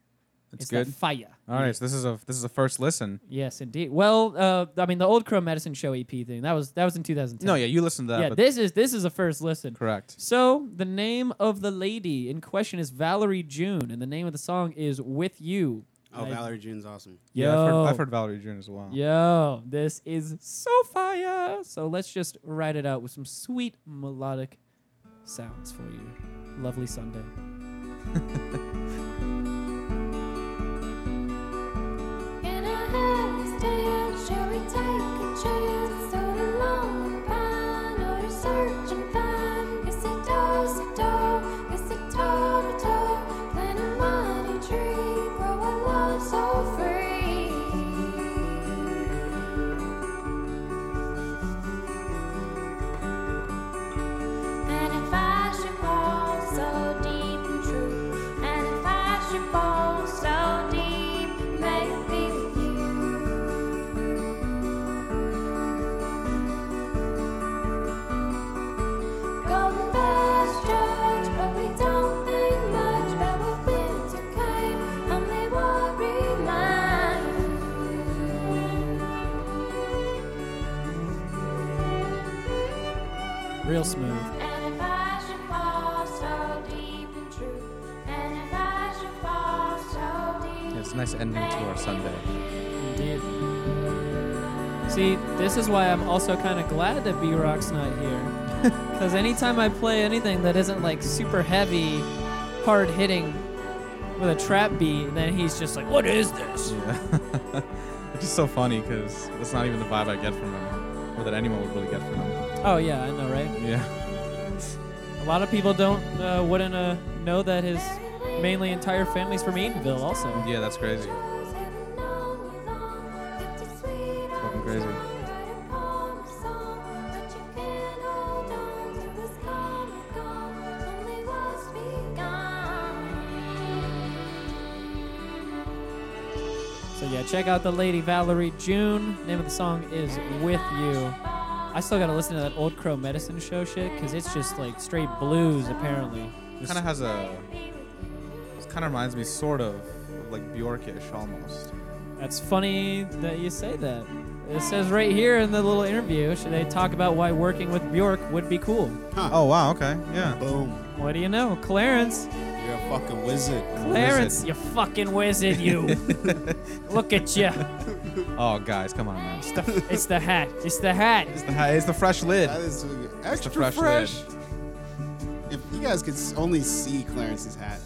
C: It's,
A: that
C: good.
A: fire.
C: All right. So this is a this is a first listen.
A: Yes, indeed. Well, uh, I mean, the Old Crow Medicine Show EP thing that was that was in 2010.
C: No, yeah, you listened to that.
A: yeah.
C: but
A: This is this is a first listen.
C: correct.
A: So the name of the lady in question is Valerie June, and the name of the song is "With You."
D: Oh,
A: I-
D: Valerie June's awesome.
A: Yo,
C: Yeah, I've heard, I've heard Valerie June as well.
A: yo, this is so fire. So let's just ride it out with some sweet melodic sounds for you. Lovely Sunday.
J: Can I have this dance? Shall we take a chance? So along the pine, or to search and find? Is it door to door? Is it toe to toe? Plant a mighty tree, grow a love so free. And if I should fall so deep and true, and if I should fall so deep, maybe with you. Golden Bears judge, but we don't think much about what winter came, only what remained.
A: Real smooth.
J: And if I should fall so deep and true, and if I should fall so deep.
K: Yeah, it's a nice ending to our Sunday.
A: Indeed. See, this is why I'm also kind of glad that B Rock's not here. Because anytime I play anything that isn't like super heavy, hard hitting with a trap beat, then he's just like, what is this?
C: It's just so funny because that's not even the vibe I get from him, or that anyone would really get from him.
A: Oh, yeah, I know, right?
C: Yeah.
A: A lot of people don't, uh, wouldn't uh, know that his mainly entire family's from Edenville, also.
C: Yeah, that's crazy.
J: Fucking
C: crazy.
A: So, yeah, check out the lady Valerie June. Name of the song is With You. I still gotta listen to that Old Crow Medicine Show shit, because it's just like straight blues, apparently.
C: Kind of has a. It kind of reminds me, sort of, of like Bjorkish almost.
A: That's funny that you say that. It says right here in the little interview, should they talk about why working with Bjork would be cool?
C: Oh wow. Okay. Yeah.
L: Boom.
A: What do you know? Clarence.
L: You're a fucking wizard.
A: Clarence, you fucking wizard, you. Look at you.
C: Oh guys, come on, man.
A: It's the, it's the hat. It's the hat.
C: It's the, it's the fresh lid.
D: That is
C: It's the
D: extra
C: fresh,
D: fresh.
C: lid.
D: If you guys could s- only see Clarence's hat,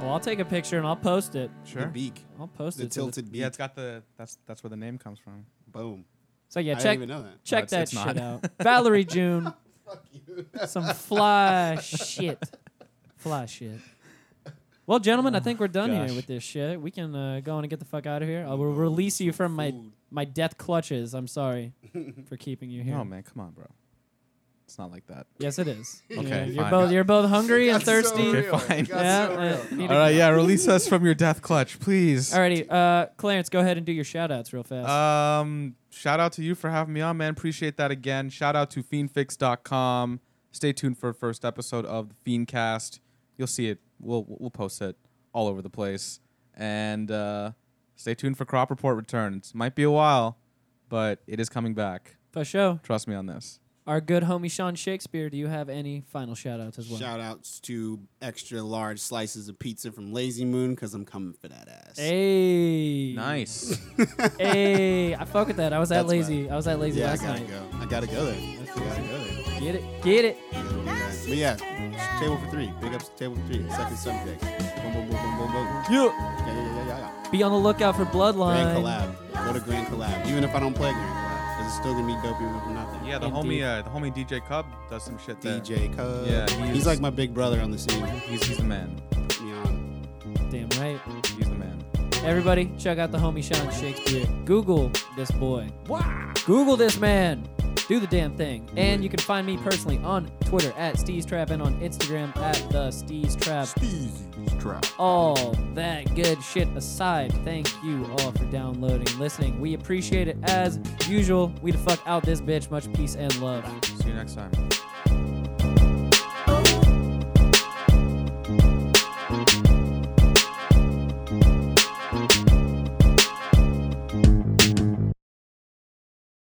A: Well, I'll take a picture and I'll post it.
C: Sure.
D: the beak,
A: I'll post
D: the
A: it. to
D: tilted beak.
C: Yeah, it's got the. That's that's where the name comes from.
D: Boom.
A: so yeah,
D: I
A: check
D: didn't even know that.
A: check
C: No,
A: that
C: it's- it's
A: shit
C: not.
A: out. Valerie June. Some fly shit. Fly shit. Well, gentlemen, I think we're done
C: gosh.
A: here with this shit. We can uh, go on and get the fuck out of here. I will release you from my my death clutches. I'm sorry for keeping you here.
C: No Oh, man, come on, bro. It's not like that.
A: Yes, it is.
C: Okay,
A: you're
C: fine.
A: both you're both hungry and
D: Got so
A: thirsty.
C: Okay,
D: real. It
C: fine.
D: got
A: yeah.
D: so
A: uh,
D: real.
A: need to-
C: All right. Yeah. Release us from your death clutch, please.
A: Alrighty, uh, Clarence, go ahead and do your shout outs real fast.
C: Um, shout out to you for having me on, man. Appreciate that again. Shout out to fiendfix.com. Stay tuned for first episode of the Fiendcast. You'll see it. We'll we'll post it all over the place. And uh, stay tuned for Crop Report returns. Might be a while, but it is coming back.
A: for sure.
C: Trust me on this.
A: Our good homie Sean Shakespeare, do you have any final shout outs as well?
D: Shout outs to extra large slices of pizza from Lazy Moon because I'm coming for that ass.
A: Hey.
C: Nice.
A: hey. I fuck with that. I was at
D: That's
A: lazy. I was at lazy
D: Yeah, I
A: last
D: gotta
A: night.
D: go. I gotta go there. I gotta go there.
A: Get it. Get it.
D: But yeah, table for three. Big ups to table for three. Second subject. Boom, boom, boom, boom, boom, boom. Yeah,
A: Yeah.
D: yeah, yeah, yeah, yeah.
A: Be on the lookout for
D: Grand
A: Bloodline.
D: collab. Go to Grand collab. Even if I don't play Grand collab, 'cause it's still gonna be dope even if I'm not there.
C: Yeah, the
A: Indeed.
C: homie uh, the homie DJ Cub does some shit there.
D: DJ Cub.
C: Yeah,
D: he's,
C: he's-
D: like my big brother on the scene.
C: He's he's the man.
D: Put me on.
A: Damn right.
C: He's the man.
A: Everybody, check out the homie Sean Shakespeare. Google this boy. Google this man. Do the damn thing. And you can find me personally on Twitter at Steez Trap and on Instagram at the Steez Trap. All that good shit aside, thank you all for downloading and listening. We appreciate it as usual. We the fuck out this bitch. Much peace and love.
C: See you next time.